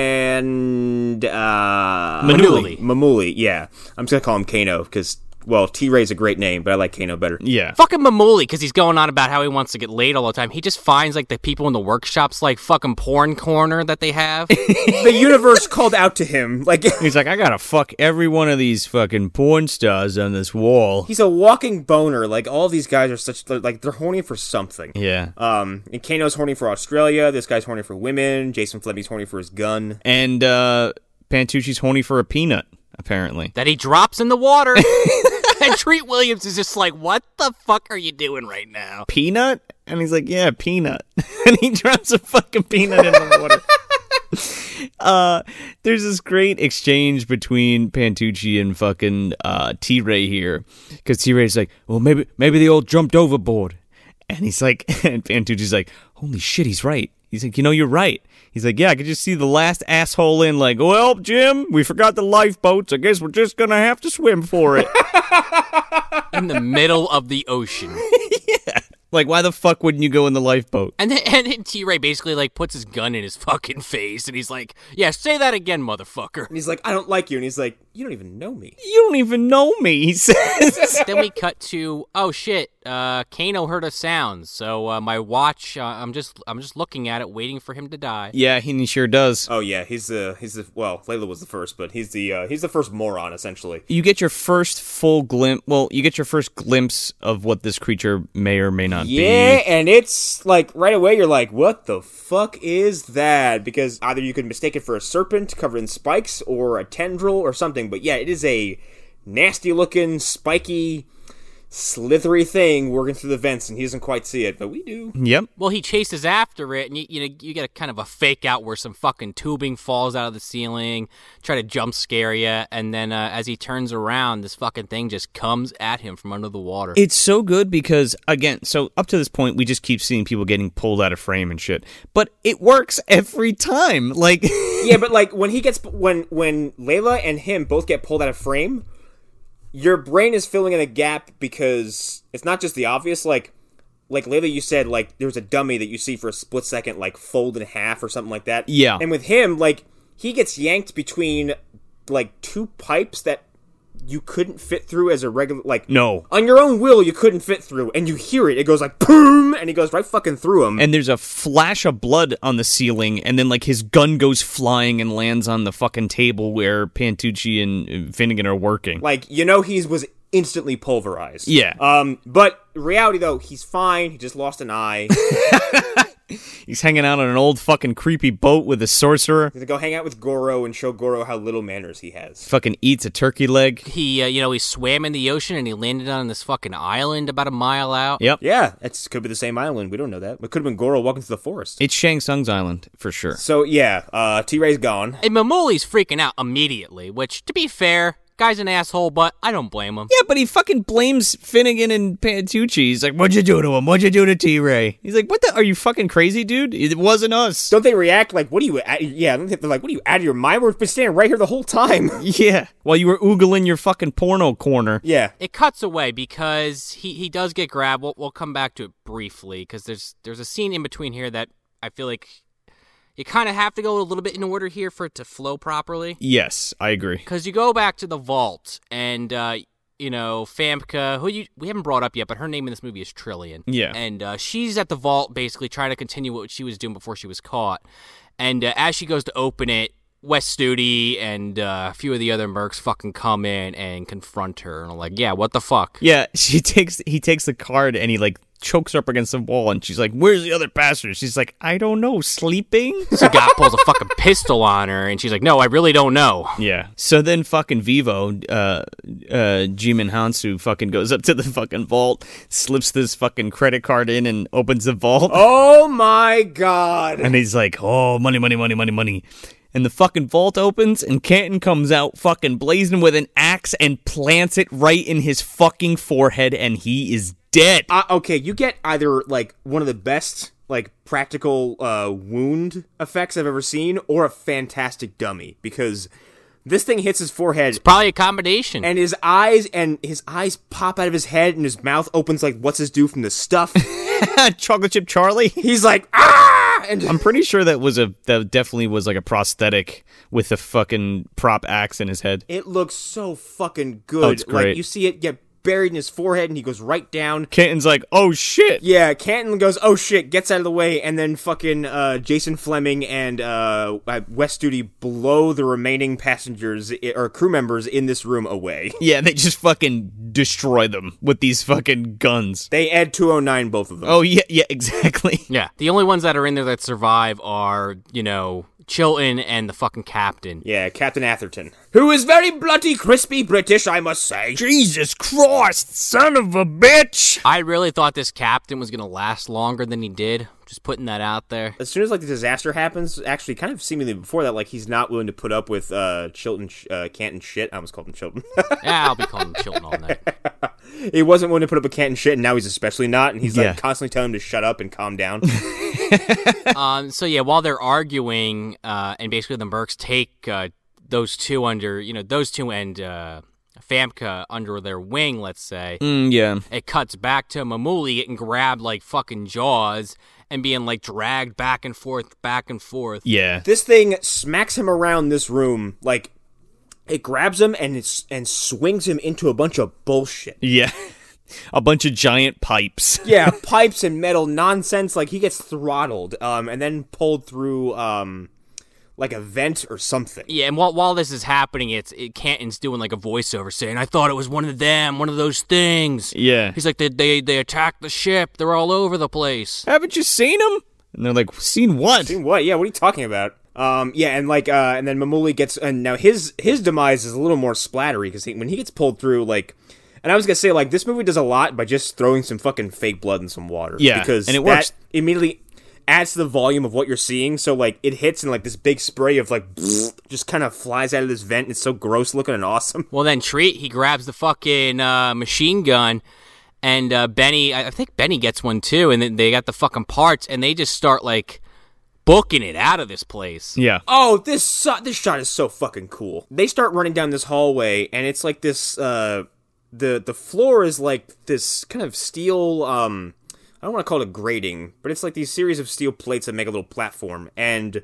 S3: and uh,
S2: Manuli.
S3: Mamuli, yeah. I'm just gonna call him Kano because well, T Ray's a great name, but I like Kano better.
S1: yeah,
S2: Fucking Mamuli, because he's going on about how he wants to get laid all the time. He just finds like the people in the workshops, like fucking porn corner that they have.
S3: the universe called out to him like
S1: he's like, I gotta fuck every one of these fucking porn stars on this wall.
S3: he's a walking boner. Like all these guys are such they're, like they're horny for something.
S1: Yeah,
S3: Um, and Kano's horny for Australia. This guy's horny for women. Jason Fleming's horny for his gun.
S1: and uh, Pantucci's horny for a peanut, apparently.
S2: that he drops in the water. and Treat Williams is just like, what the fuck are you doing right now?
S1: Peanut, and he's like, yeah, peanut, and he drops a fucking peanut in the water. Uh, there's this great exchange between Pantucci and fucking uh, T Ray here, because T Ray's like, well, maybe maybe they all jumped overboard, and he's like, and Pantucci's like, holy shit, he's right. He's like, you know, you're right. He's like, yeah, I could just see the last asshole in, like, well, Jim, we forgot the lifeboats. I guess we're just gonna have to swim for it.
S2: In the middle of the ocean.
S1: like, why the fuck wouldn't you go in the lifeboat?
S2: And then, and then T Ray basically like puts his gun in his fucking face and he's like, Yeah, say that again, motherfucker.
S3: And he's like, I don't like you. And he's like, you don't even know me.
S1: You don't even know me, he says.
S2: then we cut to oh shit, uh Kano heard a sound, so uh, my watch uh, I'm just I'm just looking at it, waiting for him to die.
S1: yeah, he sure does.
S3: Oh yeah, he's the he's the well, Layla was the first, but he's the uh, he's the first moron essentially.
S1: you get your first full glimpse. Well, you get your first glimpse of what this creature may or may not
S3: Yeah,
S1: be.
S3: and it's like right away you're like, what the fuck is that? Because either you could mistake it for a serpent covered in spikes or a tendril or something. But yeah, it is a nasty looking, spiky, slithery thing working through the vents, and he doesn't quite see it, but we do.
S1: Yep.
S2: Well, he chases after it, and you, you know you get a kind of a fake out where some fucking tubing falls out of the ceiling, try to jump scare you, and then uh, as he turns around, this fucking thing just comes at him from under the water.
S1: It's so good because again, so up to this point we just keep seeing people getting pulled out of frame and shit. But it works every time. Like
S3: yeah, but like when he gets when when Layla and him both get pulled out of frame, your brain is filling in a gap because it's not just the obvious like like Layla you said like there's a dummy that you see for a split second like fold in half or something like that.
S1: Yeah.
S3: And with him like he gets yanked between like two pipes that you couldn't fit through as a regular like
S1: No.
S3: on your own will you couldn't fit through and you hear it it goes like boom and he goes right fucking through him
S1: and there's a flash of blood on the ceiling and then like his gun goes flying and lands on the fucking table where Pantucci and Finnegan are working.
S3: Like you know, he was instantly pulverized.
S1: Yeah.
S3: Um, but reality though, he's fine. He just lost an eye. he's
S1: He's hanging out on an old fucking creepy boat with a sorcerer.
S3: gonna go hang out with Goro and show Goro how little manners he has.
S1: Fucking eats a turkey leg.
S2: he uh, you know he swam in the ocean and he landed on this fucking island about a mile out.
S1: Yep.
S3: Yeah, that's could be the same island. We don't know that. It could have been Goro walking through the forest.
S1: It's Shang Tsung's island for sure.
S3: so yeah, uh, T Ray's gone.
S2: And Mamuli's freaking out immediately, which to be fair, guy's an asshole, but I don't blame him.
S1: Yeah, but he fucking blames Finnegan and Pantucci. He's like, "What'd you do to him? What'd you do to T-Ray?" He's like, "What the? Are you fucking crazy, dude? It wasn't us."
S3: Don't they react like, "What are you?" At-? Yeah, they're like, "What are you out of your mind? We've been standing right here the whole time."
S1: Yeah, while you were oogling your fucking porno corner.
S3: yeah,
S2: It cuts away because he, he does get grabbed. We'll, we'll come back to it briefly because there's there's a scene in between here that I feel like you kind of have to go a little bit in order here for it to flow properly.
S1: Yes, I agree.
S2: Because you go back to the vault and uh, you know, Famke, who you we haven't brought up yet, but her name in this movie is Trillian.
S1: Yeah.
S2: and uh, she's at the vault basically trying to continue what she was doing before she was caught. And uh, as she goes to open it, West Studi and uh, a few of the other mercs fucking come in and confront her, and are like, "Yeah, what the fuck?"
S1: Yeah, she takes he takes the card and he like chokes her up against the wall and she's like, "Where's the other passenger?" She's like, "I don't know, sleeping."
S2: So guy pulls a fucking pistol on her, and she's like, "No, I really don't know."
S1: Yeah. So then fucking Vivo, uh, uh, Jimin Hansu fucking goes up to the fucking vault, slips this fucking credit card in and opens the vault.
S10: Oh my god.
S1: And he's like, oh, money, money, money, money, money. And the fucking vault opens and Canton comes out fucking blazing with an axe and plants it right in his fucking forehead and he is dead.
S3: Uh, okay, you get either like one of the best like practical uh, wound effects I've ever seen, or a fantastic dummy because this thing hits his forehead
S2: Probably a combination.
S3: and his eyes and his eyes pop out of his head and his mouth opens like what's his do from the stuff.
S1: Chocolate chip Charlie.
S3: He's like ah, and
S1: I'm pretty sure that was a that definitely was like a prosthetic with a fucking prop axe in his head.
S3: it looks so fucking good.
S1: Oh, it's great.
S3: Like you see it get buried in his forehead and he goes right down.
S1: Canton's like, "Oh shit."
S3: Yeah, Canton goes, oh shit, gets out of the way, and then fucking uh, Jason Fleming and uh, uh, West Duty blow the remaining passengers i- or crew members in this room away.
S1: Yeah, they just fucking destroy them with these fucking guns.
S3: They add 209, both of them.
S1: Oh yeah, yeah, exactly.
S2: Yeah. The only ones that are in there that survive are, you know, Chilton and the fucking captain.
S3: Yeah, Captain Atherton. Who is very bloody crispy British, I must say.
S1: Jesus Christ, son of a bitch.
S2: I really thought this captain was going to last longer than he did. Just putting that out there.
S3: As soon as like the disaster happens, actually, kind of seemingly before that, like he's not willing to put up with uh, Chilton, sh- uh, Canton shit. I almost called him Chilton.
S2: Yeah, I'll be calling him Chilton all night.
S3: he wasn't willing to put up with Canton shit, and now he's especially not. And he's
S1: Yeah.
S3: like constantly telling him to shut up and calm down.
S2: Um, so yeah, while they're arguing, uh, and basically the Mercs take uh, those two under, you know, those two and uh, Famka under their wing, let's say.
S1: Mm, yeah.
S2: It cuts back to Mamuli getting grabbed like fucking jaws and being like dragged back and forth, back and forth.
S1: Yeah.
S3: this thing smacks him around this room like it grabs him and it's, and swings him into a bunch of bullshit.
S1: Yeah. a bunch of giant pipes.
S3: Yeah, pipes and metal nonsense. Like he gets throttled, um, and then pulled through, um, like a vent or something.
S2: Yeah, and while, while this is happening, it's it, Canton's doing like a voiceover saying, "I thought it was one of them, one of those things."
S1: Yeah.
S2: he's like, "They they, they attacked the ship. They're all over the place."
S1: Haven't you seen him? And they're like, "Seen what?"
S3: Dude, What? Yeah, what are you talking about? Um, yeah, and like, uh, and then Mamuli gets, and now his his demise is a little more splattery because he, when he gets pulled through, like, and I was gonna say like this movie does a lot by just throwing some fucking fake blood and some water.
S1: Yeah,
S3: because
S1: and it
S3: that
S1: works.
S3: immediately adds to the volume of what you're seeing. So like it hits and like this big spray of like just kind of flies out of this vent. It's so gross looking and awesome.
S2: Well, then treat he grabs the fucking uh, machine gun, and uh, Benny, I I think Benny gets one too, and then they got the fucking parts, and they just start like booking it out of this place.
S1: Yeah.
S3: Oh, this so- this shot is so fucking cool. They start running down this hallway, and it's like this. Uh, the the floor is like this kind of steel. Um, I don't want to call it a grating, but it's like these series of steel plates that make a little platform, and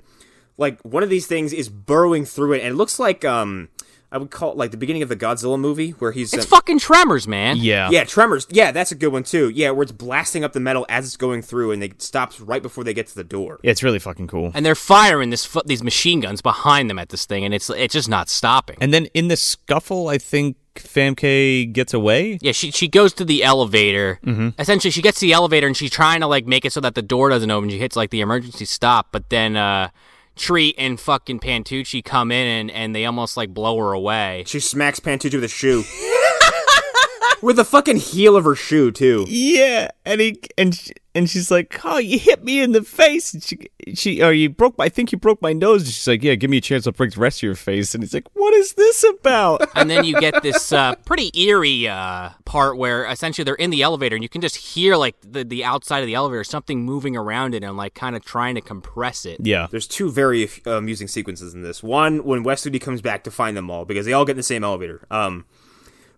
S3: like one of these things is burrowing through it, and it looks like um, I would call it like the beginning of the Godzilla movie where he's
S2: It's
S3: uh,
S2: fucking Tremors, man.
S1: Yeah.
S3: yeah, Tremors. Yeah, that's a good one too. Yeah, where it's blasting up the metal as it's going through, and it stops right before they get to the door.
S1: Yeah, it's really fucking cool.
S2: And they're firing this fu- these machine guns behind them at this thing, and it's it's just not stopping.
S1: And then in the scuffle, I think Famke gets away.
S2: Yeah, she she goes to the elevator. Essentially, she gets to the elevator and she's trying to like make it so that the door doesn't open. She hits like the emergency stop, but then uh Treat and fucking Pantucci come in and, and they almost like blow her away.
S3: She smacks Pantucci with a shoe. with the fucking heel of her shoe, too.
S1: Yeah, and he and sh and she's like, "Oh, you hit me in the face." And she she or you broke. My, I think you broke my nose. And she's like, "Yeah, give me a chance. I'll break the rest of your face." And he's like, "What is this about?"
S2: And then you get this uh, pretty eerie uh, part where essentially they're in the elevator and you can just hear like the, the outside of the elevator, something moving around it and like kind of trying to compress it.
S1: yeah,
S3: There's two very uh, amusing sequences in this. One, when Westwoody comes back to find them all, because they all get in the same elevator. Um,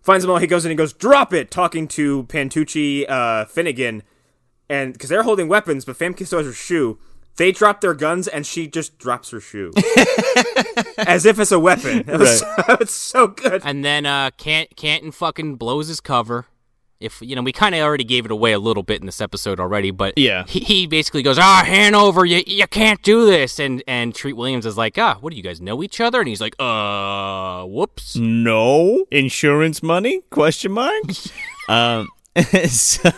S3: finds them all, he goes in and goes, drop it, talking to Pantucci, uh, Finnegan, and because they're holding weapons, but Famke still has her shoe. They drop their guns, and she just drops her shoe. as if it's a weapon. That was, that was so good.
S2: And then uh, Cant- Canton fucking blows his cover. If you know, we kind of already gave it away a little bit in this episode already, but
S1: Yeah.
S2: he, he basically goes, "Ah, Hanover, you you can't do this." And and Treat Williams is like, "Ah, what do you guys know each other?" And he's like, "Uh, whoops."
S1: Mm. no insurance money question mark um so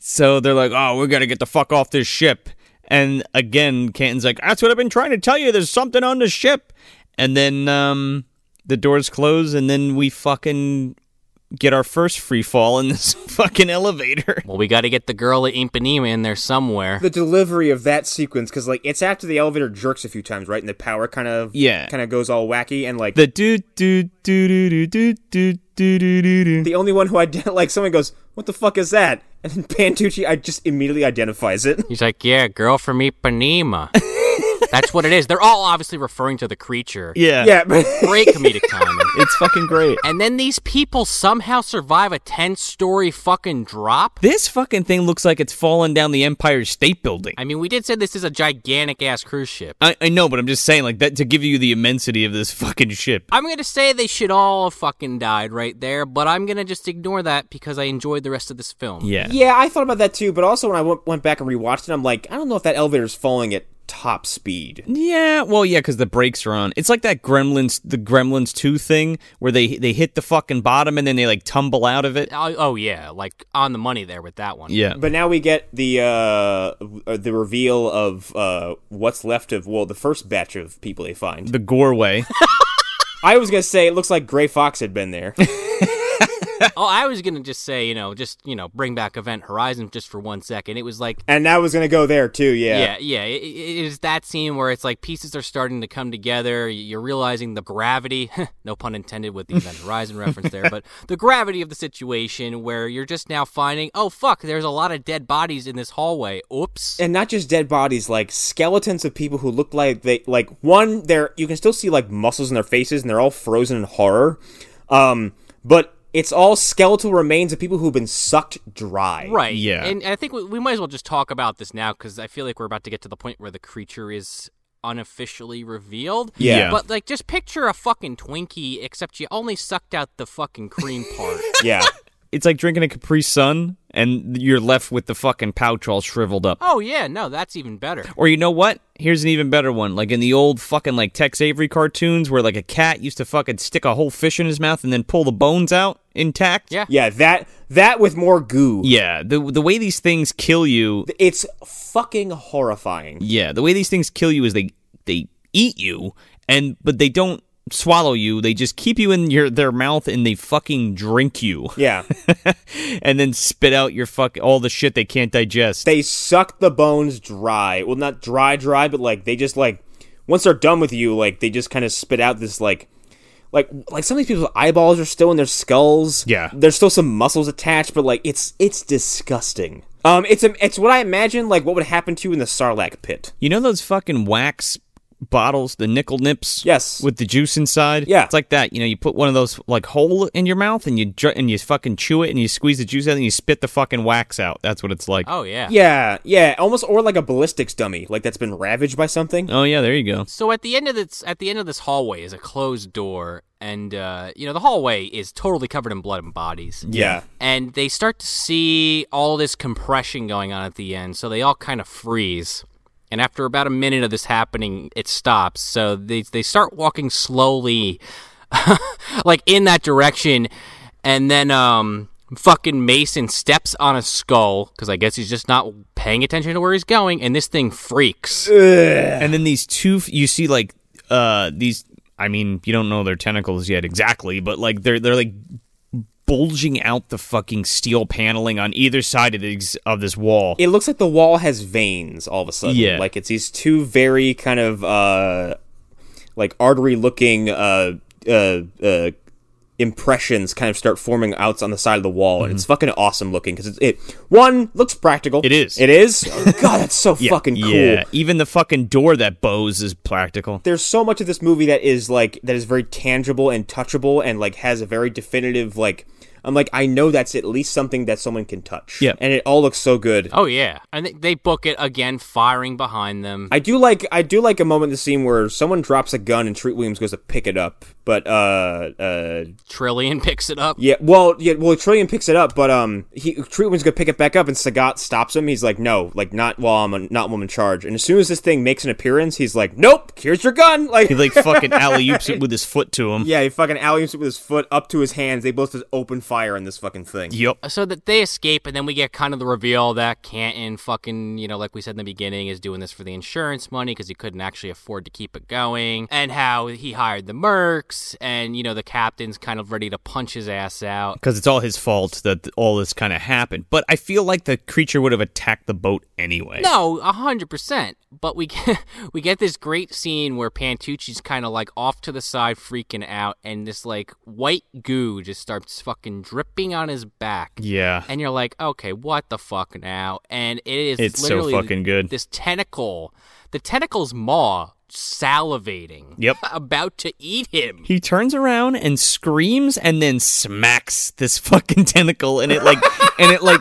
S1: so they're like oh we gotta get the fuck off this ship and again canton's like that's what i've been trying to tell you there's something on the ship and then um the doors close and then we fucking get our first free fall in this fucking elevator
S2: Well, we got to get the girl at Impanema in there somewhere.
S3: The delivery of that sequence, because like it's after the elevator jerks a few times, right? And the power kind of
S1: Yeah.
S3: kind of goes all wacky, and like
S1: the do do do do do do do do do do
S3: the only one who ident- like someone goes, "What the fuck is that?" And then Pantucci, I just immediately identifies it.
S2: He's like, "Yeah, girl from Ipanema." That's what it is. They're all obviously referring to the creature.
S1: yeah
S3: Yeah, but
S2: Great comedic timing.
S1: it's fucking great
S2: And then these people somehow survive a 10 story fucking drop.
S1: this fucking thing looks like it's fallen down the empire state building
S2: I mean, we did say this is a gigantic ass cruise ship.
S1: I, I know, but I'm just saying, like that to give you the immensity of this fucking ship.
S2: I'm going to say they should all have fucking died right there, but I'm going to just ignore that because I enjoyed the rest of this film.
S1: Yeah.
S3: yeah, I thought about that too. But also when I went, went back and rewatched it, I'm like, I don't know if that elevator's falling at top speed.
S1: Yeah, well, yeah, because the brakes are on. It's like that Gremlins, the Gremlins two thing, where they they hit the fucking bottom and then they like tumble out of it.
S2: Oh, oh, yeah. Like on the money there with that one.
S1: Yeah,
S3: But now we get the uh, w- uh, the reveal of uh, what's left of well the first batch of people they find.
S1: the Gorway.
S3: I was gonna say it looks like Gray Fox had been there.
S2: Oh, I was going to just say, you know, just, you know, bring back Event Horizon just for one second. It was like
S3: and I was gonna go there too. Yeah.
S2: Yeah, yeah. It, it is that scene where it's like pieces are starting to come together. You're realizing the gravity, no pun intended with the Event Horizon reference there, but the gravity of the situation where you're just now finding, oh, fuck, there's a lot of dead bodies in this hallway.
S1: Eh,
S2: Oops.
S3: And not just dead bodies, like skeletons of people who look like they like one. They're you can still see like muscles in their faces, and they're all frozen in horror. Um, but it's all skeletal remains of people who've been sucked dry.
S2: Right.
S1: Yeah.
S2: And I think we, we might as well just talk about this now because I feel like we're about to get to the point where the creature is unofficially revealed.
S1: Yeah.
S2: But like, just picture a fucking Twinkie, except you only sucked out the fucking cream part.
S3: Yeah.
S1: it's like drinking a Capri Sun and you're left with the fucking pouch all shriveled up.
S2: oh yeah, no, that's even better.
S1: Or you know what? Here's an even better one. Like in the old fucking like Tex Avery cartoons, where like a cat used to fucking stick a whole fish in his mouth and then pull the bones out intact.
S2: Yeah.
S3: yeah. That that with more goo.
S1: Yeah. The the way these things kill you
S3: It's fucking horrifying.
S1: Yeah, the way these things kill you is they they eat you, and but they don't swallow you. They just keep you in your their mouth and they fucking drink you,
S3: Yeah.
S1: and then spit out your fuck all the shit they can't digest.
S3: they suck the bones dry. Well, not dry, dry, but like they just like once they're done with you, like they just kind of spit out this like. Like, like some of these people's eyeballs are still in their skulls.
S1: Yeah.
S3: there's still some muscles attached, but like it's it's disgusting. Um, it's a, it's what I imagine like what would happen to you in the Sarlacc pit.
S1: you know those fucking wax bottles, the nickel nips.
S3: Yes.
S1: with the juice inside.
S3: Yeah.
S1: it's like that. You know, you put one of those like hole in your mouth and you dr- and you fucking chew it and you squeeze the juice out and you spit the fucking wax out. That's what it's
S3: Uh.
S1: like.
S2: Oh yeah.
S3: Yeah, yeah, almost or like a ballistics dummy, like that's been ravaged by something.
S1: Oh, yeah, there you go.
S2: So at the end of this, at the end of this hallway is a closed door, and uh, you know the hallway is totally covered in blood and bodies.
S3: Yeah,
S2: And they start to see all this compression going on at the end, so they all kind of freeze. And after about a minute of this happening, it stops. So they they start walking slowly, like in that direction, and then um. Fucking Mason steps on a skull because I guess he's just not paying attention to where he's going, and this thing freaks.
S1: and then these two you see like uh these i mean you don't know their tentacles yet exactly but like they're they're like bulging out the fucking steel paneling on either side of these of this wall
S3: it looks like the wall has veins all of a sudden.
S1: Yeah.
S3: Like it's these two very kind of uh like artery looking uh uh uh impressions kind of start forming out on the side of the wall and it's fucking awesome looking because it, it one looks practical
S1: Mm-hmm. It is.
S3: it is Oh, god that's so fucking cool
S1: yeah even the fucking door that bows is practical
S3: there's so much of this movie that is like that is very tangible and touchable and like has a very definitive like I'm like, I know that's at least something that someone can touch.
S1: Yeah.
S3: and it all looks so good.
S2: Oh yeah, and they- they book it again, firing behind them.
S3: I do like I do like a moment in the scene where someone drops a gun and Treat Williams goes to pick it up, but uh uh
S2: Trillion picks it up.
S3: yeah well yeah well Trillion picks it up, but um he Treat Williams gonna pick it back up and Sagat stops him. He's like no like not while I'm a, not woman charge. And as soon as this thing makes an appearance, he's like nope here's your gun like
S1: He like fucking alley oops it with his foot to him.
S3: yeah he fucking alley with his foot up to his hands. They both just open fire on this fucking thing.
S1: Yep.
S2: So that they escape, and then we get kind of the reveal that Canton fucking, you know, like we said in the beginning, is doing this for the insurance money because he couldn't actually afford to keep it going, and how he hired the mercs, and you know the captain's kind of ready to punch his ass out.
S1: Because it's all his fault that all this kind of happened. But I feel like the creature would have attacked the boat anyway.
S2: No, a hundred percent. But we get, we get this great scene where Pantucci's kind of like off to the side, freaking out, and this like white goo just starts fucking dripping on his back.
S1: Yeah.
S2: and you're like, okay, what the fuck now? And it is
S1: It's so
S2: literally
S1: fucking good.
S2: This tentacle, the tentacle's maw salivating,
S1: Yep.
S2: about to eat him.
S1: He turns around and screams and then smacks this fucking tentacle and it like and it like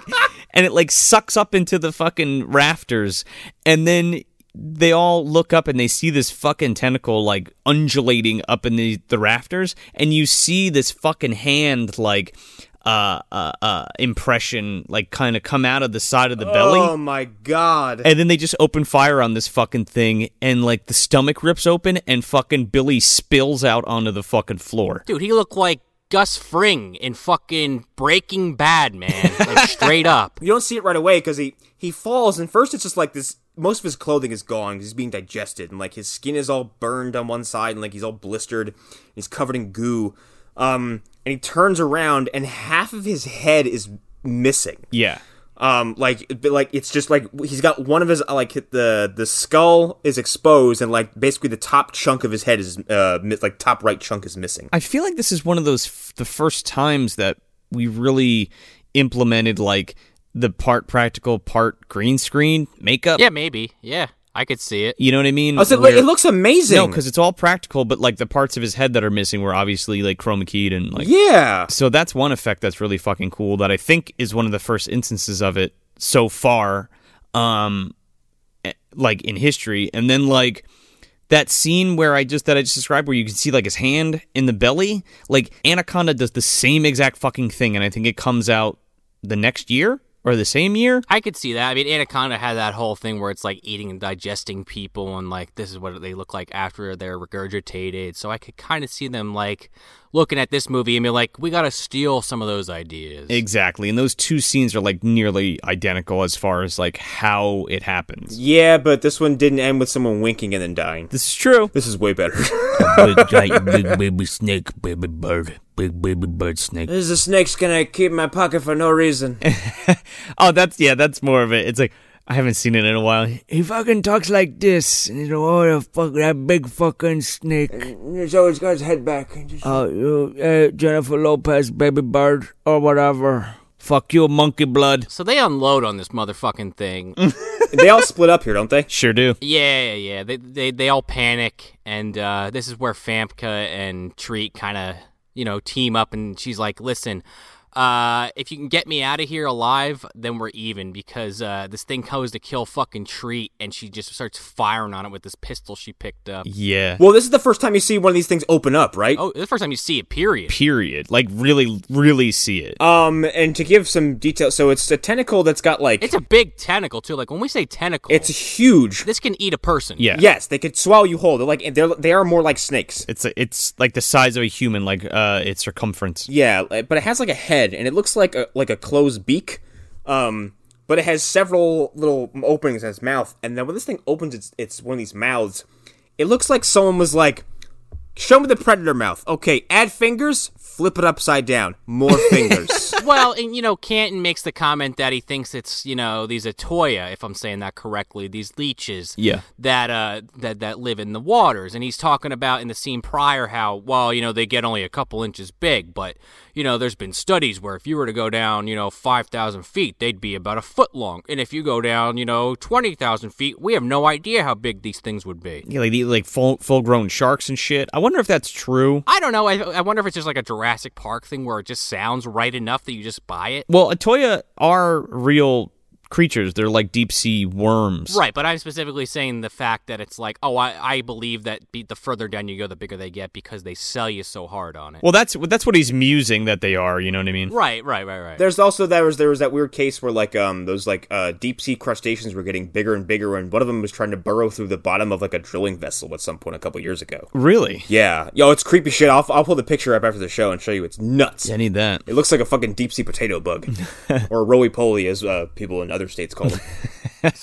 S1: and it like sucks up into the fucking rafters and then they all look up and they see this fucking tentacle like undulating up in the, the rafters and you see this fucking hand like uh uh uh impression like kind of come out of the side of the belly
S3: Oh my god.
S1: and then they just open fire on this fucking thing, and like the stomach rips open, and fucking Billy spills out onto the fucking floor.
S2: Dude, he looked like Gus Fring in fucking Breaking Bad, man, like straight up.
S3: you don't see it right away because he he falls and first it's just like this most of his clothing is gone 'cause he's being digested and like his skin is all burned on one side and like he's all blistered and he's covered in goo um and he turns around and half of his head is missing
S1: Yeah.
S3: um like but, like it's just like he's got one of his uh, like the the skull is exposed and like basically the top chunk of his head is uh mi- like top right chunk is missing
S1: I feel like this is one of those f- the first times that we really implemented like the part practical, part green screen makeup.
S2: Yeah, maybe. Yeah, I could see it.
S1: You know what I mean?
S3: I was like,
S1: Where-
S3: Oh, it looks amazing
S1: no, because it's all practical, but like the parts of his head that are missing were obviously like chroma keyed and like
S3: yeah
S1: So that's one effect that's really fucking cool that I think is one of the first instances of it so far, um, eh, like in history. And then like that scene where I just that I just described, where you can see like his hand in the belly, like Anaconda does the same exact fucking thing, and I think it comes out the next year or the same year.
S2: I could see that. I mean, Anaconda had that whole thing where it's like eating and digesting people, and like this is what they look like after they're regurgitated. So I could kind of see them like looking at this movie and be like, we got to steal some of those ideas.
S1: Exactly, and those two scenes are like nearly identical as far as like how it happens.
S3: yeah but this one didn't end with someone winking and then dying
S1: This is true.
S3: this is way better
S11: big, giant, big baby snake, baby bird, big baby bird snake.
S10: This is a snake's gonna keep in my pocket for no reason.
S1: Oh, that's yeah, that's more of it. It's like I haven't seen it in a while.
S11: He fucking talks like this, and you know, oh, the fuck, that big fucking snake.
S10: He's always got his head back. and just-
S11: Uh, you, uh, Jennifer Lopez, baby bird, or whatever. Fuck you, monkey blood.
S2: So they unload on this motherfucking thing.
S3: they all split up here, don't they?
S1: Sure do.
S2: yeah, yeah, yeah. They, they, they all panic, and uh, this is where Famka and Treat kind of, you know, team up, and she's like, listen. Uh, if you can get me out of here alive, then we're even because uh, this thing goes to kill fucking Treat, and she just starts firing on it with this pistol she picked up.
S1: Yeah.
S3: Well, this is the first time you see one of these things open up, right?
S2: Oh, this is the first time you see it. Period.
S1: Period. Like really, really see it.
S11: Uh,
S3: Um, and to give some detail, so it's a tentacle that's got like
S2: It's a big tentacle too. Like when we say tentacle,
S3: it's huge.
S2: this can eat a person.
S1: yeah.
S3: Yes, they could swallow you whole. They're like they're they are more like snakes.
S1: It's a, it's like the size of a human, like uh, its circumference.
S3: Yeah, like- but it has like a head, and it looks like a like a closed beak. Um, but it has several little openings in its mouth, and then when this thing opens its its one of these mouths, it looks like someone was like, "Show me the predator mouth." Okay, add fingers, flip it upside down, more fingers.
S2: Well, and you know, Canton makes the comment that he thinks it's you know these Atoya, if I'm saying that correctly, these leeches.
S1: Yeah.
S2: That uh that that live in the waters, and he's talking about in the scene prior how well you know they get only a couple inches big, but you know there's been studies where if you were to go down you know five thousand feet, they'd be about a foot long, and if you go down you know twenty thousand feet, we have no idea how big these things would be.
S1: Yeah, like the, like full full grown sharks and shit. I wonder if that's true.
S2: I don't know. I, I wonder if it's just like a Jurassic Park thing where it just sounds right enough that you just buy it.
S1: Well, Atoya are real creatures. They're like deep sea worms.
S2: Right, but I'm specifically saying the fact that it's like, oh, I, I believe that be, the further down you go, the bigger they get because they sell you so hard on it.
S1: Well, that's that's what he's musing that they are. You know what I mean?
S2: Right, right, right, right.
S3: There's also there was there was that weird case where like um those like uh deep sea crustaceans were getting bigger and bigger, and one of them was trying to burrow through the bottom of like a drilling vessel at some point a couple years ago.
S1: Really?
S3: Yeah, yo, it's creepy shit. I'll I'll pull the picture up after the show and show you. It's nuts.
S1: I need that.
S3: It looks like a fucking deep sea potato bug, or roly poly, as uh, people in other states call them.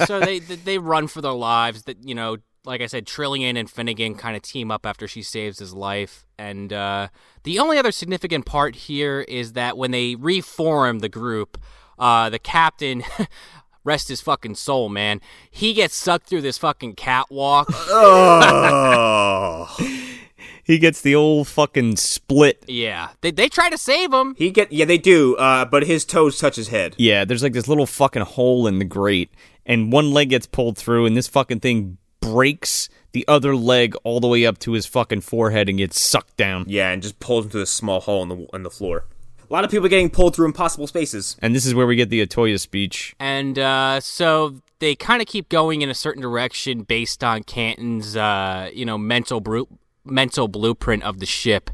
S2: so they they they run for their lives. That you know, like I said, Trillian and Finnegan kind of team up after she saves his life. And uh, the only other significant part here is that when they reform the group, uh, the captain. Rest his fucking soul, man. He gets sucked through this fucking catwalk.
S3: Oh.
S1: he gets the old fucking split.
S2: yeah, they, they try to save him.
S3: He get yeah they do, uh, but his toes touch his head.
S1: Yeah, there's like this little fucking hole in the grate, and one leg gets pulled through, and this fucking thing breaks the other leg all the way up to his fucking forehead and gets sucked down.
S3: Yeah, and just pulls him to this small hole in the in the floor. A lot of people getting pulled through impossible spaces.
S1: And this is where we get the Atoya speech.
S2: And uh, so they kind of keep going in a certain direction based on Canton's, uh, you know, mental bru- mental blueprint of the ship.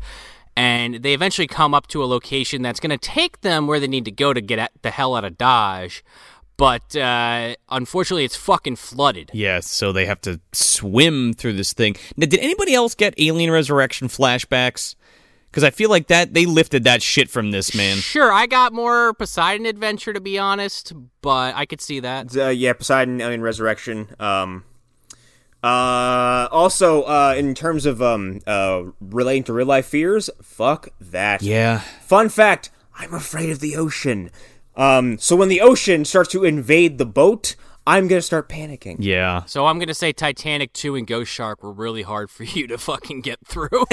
S2: And they eventually come up to a location that's going to take them where they need to go to get at the hell out of Dodge. But uh, unfortunately, it's fucking flooded.
S1: Yeah, so they have to swim through this thing. Now, did anybody else get Alien Resurrection flashbacks? Because I feel like that they lifted that shit from this man.
S2: Sure, I got more Poseidon Adventure to be honest, but I could see that.
S3: Uh, yeah, Poseidon, Alien Resurrection. Um, uh, also, uh, in terms of um, uh, relating to real life fears, fuck that.
S1: Yeah.
S3: Fun fact: I'm afraid of the ocean. Um, so when the ocean starts to invade the boat, I'm gonna start panicking.
S1: Yeah.
S2: So I'm gonna say Titanic 2 and Ghost Shark were really hard for you to fucking get through.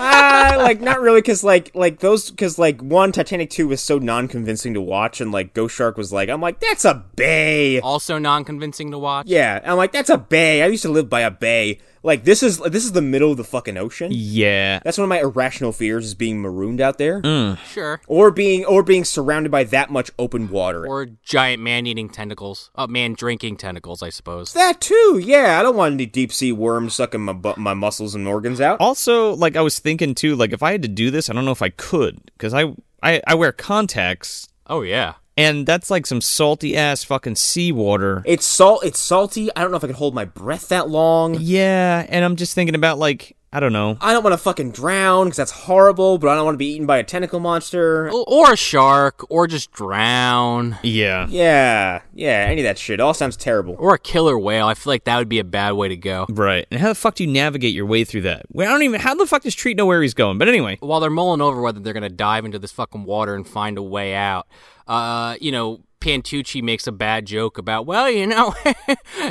S3: uh, like not really because like like those because like one titanic 2 was so non-convincing to watch and like ghost shark was like i'm like that's a bay
S2: also non-convincing to watch.
S3: yeah i'm like that's a bay i used to live by a bay like this is this is the middle of the fucking ocean
S1: Yeah.
S3: that's one of my irrational fears is being marooned out there
S2: Sure.
S3: or being or being surrounded by that much open water
S2: Or giant man eating tentacles. Oh, man drinking tentacles, I suppose.
S3: that too yeah i don't want any deep sea worms sucking my bu- my muscles and organs out
S1: Also, like I was thinking too, like if I had to do this, I don't know if I could because I, I I wear contacts,
S2: Oh, yeah.
S1: and that's like some salty ass fucking seawater.
S3: it's salt it's salty i don't know if i can hold my breath that long
S1: Yeah, and I'm just thinking about like I don't know.
S3: I don't want to fucking drown because that's horrible, but I don't want to be eaten by a tentacle monster.
S2: O- Or a shark, or just drown,
S1: Yeah.
S3: Yeah, yeah, any of that shit. All sounds terrible.
S2: or a killer whale. I feel like that would be a bad way to go.
S1: Right. And how the fuck do you navigate your way through that? Well, I don't even. How the fuck does Treat know where he's going? But anyway.
S2: While they're mulling over whether they're going to dive into this fucking water and find a way out, uh, you know, Pantucci makes a bad joke about, well, you know, it,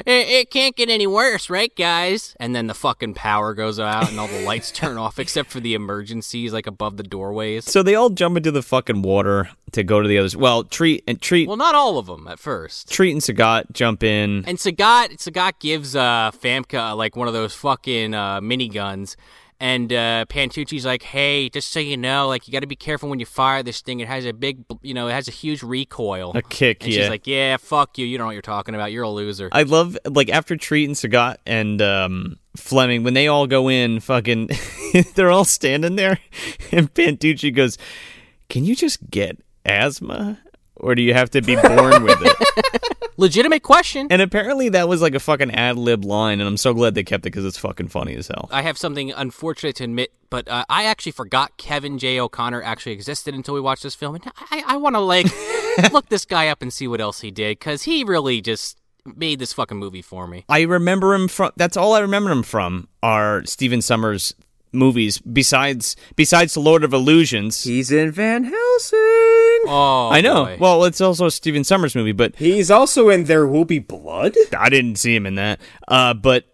S2: it can't get any worse, right, guys? And then the fucking power goes out and all the lights turn off except for the emergencies, like above the doorways.
S1: So they all jump into the fucking water to go to the others. Well, Treat and Treat,
S2: Well, not all of them at first.
S1: Treat and Sagat jump in.
S2: And Sagat Sagat gives uh, Famka like one of those fucking uh, miniguns. And uh, Pantucci's like, hey, just so you know, like you got to be careful when you fire this thing. It has a big, you know, it has a huge recoil.
S1: A kick,
S2: And
S1: yeah.
S2: she's like, yeah, fuck you. You don't know what you're talking about. You're a loser.
S1: I love like after Treat and Sagat and um, Fleming when they all go in, fucking, they're all standing there, and Pantucci goes, "Can you just get asthma, or do you have to be born with it?"
S2: Legitimate question.
S1: And apparently that was like a fucking ad lib line, and I'm so glad they kept it because it's fucking funny as hell.
S2: I have something unfortunate to admit, but uh, I actually forgot Kevin J. O'Connor actually existed until we watched this film, and I, I want to like look this guy up and see what else he did because he really just made this fucking movie for me.
S1: I remember him from. That's all I remember him from are Steven Summers movies. Besides, besides The Lord of Illusions,
S3: He's in Van Helsing.
S2: Oh,
S1: I know.
S2: boy.
S1: Well, it's also a Steven Summers movie, but
S3: He's also in There Will Be Blood.
S1: I didn't see him in that. Uh, but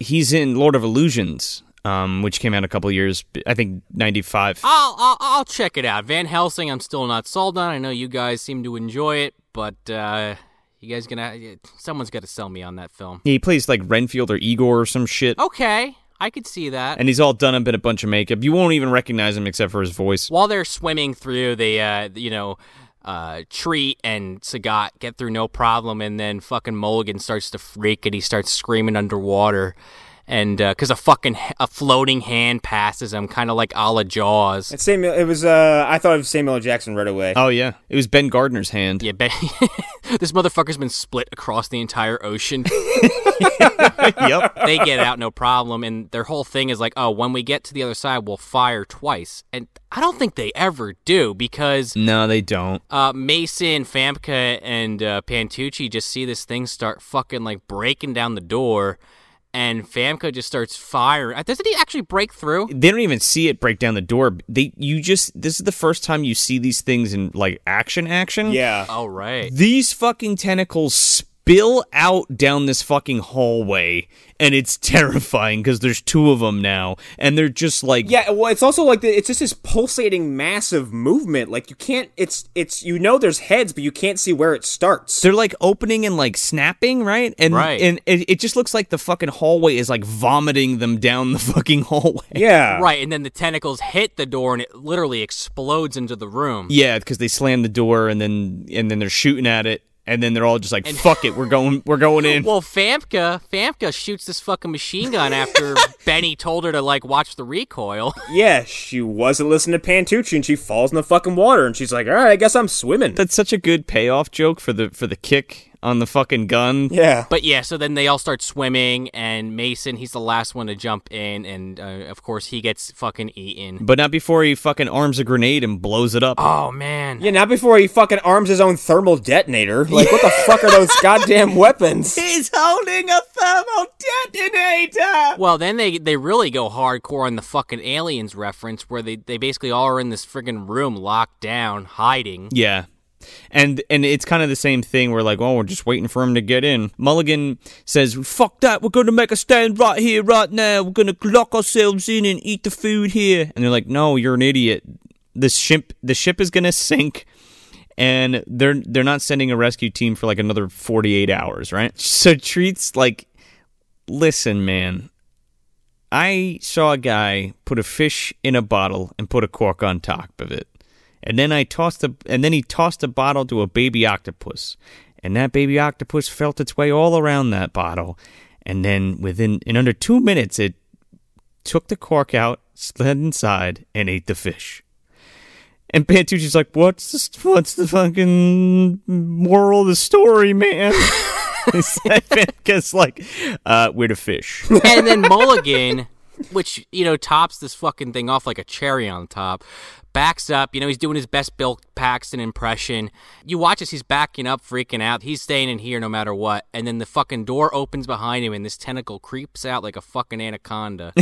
S1: he's in Lord of Illusions, um, which came out a couple years, I think ninety five.
S2: I'll, I'll I'll check it out. Van Helsing, I'm still not sold on. I know you guys seem to enjoy it, but uh, you uh, guys gonna someone's got to sell me on that film.
S1: He plays like Renfield or Igor or some shit.
S2: Okay, I could see that.
S1: and he's all done up in a bunch of makeup. You won't even recognize him except for his voice.
S2: While they're swimming through the, uh, you know, uh, Treat and Sagat get through no problem, and then fucking Mulligan starts to freak and he starts screaming underwater. And because a fucking h- a floating hand passes him, kind of like a la Jaws.
S3: It's Samuel. It was. Uh, I thought of Samuel L. Jackson right away.
S1: Oh yeah, it was Ben Gardner's hand.
S2: Yeah, Ben. this motherfucker's been split across the entire ocean.
S1: yep.
S2: they get out no problem and their whole thing is like oh when we get to the other side we'll fire twice and i don't think they ever do because
S1: No, they don't.
S2: uh, mason famka and uh, pantucci just see this thing start fucking like breaking down the door and famka just starts firing Uh, doesn't he actually break through
S1: They don't even see it break down the door. They you just this is the first time you see these things in like action action.
S3: Yeah.
S2: all Oh, right
S1: These fucking tentacles spill out down this fucking hallway and it's terrifying cuz there's two of them now and they're just like
S3: Yeah, well, it's also like the, it's just this pulsating, massive movement. Like you can't. It's it's you know there's heads, but you can't see where it starts.
S1: they're like opening and like snapping, right? And
S2: Right.
S1: and it, it just looks like the fucking hallway is like vomiting them down the fucking hallway.
S3: Yeah,
S2: right and then the tentacles hit the door and it literally explodes into the room
S1: Yeah, because they slam the door and then and then they're shooting at it and then they're all just like, "Fuck it, we're going, we're going in."
S2: Well, Famka, Famka shoots this fucking machine gun after Benny told her to like watch the recoil.
S3: Yeah, she wasn't listening to Pantucci, and she falls in the fucking water, and she's like, "All right, I guess I'm swimming."
S1: That's such a good payoff joke for the for the kick on the fucking gun.
S3: yeah,
S2: But yeah, so then they all start swimming, and Mason, he's the last one to jump in, and uh, of course he gets fucking eaten.
S1: But not before he fucking arms a grenade and blows it up.
S2: Oh man,
S3: yeah. Not before he fucking arms his own thermal detonator. Like, what the fuck are those goddamn weapons?
S1: He's holding a thermal detonator.
S2: Well, then they they really go hardcore on the fucking aliens reference, where they they basically all are in this friggin' room, locked down, hiding.
S1: Yeah. And and it's kind of the same thing. We're like, oh, we're just waiting for him to get in. Mulligan says, "Fuck that! We're gonna make a stand right here, right now. We're gonna lock ourselves in and eat the food here." And they're like, "No, you're an idiot. The ship, the ship is gonna sink, and they're they're not sending a rescue team for like another forty eight hours, right?" So treats like, listen, man. I saw a guy put a fish in a bottle and put a cork on top of it. And then I tossed a, and then he tossed a bottle to a baby octopus, and that baby octopus felt its way all around that bottle, and then within in under two minutes it took the cork out, slid inside, and ate the fish. And Pantucci's like, "What's this, what's the fucking moral of the story, man?" Because like, uh, we're the fish.
S2: and then Mulligan, which you know tops this fucking thing off like a cherry on top, backs up. You know he's doing his best Bill Paxton impression. You watch as he's backing up, freaking out. He's staying in here no matter what. And then the fucking door opens behind him, and this tentacle creeps out like a fucking anaconda.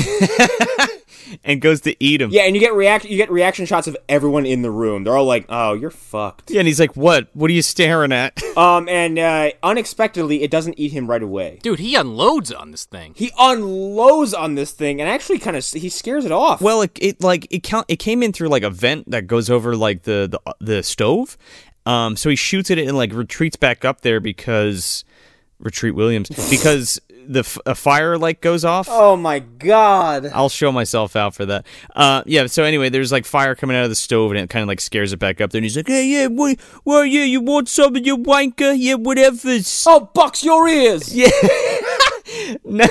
S1: and goes to eat him.
S3: Yeah, and you get react you get reaction shots of everyone in the room. They're all like, "Oh, you're fucked."
S1: Yeah, and he's like, "What? What are you staring at?"
S3: Um, and uh, unexpectedly, it doesn't eat him right away.
S2: Dude, he unloads on this thing.
S3: He unloads on this thing, and actually, kind of he scares it off.
S1: Well, it, it like it count, it came in through like a vent that goes over like the the, the stove. Um, so he shoots at it and like retreats back up there because retreat Williams because the f- a fire like goes off.
S3: oh my god!
S1: I'll show myself out for that. Uh, yeah. So anyway, there's like fire coming out of the stove, and it kind of like scares it back up there. And he's like, "Hey, yeah, what, well, yeah, you want some of your wanker? Yeah, whatever's."
S3: Oh, box your ears! Yeah,
S1: No-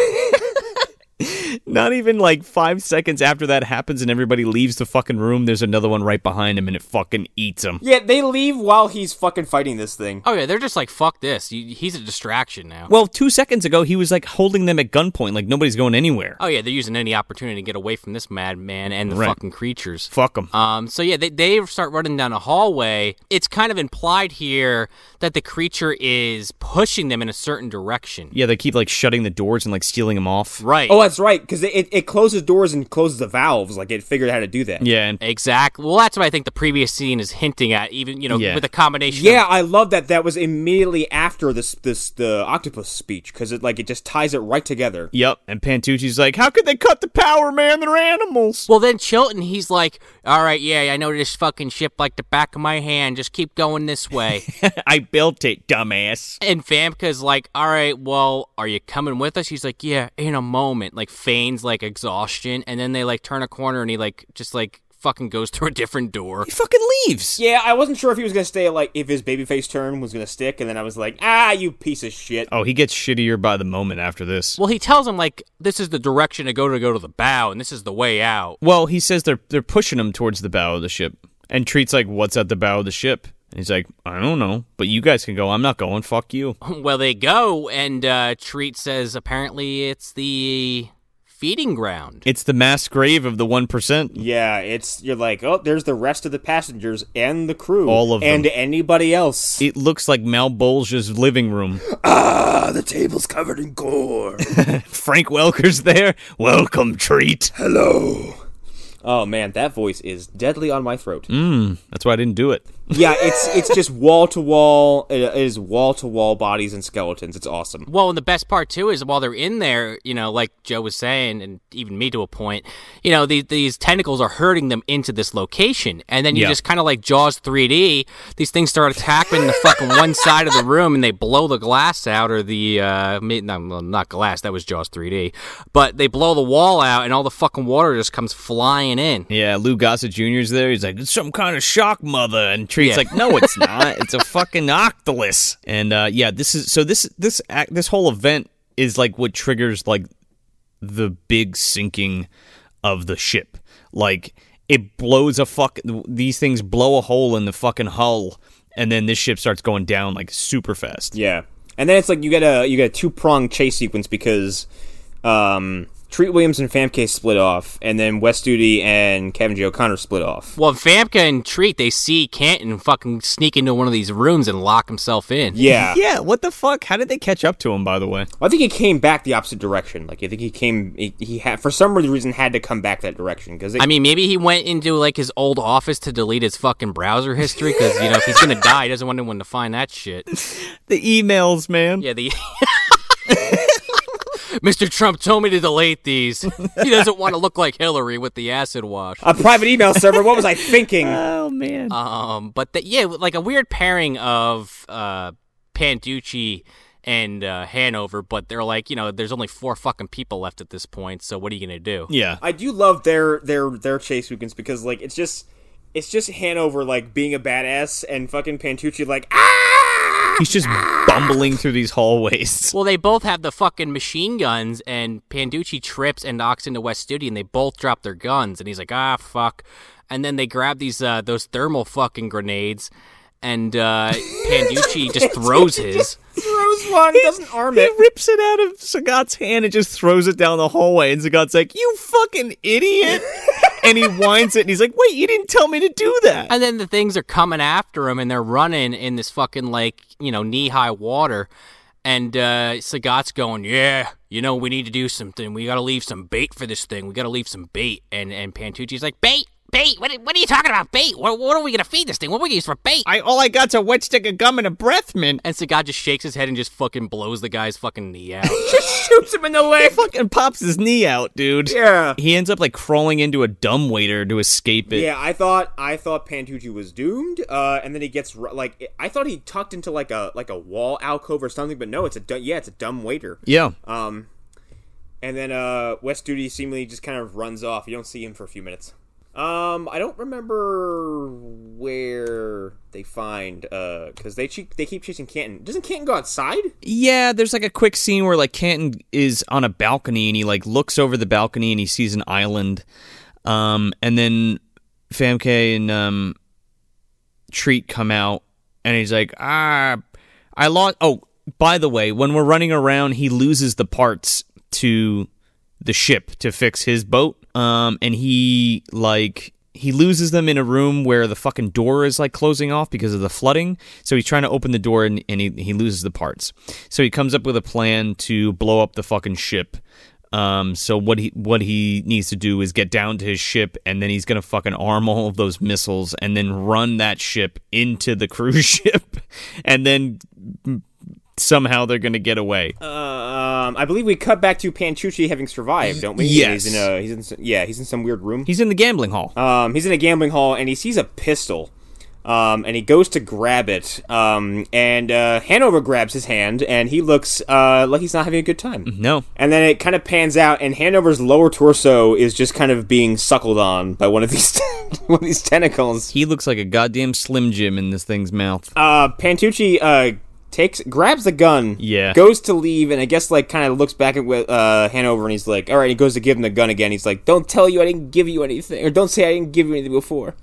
S1: Not even like five seconds after that happens and everybody leaves the fucking room, there's another one right behind him and it fucking eats him.
S3: yeah. They leave while he's fucking fighting this thing.
S2: Oh yeah, they're just like fuck this. You, he's a distraction now.
S1: Well, two seconds ago, he was like holding them at gunpoint, like nobody's going anywhere.
S2: Oh yeah, they're using any opportunity to get away from this madman and the
S1: Right.
S2: fucking creatures.
S1: Fuck them.
S2: Um, so yeah, they, they start running down a hallway. It's kind of implied here that the creature is pushing them in a certain direction.
S1: yeah, they keep like shutting the doors and like stealing them off.
S2: Right.
S3: Oh, that's right, because it, it, it closes doors and closes the valves. Like it figured out how to do that.
S1: Yeah, and
S2: exactly. Well, that's what I think the previous scene is hinting at. Even you know
S1: Yeah.
S2: with a combination.
S3: Yeah, I love that. That was immediately after this this the octopus speech because it like it just ties it right together.
S1: yep. And Pantucci's like, how could they cut the power, man? They're animals.
S2: Well, then Chilton, he's like, "All right, yeah, I know this fucking ship like the back of my hand. Just keep going this way."
S1: I built it, dumbass.
S2: And Famka's like, all right, well, are you coming with us? He's like, yeah, in a moment. Like, feigns like exhaustion, and then they like turn a corner and he like just like fucking goes through a different door. He
S1: fucking leaves.
S3: Yeah, I wasn't sure if he was gonna stay like if his babyface turn was gonna stick, and then I was like, ah, you piece of shit.
S1: Oh, he gets shittier by the moment after this.
S2: Well, he tells him like this is the direction to go to go to the bow, and this is the way out.
S1: Well, he says they're they're pushing him towards the bow of the ship, and treats like what's at the bow of the ship. And he's like, I don't know, but you guys can go. I'm not going. Fuck you.
S2: Well, they go, and uh, Treat says apparently it's the feeding ground.
S1: It's the mass grave of the one percent.
S3: Yeah, it's you're like, oh, there's the rest of the passengers and the crew,
S1: All of them.
S3: and anybody else.
S1: It looks like Malbolge's living room.
S7: Ah, the table's covered in gore.
S1: Frank Welker's there. Welcome, treat.
S7: Hello.
S3: Oh man, that voice is deadly on my throat.
S1: Mm, that's why I didn't do it.
S3: yeah, it's it's just wall to wall. It is wall to wall bodies and skeletons. It's awesome.
S2: Well, and the best part too is while they're in there, you know, like Joe was saying, and even me to a point, you know, these, these tentacles are hurting them into this location, and then you
S1: Yeah.
S2: just kind of like Jaws 3D. These things start attacking the fucking one side of the room, and they blow the glass out or the uh, ma- no, well, not glass. That was Jaws 3D, but they blow the wall out, and all the fucking water just comes flying in.
S1: Yeah, Lou Gossett Jr.'s there. He's like, it's some kind of shock mother. And Treat's
S2: Yeah.
S1: like, no, it's not. It's a fucking octolus. And uh, yeah, this is so this this act, this whole event is like what triggers like the big sinking of the ship. Like it blows a fuck. These things blow a hole in the fucking hull, and then this ship starts going down like super fast.
S3: Yeah, and then it's like you get a you get a two pronged chase sequence because um, Treat Williams and Famke split off, and then West Duty and Kevin J O'Connor split off.
S2: Well, Famke and Treat, they see Canton fucking sneak into one of these rooms and lock himself in.
S3: Yeah,
S1: Yeah, what the fuck? How did they catch up to him? By the way,
S3: I think he came back the opposite direction. Like I think he came he, he had for some reason had to come back that direction because
S2: I mean, maybe he went into like his old office to delete his fucking browser history because you know if he's gonna die, he doesn't want anyone to find that shit.
S1: the emails, man.
S2: Yeah, the Mr. Trump told me to delete these. He doesn't want to look like Hillary with the acid wash.
S3: a private email server. What was I thinking?
S1: Oh man.
S2: Um, but that yeah, like a weird pairing of uh Panducci and uh, Hanover, but they're like you know there's only four fucking people left at this point, so what are you gonna do?
S1: yeah.
S3: I do love their their their chase sequence because like it's just it's just Hanover like being a badass and fucking Pantucci like ah
S1: He's just bumbling through these hallways.
S2: Well, they both have the fucking machine guns, and Panducci trips and knocks into West Studi, and they both drop their guns, and he's like, ah, fuck. And then they grab these uh, those thermal fucking grenades, and uh, Panducci just throws his.
S3: throws one doesn't arm
S1: He
S3: it.
S1: rips it out of Sagat's hand and just throws it down the hallway. And Sagat's like, "You fucking idiot!" and he winds it, and he's like, "Wait, you didn't tell me to do that."
S2: And then the things are coming after him, and they're running in this fucking like you know knee high water. And uh, Sagat's going, yeah, you know, we need to do something. We got to leave some bait for this thing. We got to leave some bait. And and Pantucci's like, bait, bait. What, what are you talking about, bait? What, what are we gonna feed this thing? What are we gonna use for bait?
S1: I all I got's a wet stick of gum and a breath mint.
S2: And Sagat just shakes his head and just fucking blows the guy's fucking knee out.
S3: shoots him in the
S1: He
S3: leg.
S1: fucking pops his knee out, dude.
S3: Yeah.
S1: He ends up like crawling into a dumb waiter to escape it.
S3: Yeah, I thought I thought Pantucci was doomed, uh, and then he gets ru- like I thought he tucked into like a like a wall alcove or something, but no, it's a du- yeah, it's a dumb waiter.
S1: Yeah.
S3: Um, and then uh, West Duty seemingly just kind of runs off. You don't see him for a few minutes. Um, I don't remember where they find uh, because they che- they keep chasing Canton. Doesn't Canton go outside?
S1: Yeah, there's like a quick scene where like Canton is on a balcony and he like looks over the balcony and he sees an island. Um, and then Famke and um, Treat come out and he's like, ah, I lost. Oh, by the way, when we're running around, he loses the parts to the ship to fix his boat. Um, and he like he loses them in a room where the fucking door is like closing off because of the flooding. So he's trying to open the door and, and he, he loses the parts. So he comes up with a plan to blow up the fucking ship. Um, so what he what he needs to do is get down to his ship and then he's gonna fucking arm all of those missiles and then run that ship into the cruise ship and then somehow they're gonna get away.
S3: Um, I believe we cut back to Pantucci having survived, don't we?
S1: Yes.
S3: He's in a he's in s- yeah he's in some weird room. Uh.
S1: he's in the gambling hall.
S3: Um, he's in a gambling hall and he sees a pistol. um, and he goes to grab it, um, and uh, Hanover grabs his hand, and he looks uh, like he's not having a good time.
S1: Mm-hmm. No.
S3: And then it kind of pans out, and Hanover's lower torso is just kind of being suckled on by one of these one of these tentacles.
S1: He looks like a goddamn Slim Jim in this thing's mouth.
S3: Uh, Pantucci uh, takes grabs the gun,
S1: Yeah.
S3: goes to leave, and I guess like kind of looks back at uh, Hanover, and he's like, "All right." He goes to give him the gun again. He's like, "Don't tell you I didn't give you anything, or don't say I didn't give you anything before."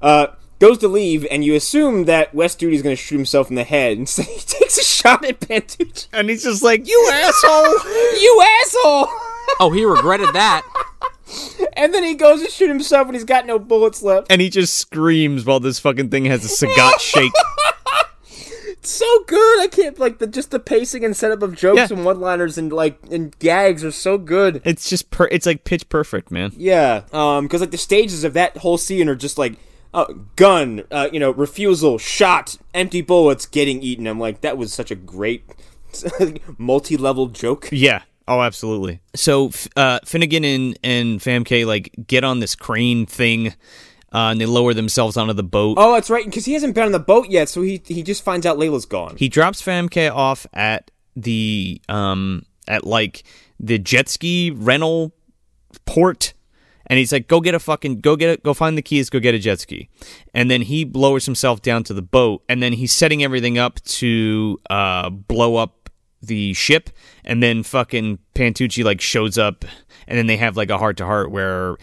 S3: Uh, goes to leave, and you assume that West Duty's going to shoot himself in the head, and so he takes a shot at Pantucci,
S1: and he's just like, "You asshole,
S3: you asshole!"
S2: Oh, he regretted that.
S3: And then he goes to shoot himself, and he's got no bullets left.
S1: And he just screams while this fucking thing has a Sagat shake.
S3: so good. I can't like the just the pacing and setup of jokes
S1: Yeah.
S3: and one-liners and like and gags are so good.
S1: It's just per- it's like pitch perfect, man.
S3: Yeah, um, because like the stages of that whole scene are just like uh, gun, uh, you know, refusal, shot, empty bullets, getting eaten. I'm like, that was such a great multi-level joke.
S1: Yeah. Oh, absolutely. So F- uh, Finnegan and and Famke like get on this crane thing, uh, and they lower themselves onto the boat.
S3: Oh, that's right, because he hasn't been on the boat yet, so he he just finds out Layla's gone.
S1: He drops Famke off at the um at like the jet ski rental port and he's like go get a fucking go get it go find the keys go get a jet ski and then he lowers himself down to the boat and then he's setting everything up to uh blow up the ship and then fucking Pantucci like shows up and then they have like a heart to heart where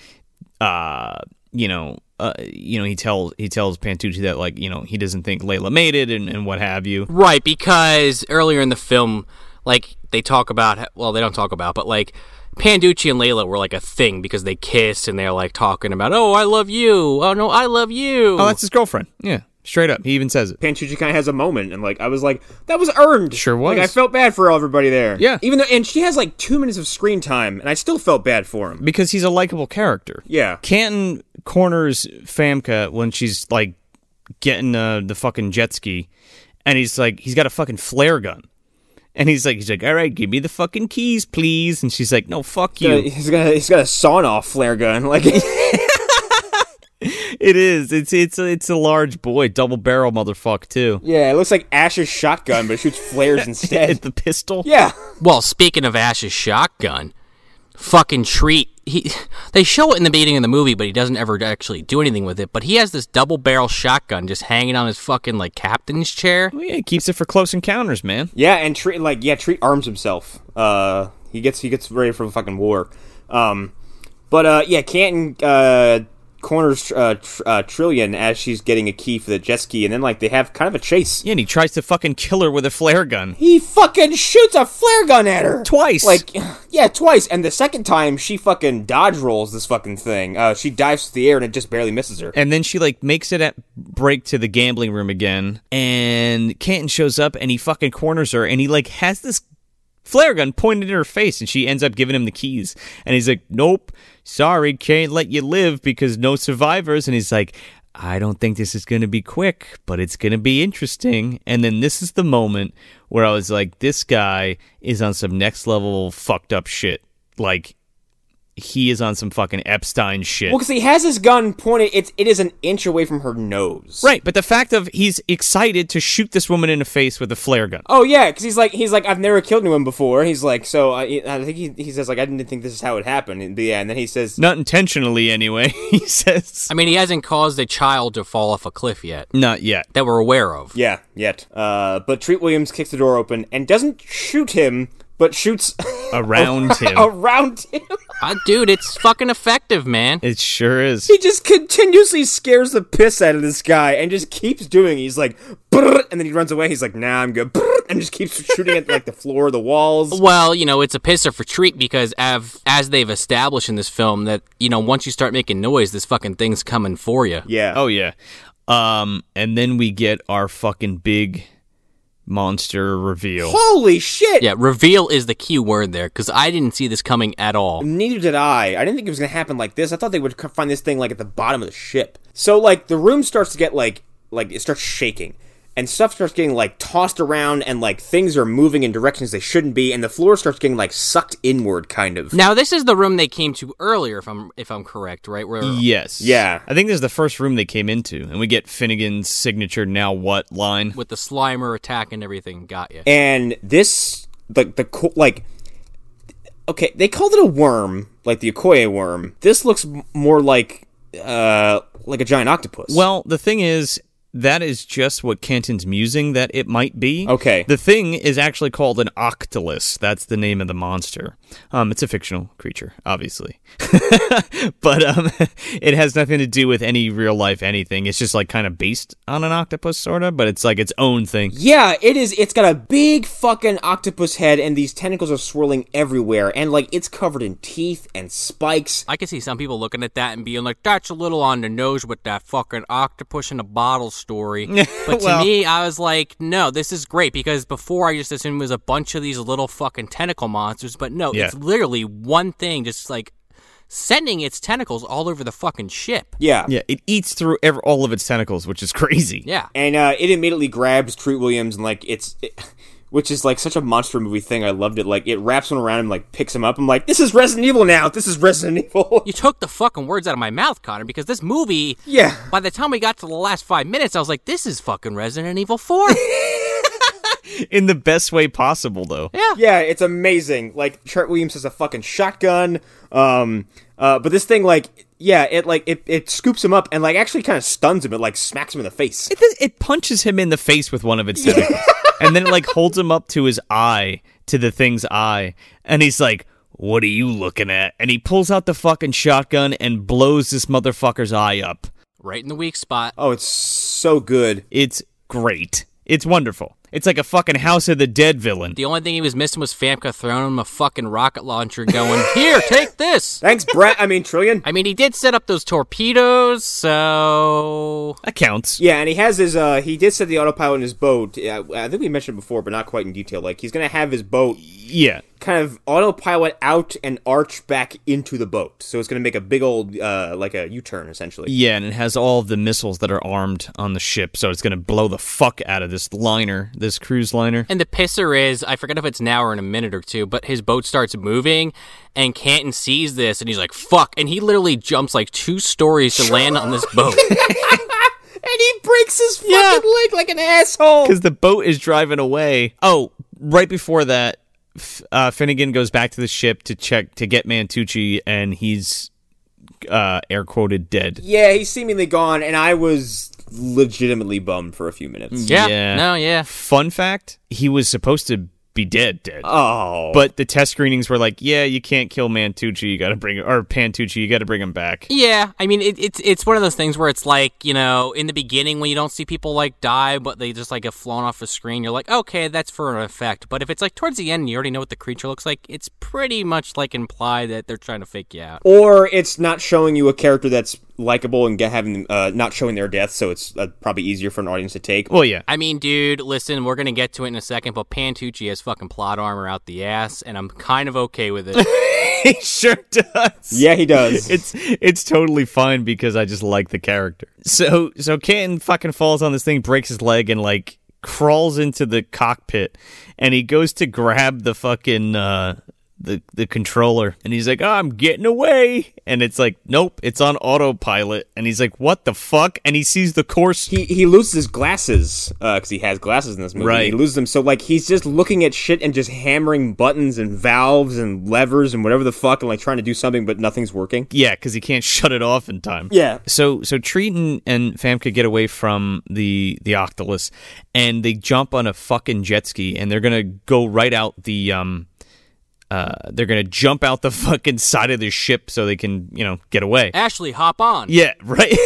S1: uh you know uh, you know he tells he tells Pantucci that like you know he doesn't think Layla made it and, and what have you
S2: Right, because earlier in the film, like they talk about, well, they don't talk about, but like Panducci and Layla were like a thing because they kissed and they're like talking about, oh, I love you. Oh no, I love you.
S1: Oh, that's his girlfriend. Yeah, straight up. He even says it.
S3: Pantucci kind of has a moment, and like I was like, that was earned.
S1: Sure was.
S3: Like I felt bad for everybody there.
S1: Yeah.
S3: even though, and she has like two minutes of screen time, and I still felt bad for him.
S1: Because he's a likable character.
S3: Yeah.
S1: Canton corners Famka when she's like getting uh, the fucking jet ski, and he's like, he's got a fucking flare gun. And he's like, he's like, all right, give me the fucking keys, please. And she's like, no, fuck you.
S3: He's got a- he's got a sawn off flare gun. Like
S1: it is. It's it's it's a large boy, double barrel motherfucker too.
S3: yeah, it looks like Ash's shotgun, but it shoots flares instead.
S1: the pistol.
S3: yeah.
S2: Well, speaking of Ash's shotgun, fucking treat. He they show it in the beginning of the movie, but he doesn't ever actually do anything with it. But he has this double barrel shotgun just hanging on his fucking like captain's chair.
S1: Well, yeah, he keeps it for close encounters, man.
S3: Yeah, and treat like yeah, treat arms himself. Uh, he gets he gets ready for the fucking war. Um, but uh, yeah, Canton uh corners uh, tr- uh Trillion as she's getting a key for the jet ski, and then like they have kind of a chase.
S1: Yeah, and he tries to fucking kill her with a flare gun.
S3: He fucking shoots a flare gun at her
S1: Twice.
S3: Like yeah, twice. And the second time she fucking dodge rolls this fucking thing. Uh, she dives through the air and it just barely misses her.
S1: And then she like makes it at break to the gambling room again, and Canton shows up and he fucking corners her, and he like has this flare gun pointed in her face, and she ends up giving him the keys, and he's like, "Nope, sorry, can't let you live because no survivors," and he's like. I don't think this is going to be quick, but it's going to be interesting. And then this is the moment where I was like, this guy is on some next level fucked up shit. Like, he is on some fucking Epstein shit.
S3: Well, because he has his gun pointed, it's it is an inch away from her nose.
S1: Right, but the fact of he's excited to shoot this woman in the face with a flare gun.
S3: Oh yeah, because he's like he's like I've never killed anyone before. He's like so I, I think he, he says like I didn't think this is how it happened. And yeah, and then he says
S1: Not intentionally, anyway. He says,
S2: I mean, he hasn't caused a child to fall off a cliff yet
S1: "Not yet."
S2: that we're aware of.
S3: yeah yet. Uh, but Treat Williams kicks the door open and doesn't shoot him, but shoots
S1: Around
S3: Oh.
S1: him,
S3: around him.
S2: Ah, dude, it's fucking effective, man.
S1: it sure is.
S3: he just continuously scares the piss out of this guy and just keeps doing. it. He's like, "Brrr," and then he runs away. He's like, Nah, I'm good, Brrr, and just keeps shooting at like the floor, the walls.
S2: Well, you know, it's a pisser for treat because av- as they've established in this film that, you know, once you start making noise, this fucking thing's coming for you.
S3: Yeah.
S1: Oh yeah. Um, and then we get our fucking big monster reveal.
S3: Holy shit!
S2: Yeah, reveal is the key word there because I didn't see this coming at all.
S3: Neither did I. I didn't think it was going to happen like this. I thought they would c- find this thing like at the bottom of the ship. So like the room starts to get like like it starts shaking. and stuff starts getting like tossed around and like things are moving in directions they shouldn't be and the floor starts getting like sucked inward kind of
S2: Now this is the room they came to earlier, if I'm if I'm correct, right? Where
S1: Yes.
S3: Yeah.
S1: I think this is the first room they came into, and we get Finnegan's signature now what line.
S2: with the Slimer attack and everything got you.
S3: and this like the co- like okay they called it a worm like the okoye worm this looks m- more like uh like a giant octopus
S1: Well, the thing is, that is just what Canton's musing that it might be.
S3: Okay.
S1: The thing is actually called an octolus. That's the name of the monster. Um, it's a fictional creature, obviously. but um, it has nothing to do with any real life anything. It's just like kind of based on an octopus, sort of, but it's like its own thing.
S3: yeah it is it's got a big fucking octopus head and these tentacles are swirling everywhere and like it's covered in teeth and spikes
S2: I can see some people looking at that and being like, "That's a little on the nose with that fucking octopus in a bottle story." But to
S1: Well-
S2: me, I was like, "No, this is great," because before I just assumed it was a bunch of these little fucking tentacle monsters, but no,
S1: Yeah.
S2: it's literally one thing, just like sending its tentacles all over the fucking ship.
S3: yeah
S1: Yeah, it eats through ev all of its tentacles, which is crazy.
S2: Yeah,
S3: and uh it immediately grabs treat williams and like it's it, which is like such a monster movie thing i loved it like it wraps one around him like picks him up i'm like this is resident evil now this is resident evil
S2: you took the fucking words out of my mouth, Connor, because this movie.
S3: yeah
S2: By the time we got to the last five minutes, I was like, "This is fucking Resident Evil 4.
S1: In the best way possible, though.
S3: Yeah, it's amazing. Like Trent Williams has a fucking shotgun. Um, uh, but this thing, like, yeah, it like it, it scoops him up and like actually kind of stuns him. It like smacks him in the face.
S1: It, does- it punches him in the face with one of its tentacles, and then it like holds him up to his eye, to the thing's eye, and he's like, "What are you looking at?" And he pulls out the fucking shotgun and blows this motherfucker's eye up.
S2: right in the weak spot.
S3: Oh, it's so good.
S1: It's great. It's wonderful. It's like a fucking House of the Dead villain.
S2: The only thing he was missing was Famka throwing him a fucking rocket launcher, going, "Here, take this."
S3: Thanks, Brett. I mean Trillion.
S2: I mean, he did set up those torpedoes, so
S1: That counts.
S3: Yeah, and he has his. uh He did set the autopilot in his boat. Yeah, I think we mentioned it before, but not quite in detail. Like he's gonna have his boat
S1: Yeah.
S3: kind of autopilot out and arch back into the boat. So it's gonna make a big old uh like a U turn essentially.
S1: Yeah, and it has all of the missiles that are armed on the ship, so it's gonna blow the fuck out of this liner, this cruise liner.
S2: And the pisser is, I forget if it's now or in a minute or two, but his boat starts moving, and Canton sees this, and he's like, "Fuck!" And he literally jumps like two stories to land on this boat.
S3: And he breaks his fucking leg like an asshole.
S1: because the boat is driving away. Oh, right before that, F- uh, Finnegan goes back to the ship to check to get Mantucci, and he's uh, air quoted dead.
S3: Yeah, he's seemingly gone, and I was legitimately bummed for a few minutes.
S2: yeah,
S1: Yeah.
S2: no, yeah.
S1: Fun fact: he was supposed to be dead, dead.
S3: Oh,
S1: but the test screenings were like, yeah, you can't kill Mantucci. You got to bring or Pantucci. You got to bring him back.
S2: Yeah, I mean it, it's it's one of those things where it's like you know in the beginning when you don't see people like die, but they just like get flown off the screen. You're like, okay, that's for an effect. But if it's like towards the end, and you already know what the creature looks like. It's pretty much like implied that they're trying to fake you out.
S3: or it's not showing you a character that's likable and get, having uh, not showing their death, so it's uh, probably easier for an audience to take.
S1: Well, yeah,
S2: I mean, dude, listen, we're gonna get to it in a second, but Pantucci has fucking plot armor out the ass, and I'm kind of okay with it.
S1: he sure does.
S3: yeah, he does.
S1: it's it's totally fine because I just like the character. So so Canton fucking falls on this thing, breaks his leg, and like crawls into the cockpit, and he goes to grab the fucking uh, the the controller, and he's like, oh, "I'm getting away," and it's like, "Nope, it's on autopilot," and he's like, "What the fuck?" And he sees the course.
S3: he he loses his glasses because he has glasses in this movie.
S1: Right.
S3: He loses them, so like he's just looking at shit and just hammering buttons and valves and levers and whatever the fuck, and like trying to do something, but nothing's working.
S1: Yeah, because he can't shut it off in time.
S3: Yeah.
S1: So so Treaton and Famke get away from the the Octolus, and they jump on a fucking jet ski, and they're gonna go right out the um, uh, they're gonna jump out the fucking side of the ship so they can you know get away.
S2: Ashley, hop on.
S1: Yeah, right.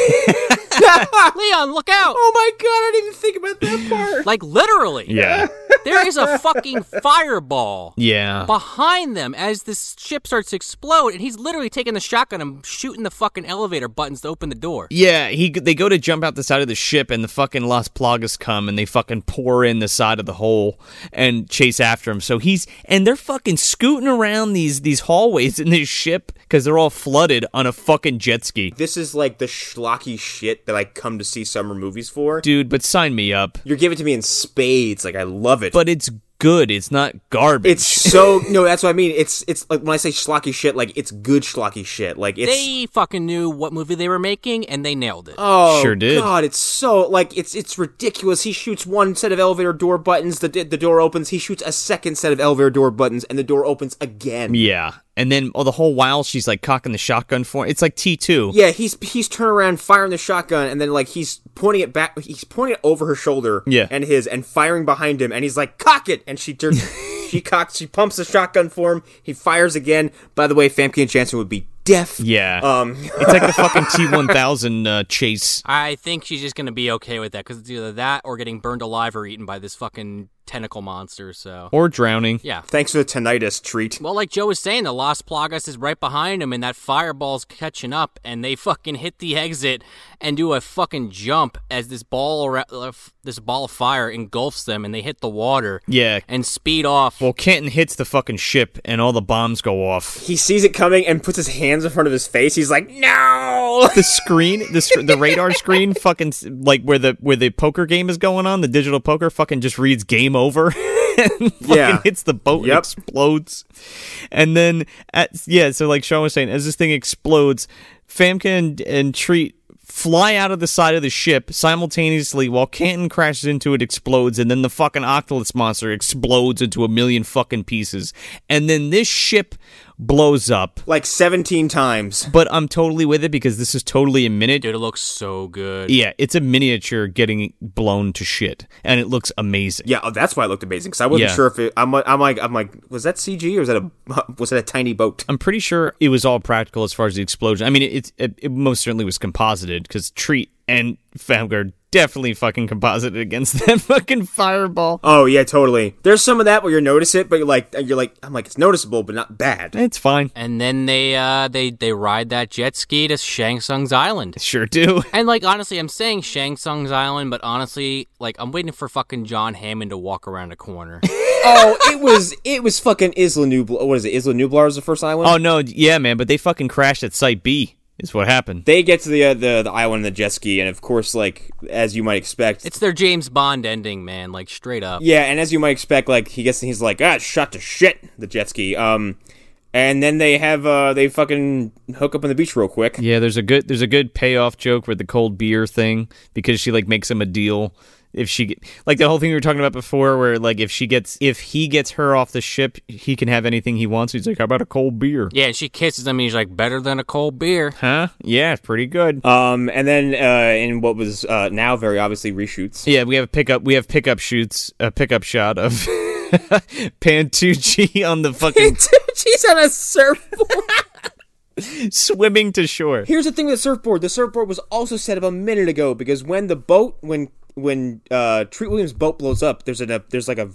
S2: Leon, look out.
S3: Oh my god, I didn't even think about that part.
S2: Like literally,
S1: yeah,
S2: there is a fucking fireball
S1: yeah.
S2: behind them as this ship starts to explode, and he's literally taking the shotgun and shooting the fucking elevator buttons to open the door.
S1: Yeah, he they go to jump out the side of the ship, and the fucking Las Plagas come, and they fucking pour in the side of the hole and chase after him. So he's and they're fucking scooting around these these hallways in this ship because they're all flooded on a fucking jet ski.
S3: This is like the schlocky shit that I come to see summer movies for.
S1: Dude, but sign me up.
S3: You're giving it to me in spades. Like I love it.
S1: But it's good. It's not garbage.
S3: It's so no. That's what I mean. It's it's like when I say schlocky shit, like it's good schlocky shit. Like it's
S2: They fucking knew what movie they were making and they nailed it.
S3: oh
S1: Sure did.
S3: god, it's so like it's it's ridiculous. He shoots one set of elevator door buttons. The the door opens. He shoots a second set of elevator door buttons, and the door opens again.
S1: yeah. And then oh, the whole while she's like cocking the shotgun for it's like T two.
S3: Yeah, he's he's turning around, firing the shotgun, and then like he's pointing it back. He's pointing it over her shoulder.
S1: Yeah.
S3: and his and firing behind him, and he's like, "Cock it!" And she turns, she cocks, she pumps the shotgun for him. He fires again. By the way, Famke and Janssen would be deaf.
S1: Yeah.
S3: Um,
S1: it's like the fucking T one thousand uh, chase.
S2: I think she's just gonna be okay with that because it's either that or getting burned alive or eaten by this fucking tentacle monster. So
S1: Or drowning.
S2: yeah.
S3: Thanks for the tinnitus treat.
S2: Well, like Joe was saying, the Las Plagas is right behind him, and that fireball's catching up, and they fucking hit the exit and do a fucking jump as this ball, ar- uh, f- this ball of fire engulfs them, and they hit the water.
S1: Yeah.
S2: and speed off.
S1: Well, Kenton hits the fucking ship and all the bombs go off.
S3: He sees it coming and puts his hands in front of his face. He's like, "No!"
S1: The screen, the sc- the radar screen, fucking s- like where the where the poker game is going on, the digital poker, fucking just reads game over. and fucking
S3: Yeah.
S1: hits the boat and
S3: Yep.
S1: explodes. And then, at, yeah, so like Sean was saying, as this thing explodes, Famke and, and Treat fly out of the side of the ship simultaneously while Canton crashes into it, explodes, and then the fucking Octolus monster explodes into a million fucking pieces. And then this ship blows up.
S3: Like seventeen times.
S1: But I'm totally with it because this is totally a minute.
S2: Dude, it looks so good.
S1: Yeah, it's a miniature getting blown to shit, and it looks amazing.
S3: Yeah, oh, that's why it looked amazing. Because I wasn't
S1: Yeah.
S3: sure if it. I'm, like- I'm like, I'm like, was that CG or was that a was that a tiny boat?
S1: I'm pretty sure it was all practical as far as the explosion. I mean, it it, it most certainly was composited because Treat and Famgar definitely fucking composited against that fucking fireball.
S3: Oh yeah, totally. There's some of that where you notice it, but you're like, you're like, I'm like, it's noticeable, but not bad.
S1: It's fine.
S2: And then they uh they they ride that jet ski to Shang Tsung's island.
S1: Sure do.
S2: And like honestly, I'm saying Shang Tsung's island, but honestly, like I'm waiting for fucking John Hammond to walk around a corner.
S3: oh, it was, it was fucking Isla Nublar. What is it? Isla Nublar is the first island.
S1: Oh no, yeah, man, but they fucking crashed at Site B. Is what happened.
S3: They get to the, uh, the the island in the jet ski, and of course, like as you might expect,
S2: it's their James Bond ending, man. Like straight up.
S3: yeah, and as you might expect, like he gets, he's like, ah, it's shot to shit the jet ski. Um, and then they have, uh, they fucking hook up on the beach real quick.
S1: Yeah, there's a good there's a good payoff joke with the cold beer thing because she like makes him a deal if she get- like the whole thing we were talking about before where like if she gets if he gets her off the ship he can have anything he wants. He's like, how about a cold beer?
S2: Yeah, and she kisses him, and he's like, "Better than a cold beer."
S1: Huh? Yeah, pretty good.
S3: Um, and then uh, in what was uh, now very obviously reshoots.
S1: Yeah, we have a pickup. We have pickup shoots. A pickup shot of Pantucci on the fucking
S3: She's on a surfboard.
S1: swimming to shore.
S3: Here's the thing with the surfboard. The surfboard was also set up a minute ago because when the boat when when uh Treat Williams' boat blows up, there's an, a there's like a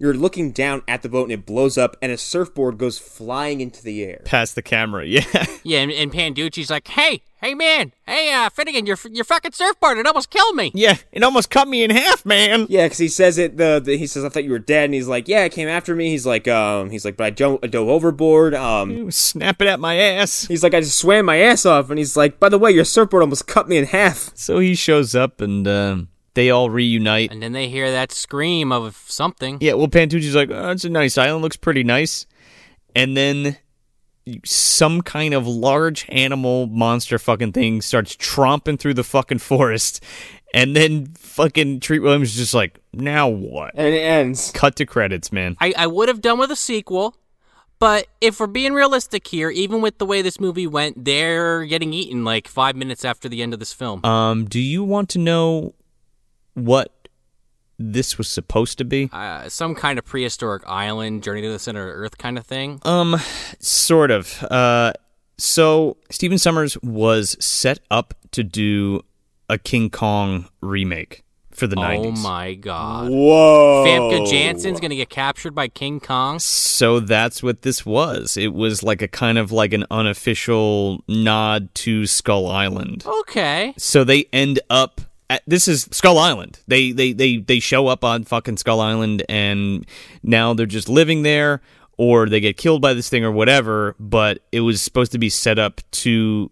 S3: you're looking down at the boat and it blows up and a surfboard goes flying into the air.
S1: Past the camera. Yeah,
S2: Yeah, and, and Panducci's like, "Hey, hey, man, hey, uh, Finnegan, your your fucking surfboard, it almost killed me."
S1: yeah. It almost cut me in half, man.
S3: Yeah, because he says it. The, the he says I thought you were dead, and he's like, yeah, it came after me. He's like, um, he's like, but I dove, I dove overboard. Um,
S1: Snap it at my ass.
S3: he's like, I just swam my ass off, and he's like, by the way, your surfboard almost cut me in half.
S1: So he shows up and um, they all reunite.
S2: And then they hear that scream of something.
S1: Yeah. Well, Pantucci's like, oh, it's a nice island. Looks pretty nice. And then some kind of large animal monster fucking thing starts tromping through the fucking forest. And then fucking Treat Williams is just like, now what?
S3: And it ends.
S1: Cut to credits, man.
S2: I, I would have done with a sequel, but if we're being realistic here, even with the way this movie went, they're getting eaten like five minutes after the end of this film.
S1: Um, do you want to know what this was supposed to be?
S2: Uh, some kind of prehistoric island, journey to the center of Earth kind of thing.
S1: Um, sort of. Uh, so Stephen Summers was set up to do a King Kong remake for the
S2: oh
S1: 90s.
S2: my god.
S3: Whoa.
S2: Famke Janssen's gonna get captured by King Kong.
S1: So that's what this was. It was like a kind of like an unofficial nod to Skull Island.
S2: Okay.
S1: So they end up at, this is Skull Island. They they they they show up on fucking Skull Island and now they're just living there or they get killed by this thing or whatever, but it was supposed to be set up to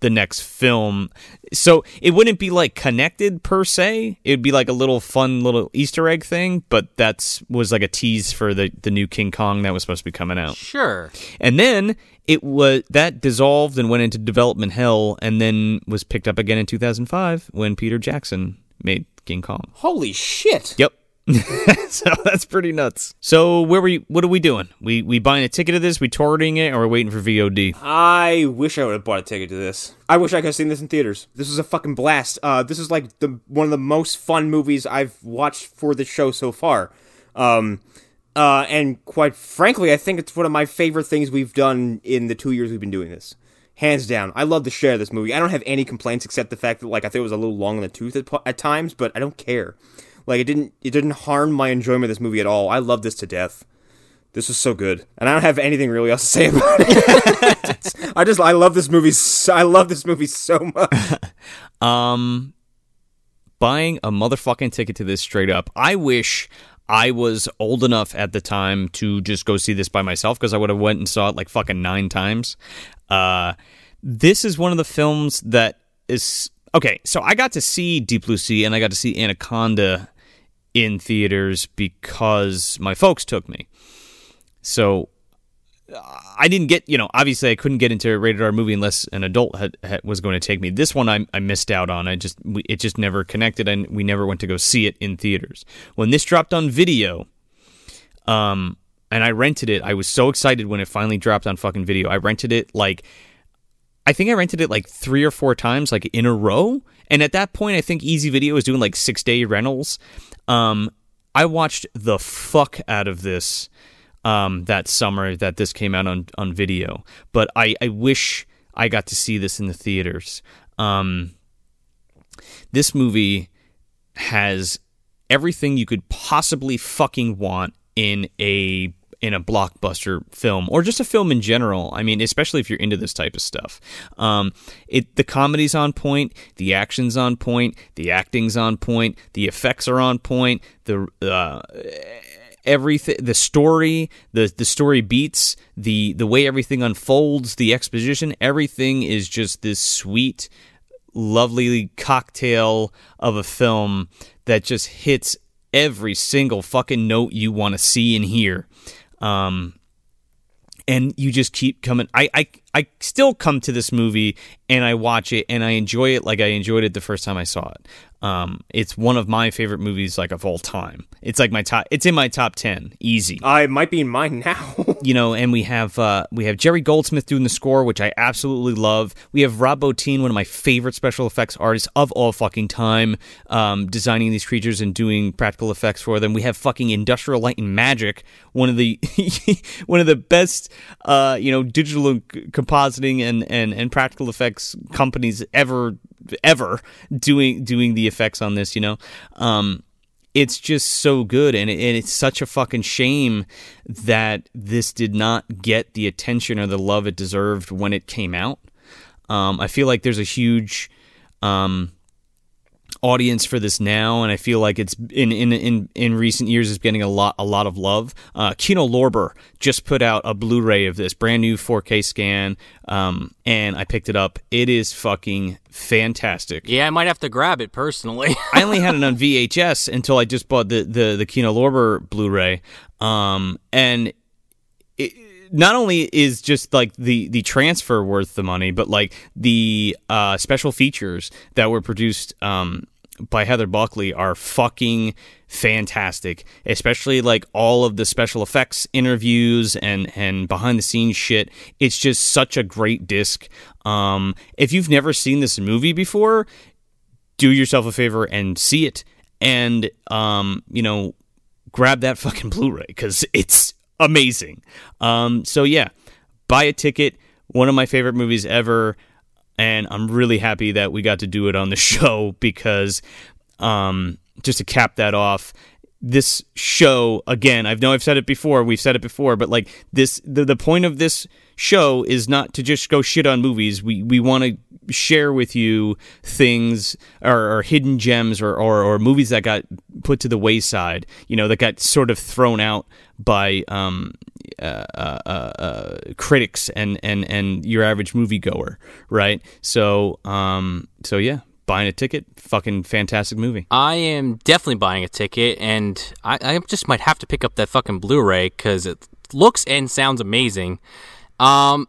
S1: the next film. So it wouldn't be like connected per se. It'd be like a little fun little Easter egg thing, but that's was like a tease for the the new King Kong that was supposed to be coming out.
S2: Sure.
S1: And then it was that dissolved and went into development hell and then was picked up again in 2005 when Peter Jackson made King Kong.
S3: Holy shit.
S1: Yep. so that's pretty nuts. So where were you, what are we doing? We we buying a ticket of this? We torrenting it, or we're waiting for VOD?
S3: I wish I would have bought a ticket to this. I wish I could have seen this in theaters. This was a fucking blast. Uh, this is like the one of the most fun movies I've watched for the show so far. Um, uh, and quite frankly, I think it's one of my favorite things we've done in the two years we've been doing this. Hands down, I love to share this movie. I don't have any complaints except the fact that like I think it was a little long in the tooth at, po- at times, but I don't care. Like it didn't it didn't harm my enjoyment of this movie at all. I love this to death. This was so good, and I don't have anything really else to say about it. I just I love this movie. s- I love this movie so much.
S1: Um, buying a motherfucking ticket to this straight up. I wish I was old enough at the time to just go see this by myself because I would have went and saw it like fucking nine times. Uh, this is one of the films that is okay. So I got to see Deep Blue Sea and I got to see Anaconda in theaters because my folks took me. So I didn't get, you know, obviously I couldn't get into a rated R movie unless an adult had, had, was going to take me. This one I, I missed out on. I just we, it just never connected, and we never went to go see it in theaters. When this dropped on video, um, and I rented it, I was so excited when it finally dropped on fucking video. I rented it like I think I rented it like three or four times, like in a row. And at that point, I think Easy Video was doing like six day rentals. Um, I watched the fuck out of this um, that summer that this came out on, on video. But I, I wish I got to see this in the theaters. Um, this movie has everything you could possibly fucking want in a in a blockbuster film or just a film in general. I mean, especially if you're into this type of stuff. Um, it the comedy's on point, the action's on point, the acting's on point, the effects are on point, the uh, everything the story the the story beats the the way everything unfolds the exposition everything is just this sweet lovely cocktail of a film that just hits every single fucking note you want to see and hear um and you just keep coming I, I i still come to this movie and i watch it and i enjoy it like i enjoyed it the first time i saw it um it's one of my favorite movies like of all time it's like my top it's in my top 10 easy
S3: I might be in mine now.
S1: you know, and we have uh, we have Jerry Goldsmith doing the score, which I absolutely love. We have Rob Bottin, one of my favorite special effects artists of all fucking time, um, designing these creatures and doing practical effects for them. We have fucking Industrial Light and Magic, one of the one of the best uh, you know digital c- compositing and, and and practical effects companies ever ever doing doing the effects on this. You know. Um, it's just so good and, it, and it's such a fucking shame that this did not get the attention or the love it deserved when it came out um, i feel like there's a huge um, audience for this now and i feel like it's in in in, in recent years is getting a lot a lot of love uh, kino lorber just put out a blu-ray of this brand new 4k scan um, and i picked it up it is fucking fantastic
S2: Yeah, I might have to grab it personally.
S1: I only had it on VHS until I just bought the the the Kino Lorber Blu-ray, um, and it, not only is just like the the transfer worth the money, but like the uh, special features that were produced um, by Heather Buckley are fucking fantastic. Especially like all of the special effects interviews and and behind the scenes shit. It's just such a great disc. Um, if you've never seen this movie before, do yourself a favor and see it and um you know grab that fucking blu-ray because it's amazing um so yeah buy a ticket one of my favorite movies ever and i'm really happy that we got to do it on the show because um just to cap that off this show again i know i've said it before we've said it before but like this the, the point of this show is not to just go shit on movies we we want to share with you things or, or hidden gems or, or or movies that got put to the wayside you know that got sort of thrown out by um uh, uh, uh, critics and and and your average moviegoer, right? So um, so yeah, buying a ticket, fucking fantastic movie.
S2: I am definitely buying a ticket, and I, I just might have to pick up that fucking Blu-ray because it looks and sounds amazing. Um,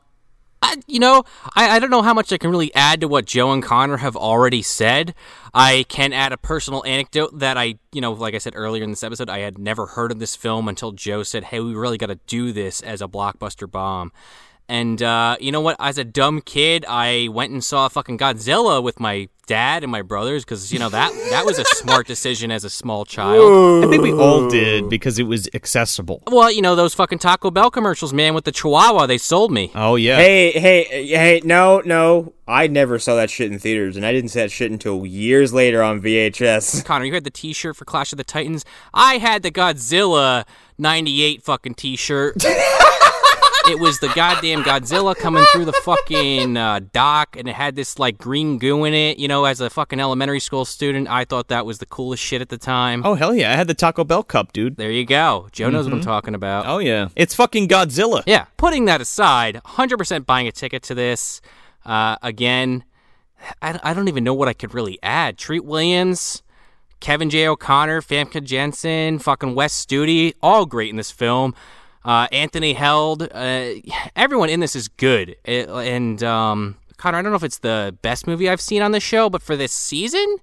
S2: I, you know, I, I don't know how much I can really add to what Joe and Connor have already said. I can add a personal anecdote that I, you know, like I said earlier in this episode, I had never heard of this film until Joe said, "Hey, we really got to do this as a blockbuster bomb." And uh, you know what? As a dumb kid, I went and saw fucking Godzilla with my dad and my brothers because you know that that was a smart decision as a small child.
S1: I think we all did because it was accessible.
S2: Well, you know those fucking Taco Bell commercials, man, with the Chihuahua. They sold me.
S1: Oh yeah.
S3: Hey, hey, hey, no, no. I never saw that shit in theaters, and I didn't see that shit until years later on VHS.
S2: Connor, you had the T-shirt for Clash of the Titans. I had the Godzilla '98 fucking T-shirt. it was the goddamn Godzilla coming through the fucking uh, dock, and it had this like green goo in it. You know, as a fucking elementary school student, I thought that was the coolest shit at the time.
S1: Oh hell yeah! I had the Taco Bell cup, dude.
S2: There you go. Joe knows what I'm talking about.
S1: Oh yeah, it's fucking Godzilla.
S2: Yeah. Putting that aside, 100% buying a ticket to this. Uh, again, I, I don't even know what I could really add. Treat Williams. Kevin J. O'Connor, Famke Jensen, fucking Wes Studi, all great in this film. Uh, Anthony Held. Uh, everyone in this is good. It- and um, Connor, I don't know if it's the best movie I've seen on the show, but for this season,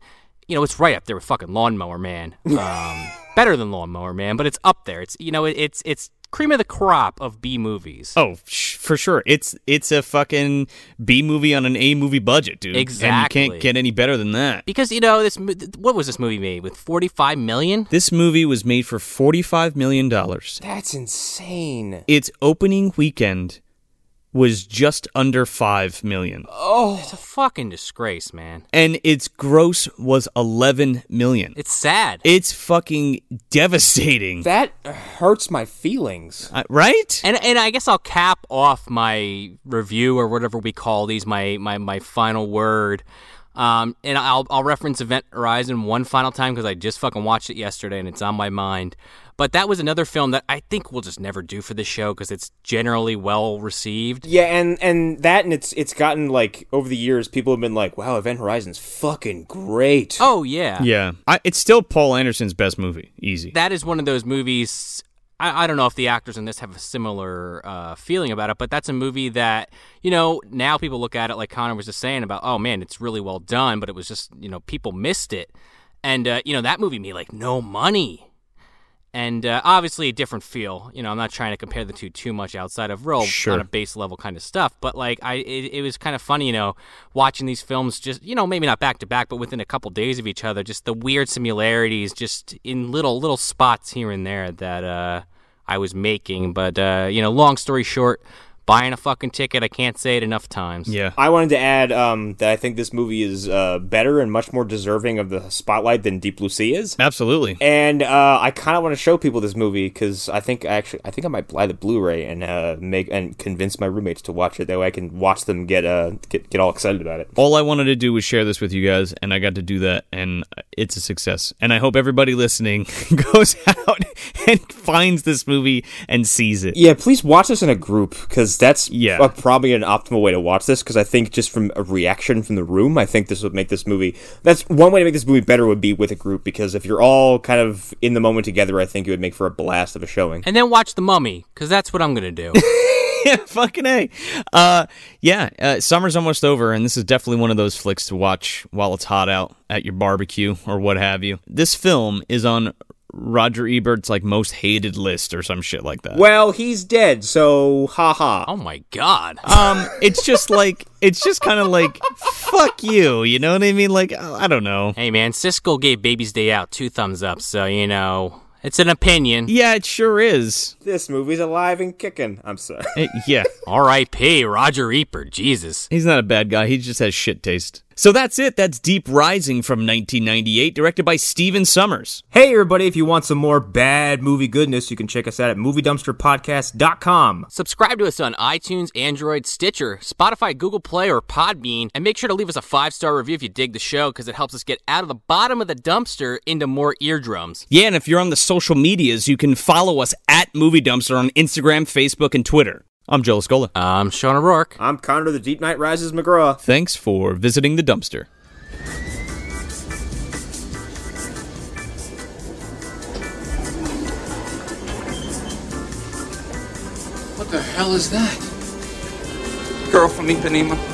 S2: you know, it's right up there with fucking Lawnmower Man. Um, better than Lawnmower Man, but it's up there. It's you know, it, it's it's cream of the crop of B movies.
S1: Oh, sh- for sure. It's it's a fucking B movie on an A movie budget, dude.
S2: Exactly.
S1: And you can't get any better than that.
S2: Because you know this, mo- th- what was this movie made with? Forty-five million.
S1: This movie was made for $45 million.
S3: That's insane.
S1: Its opening weekend was just under 5 million.
S2: It's a fucking disgrace, man.
S1: And its gross was 11 million.
S2: It's sad.
S1: It's fucking devastating.
S3: That hurts my feelings.
S1: Uh, right?
S2: And and I guess I'll cap off my review or whatever we call these my my, my final word. Um, and I'll I'll reference Event Horizon one final time because I just fucking watched it yesterday and it's on my mind. But that was another film that I think we'll just never do for the show because it's generally well received.
S3: Yeah, and and that and it's it's gotten like over the years people have been like, "Wow, Event Horizon's fucking great."
S2: Oh yeah,
S1: Yeah. I, it's still Paul Anderson's best movie. Easy.
S2: that is one of those movies. I, I don't know if the actors in this have a similar uh, feeling about it, but that's a movie that you know now people look at it like Connor was just saying about. Oh man, it's really well done, but it was just you know people missed it, and uh, you know that movie made like no money, and uh, obviously a different feel. You know, I'm not trying to compare the two too much outside of real
S1: Sure.
S2: on a base level kind of stuff, but like I, it, it was kind of funny, you know, watching these films just, you know, maybe not back to back, but within a couple days of each other, just the weird similarities, just in little little spots here and there that uh, I was making. But uh, you know, long story short, buying a fucking ticket, I can't say it enough times.
S1: yeah.
S3: I wanted to add um, that I think this movie is uh, better and much more deserving of the spotlight than Deep Blue Sea is.
S1: Absolutely.
S3: And uh, I kind of want to show people this movie because I think I actually I think I might buy the Blu-ray and uh, make and convince my roommates to watch it. That way I can watch them get uh, get get all excited about it.
S1: All I wanted to do was share this with you guys, and I got to do that, and it's a success. And I hope everybody listening goes out and finds this movie and sees it.
S3: Yeah, please watch this in a group because that's
S1: Yeah.
S3: uh, probably an optimal way to watch this. Because I think just from a reaction from the room, I think this would make this movie. That's one way to make this movie better would be with a group because if you're all kind of in the moment together, I think it would make for a blast of a showing.
S2: And then watch The Mummy, because that's what I'm going to do.
S1: yeah, fucking a. Uh, yeah, uh, summer's almost over, and this is definitely one of those flicks to watch while it's hot out at your barbecue or what have you. This film is on Roger Ebert's like most hated list or some shit like that.
S3: Well, he's dead, so haha.
S2: oh my God.
S1: Um, it's just like it's just kind of like fuck you, you know what I mean? Like I don't know.
S2: Hey man, Siskel gave Baby's Day Out two thumbs up, so you know it's an opinion.
S1: Yeah, it sure is.
S3: This movie's alive and kicking. I'm sorry.
S1: Eh, yeah,
S2: R.I.P. Roger Ebert. Jesus.
S1: he's not a bad guy. He just has shit taste. So that's it. That's Deep Rising from 1998, directed by Steven Summers.
S3: Hey, everybody, if you want some more bad movie goodness, you can check us out at moviedumpsterpodcast.com.
S2: Subscribe to us on iTunes, Android, Stitcher, Spotify, Google Play, or Podbean, and make sure to leave us a five star review if you dig the show because it helps us get out of the bottom of the dumpster into more eardrums.
S1: Yeah, and if you're on the social medias, you can follow us at Movie Dumpster on Instagram, Facebook, and Twitter. I'm Joel Scola.
S2: I'm Sean O'Rourke.
S3: I'm Connor the Deep Night Rises McGraw.
S1: Thanks for visiting the dumpster.
S6: What the hell is that? Girl from Ipanema.